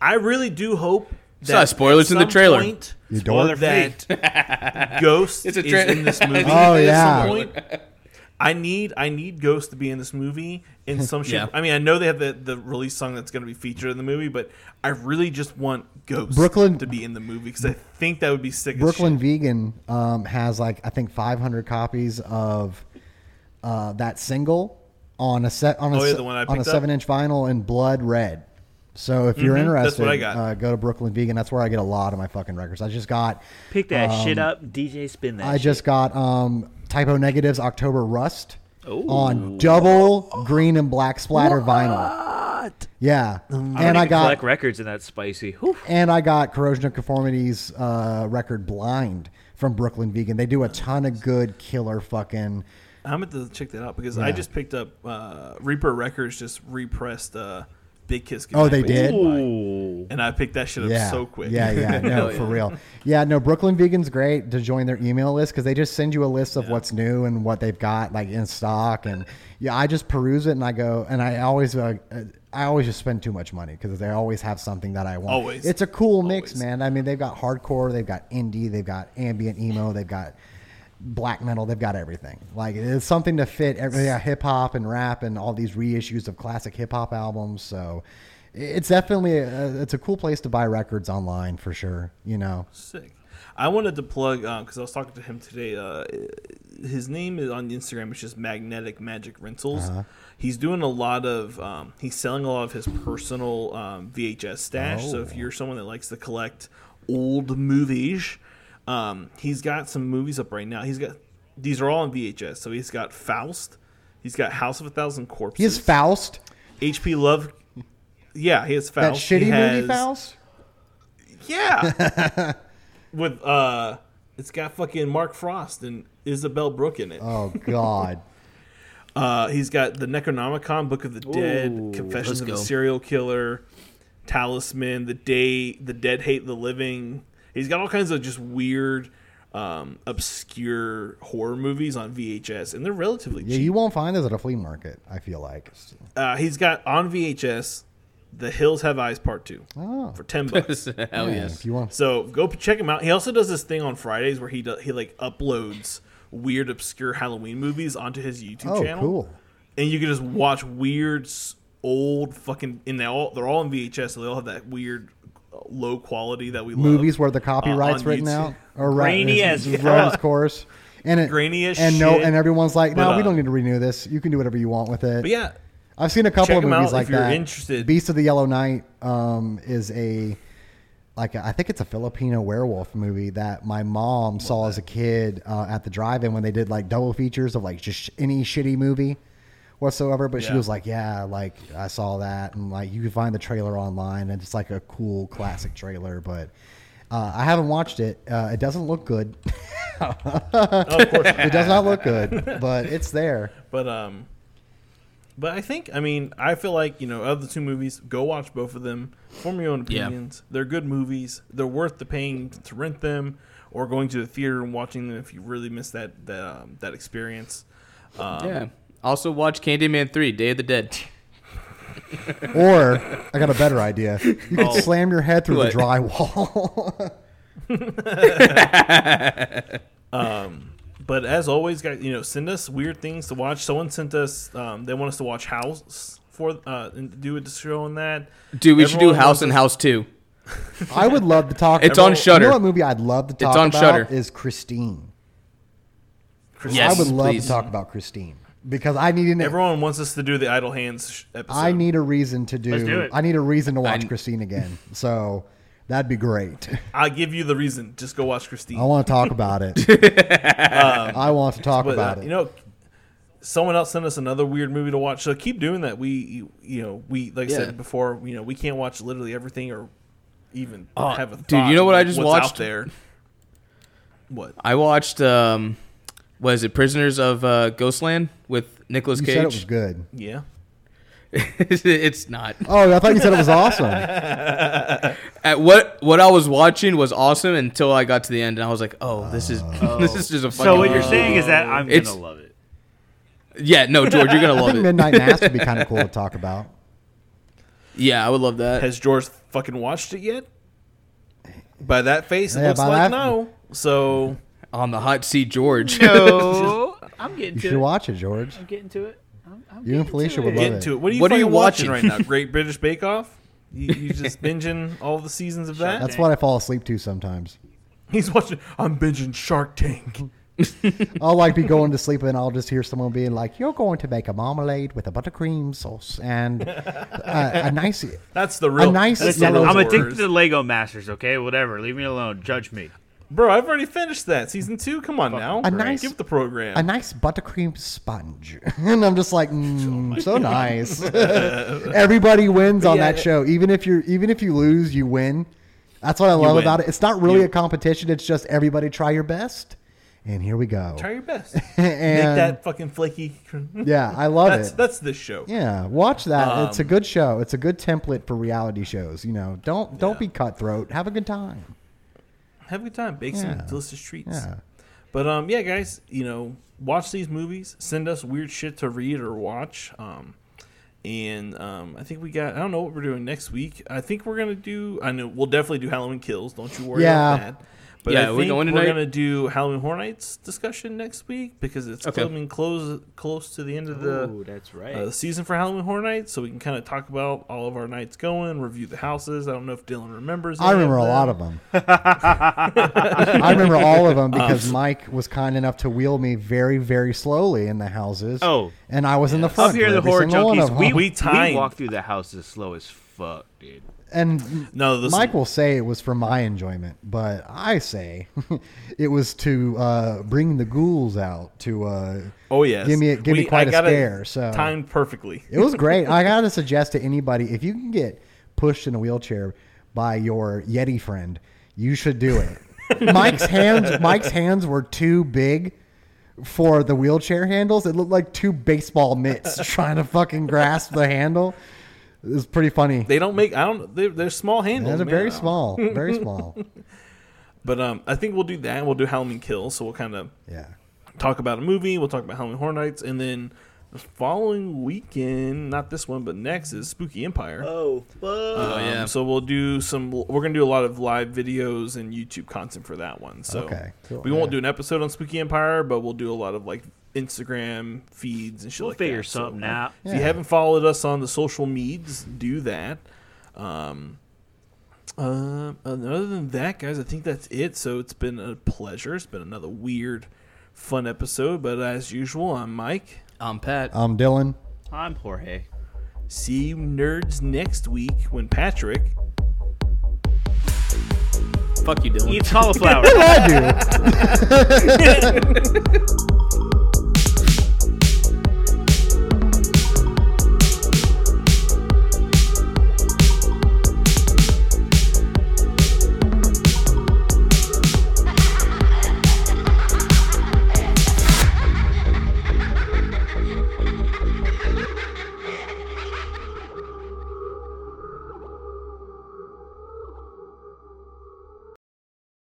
B: i really do hope that
C: not spoilers
B: at
C: in the
B: some
C: trailer.
B: point,
D: you
E: Spoiler
D: dork.
E: free.
B: that (laughs) ghost
C: (laughs) It's a
B: is
C: tra-
B: in this movie
D: Oh,
B: at
D: yeah.
B: some point. I need I need Ghost to be in this movie
C: (laughs)
B: in some shape.
C: Yeah.
B: I mean, I know they have the, the release song that's going to be featured in the movie, but I really just want Ghost
D: Brooklyn-
B: to be in the movie because I think that would be sick. as
D: Brooklyn Vegan um, has like I think 500 copies of uh, that single on a set on a
B: Oh, yeah,
D: se-
B: the one I
D: on a
B: picked up? Mm-hmm,
D: seven inch vinyl in blood red. So if you're interested,
B: that's what I got.
D: Uh, go to Brooklyn Vegan. That's where I get a lot of my fucking records. I just got
E: Pick that shit
C: Um,
E: up. DJ spin that.
D: I just got um, Typo Negatives October Rust
E: Ooh.
D: on double green and black splatter vinyl. Yeah, and I got
E: Black Records in that spicy. Whew.
D: and I got Corrosion of Conformity's uh, record Blind from Brooklyn Vegan. They do a ton of good killer fucking.
B: shit. I'm going to check that out because I
D: Yeah.
B: just picked up uh, Reaper Records just repressed uh, Big Kiss.
D: Oh, they
B: Goodnight by
D: did?
B: Goodbye.
E: Ooh.
B: and I picked that shit up
D: Yeah,
B: so quick.
D: yeah,
B: (laughs)
D: yeah, no, for real. Yeah, no, Brooklyn Vegan's great to join their email list because they just send you a list of what's new and what they've got like in stock, and yeah, I just peruse it and I go and I always, uh, uh, I always just spend too much money because they always have something that I want.
B: Always.
D: it's a cool mix,
B: Always.
D: man. I mean, they've got hardcore, they've got indie, they've got ambient emo, they've got black metal, they've got everything. Like it's something to fit every yeah, hip hop and rap and all these reissues of classic hip hop albums. So it's definitely a, it's a cool place to buy records online for sure. You know,
B: Sick. I wanted to plug because I was talking to him today. Uh, his name is on Instagram. It's just Magnetic Magic Rentals.
D: Uh-huh.
B: He's doing a lot of. Um, he's selling a lot of his personal um, VHS stash. So
D: Oh.
B: if you're someone that likes to collect old movies, um, he's got some movies up right now. He's got these are all on VHS. So he's got Faust. He's got House of a Thousand
D: he has
B: Corpses.
D: Faust,
B: H.P. Love. Yeah, he has
D: that
B: Faust.
D: shitty
B: he has,
D: movie Faust.
B: yeah.
D: (laughs)
B: With uh it's got fucking Mark Frost and Isabel Brooke in it.
D: Oh God,
B: Uh he's got the Necronomicon, Book of the Dead,
E: Ooh,
B: Confessions
C: let's
B: of a
C: go.
B: Serial Killer, Talisman, The Day The Dead Hate the Living. He's got all kinds of just weird um obscure horror movies on VHS and they're relatively
D: yeah,
B: cheap.
D: you won't find those at a flea market. I
B: (laughs)
D: feel like.
B: Uh, he's got on VHS The Hills Have Eyes Part 2
D: Oh.
B: for E 10 bucks.
D: (laughs)
C: Hell
D: Yeah,
C: yes.
D: If you want,
B: So go p- check him out. He also does this thing on Fridays where he do, he like uploads weird, obscure Halloween movies onto his YouTube
D: Oh,
B: channel.
D: cool.
B: And you can just watch weird, s- old fucking. And they all they're all in VHS, so they all have that weird, uh, low quality that we love. uh,
D: movies where the copyrights
B: on
D: written
B: YouTube.
D: out or
E: Grainy
D: right,
E: as
D: it's- it's
E: fuck.
D: runs course, and it,
B: Grainy as
D: and no,
B: shit.
D: and everyone's like, no,
B: But,
D: we
B: uh,
D: don't need to renew this. You can do whatever you want with it.
B: But yeah,
D: I've seen a couple
B: Check
D: of
B: 'em
D: movies
B: out
D: like
B: if you're
D: that.
B: interested.
D: Beast of the Yellow Knight um, is a like a, I think it's a Filipino werewolf movie that my mom saw as a kid uh, at the drive-in when they did like double features of like just any shitty movie whatsoever. But she
B: Yeah.
D: was like, "Yeah, like I saw that," and like you can find the trailer online, and it's like a cool classic trailer. But uh, I haven't watched it. Uh, it doesn't look good. (laughs)
B: oh, of course. not.
D: it does not look good, but it's there.
B: But um, but I think I mean I feel like you know of the two movies, go watch both of them. Form your own
C: Yeah.
B: opinions. They're good movies. They're worth the paying to rent them or going to the theater and watching them if you really miss that that um, that experience.
C: yeah. Also watch Candyman Three: Day of the Dead.
B: (laughs)
D: Or I got a better idea. You could slam your head through
C: Oh. What?
D: the drywall. (laughs)
B: But as always, guys, you know, send us weird things to watch. Someone sent us um, they want us to watch House for uh, and do a show on that.
C: Dude, we should do
B: Everyone
C: House
B: wants
C: and
B: us-
C: House Two.
D: I would love to talk.
C: It's on Shudder.
D: You know what movie I'd love to talk
C: on
D: about
C: Shudder.
D: is Christine.
C: Yes,
D: I would love
C: please.
D: to talk about Christine because I need an.
B: Everyone wants us to do the Idle Hands sh- episode.
D: I need a reason to do.
E: Let's do it.
D: I need a reason to watch
C: I-
D: Christine again. So that'd be great.
B: I'll give you the reason. Just go watch Christine.
D: I want to talk about
C: (laughs)
D: it. I want to talk
B: But
D: about
B: uh,
D: it.
B: you know, someone else sent us another weird movie to watch. So keep doing that. We, you know, we like I
C: Yeah.
B: said before, you know, we can't watch literally everything or even have a thought
C: Uh, dude, you know what I
B: about
C: just
B: what's
C: watched?
B: out there. What?
C: I watched um, what is it? Prisoners of uh, Ghostland with Nicolas
D: you
C: Cage.
D: said it was good.
B: Yeah.
C: (laughs) it's not.
D: Oh, I thought you said it was awesome.
C: At what what I was watching was awesome until I got to the end and I was like, oh, this is (laughs) this is just a fucking.
E: So what you're saying is that I'm
C: It's-
E: gonna love it.
C: Yeah, no, George, you're gonna
D: (laughs) I
C: love
D: think
C: it.
D: Midnight Mass would be kind of cool to talk about.
C: Yeah, I would love that.
B: Has George fucking watched it yet? By that face, it
D: Yeah,
B: looks
D: by
B: like
D: that-
B: no. So
C: On the hot seat, George.
E: No, I'm getting
D: You
E: to
D: should
E: it.
D: watch it, George.
E: I'm getting to it. I'm, I'm
D: You and
E: getting
D: Felicia
E: to
D: would
E: it.
D: love
B: get
D: it.
B: into it. What are you,
C: What are
B: fucking
C: you
B: watching right
C: watching? (laughs)
B: now? Great British Bake Off. You, you just binging all the seasons of that.
D: That's what I fall asleep to sometimes.
B: He's watching. I'm binging Shark Tank.
D: I'll like be going to sleep and I'll just hear someone being like, "You're going to make a marmalade with a buttercream sauce and a, a nice."
B: That's the real.
D: nice
B: that's the
E: Listen,
D: Yellow
B: real
E: I'm
B: horrors.
E: addicted to Lego Masters. Okay, whatever. Leave me alone. Judge me.
B: Bro, I've already finished that season two. Come on now,
D: A nice-
B: give the program.
D: A nice buttercream sponge, (laughs) and I'm
B: (laughs)
D: just
B: Oh
D: like, mm, so nice. Everybody wins on
B: yeah,
D: that
B: it-
D: show. Even if you're, even if you lose, you win. That's what I love
B: win.
D: about it. It's not really
B: You-
D: a competition. It's just everybody try your best, and here we go.
B: Try your best. Make
D: (laughs) And-
B: that fucking flaky.
D: Yeah, I love
B: that's
D: it.
B: that's this show.
D: Yeah, watch that. it's a
E: Um,
D: good show. It's a good template for reality shows. You know, don't don't be cutthroat. Have a good time.
B: Have a good time. Bake
D: Yeah.
B: some delicious treats.
D: Yeah.
B: But um, yeah, guys, you know, watch these movies. Send us weird shit to read or watch. Um, and um, I think we got. I don't know what we're doing next week. I think we're gonna do. I know we'll definitely do Halloween Kills. Don't you worry
D: Yeah.
B: about that. But
C: Yeah,
B: I
C: are
B: think
C: we
B: we
C: going
B: are
C: tonight?
B: gonna do Halloween Horror Nights discussion next week because it's
C: Okay.
B: coming close close to the end of the
E: Oh, that's right.
B: uh, season for Halloween Horror Nights, so we can kind of talk about all of our nights going, review the houses. I don't know if Dylan remembers.
D: I remember a lot of them. I remember all of them because
E: Um,
D: Mike was kind enough to wheel me very, very slowly in the houses.
E: Oh.
D: and I was in the front.
E: Up here, in
D: for
E: the
D: every
E: horror
D: single one of
E: junkies. We,
D: them.
B: We
E: we,
B: timed.
E: walk through the house as slow as fuck, dude.
D: and
B: No, this
D: Mike will say it was for my enjoyment, but I say (laughs) it was to uh, bring the ghouls out to. Uh,
B: Oh yes,
D: give me a- give me quite a
B: got it
D: scare, so-
B: timed perfectly.
D: It was great. I gotta suggest to anybody if you can get pushed in a wheelchair by your Yeti friend, you should do it. Mike's hands, Mike's hands were too big for the wheelchair handles. It looked like two baseball mitts (laughs) trying to fucking grasp the handle. It was pretty funny.
B: They don't make. I don't. They're, they're small handles.
D: And they're
B: man.
D: very small, very small.
B: But um, I think we'll do that. We'll do Halloween Kills. So we'll kind of
D: Yeah.
B: talk about a movie. We'll talk about Halloween Horror Nights, and then The following weekend, not this one, but next is Spooky Empire.
E: Oh, fuck.
B: Um,
C: (laughs) yeah.
B: So we'll do some. We're gonna do a lot of live videos and YouTube content for that one. So
D: Okay, cool,
B: we won't
D: yeah.
B: do an episode on Spooky Empire, but we'll do a lot of like Instagram feeds and shit
E: We'll
B: like
E: figure
B: that. So,
E: something out.
B: If you
D: Yeah.
B: haven't followed us on the social meds, do that. Um, um, and other than that, guys, I think that's it. So it's been a pleasure. It's been another weird, fun episode. But as usual, I'm Mike.
C: I'm Pat.
D: I'm Um, Dylan.
E: I'm Jorge.
B: See you nerds next week when Patrick
C: Fuck you, Dylan.
E: Eat cauliflower.
D: I do.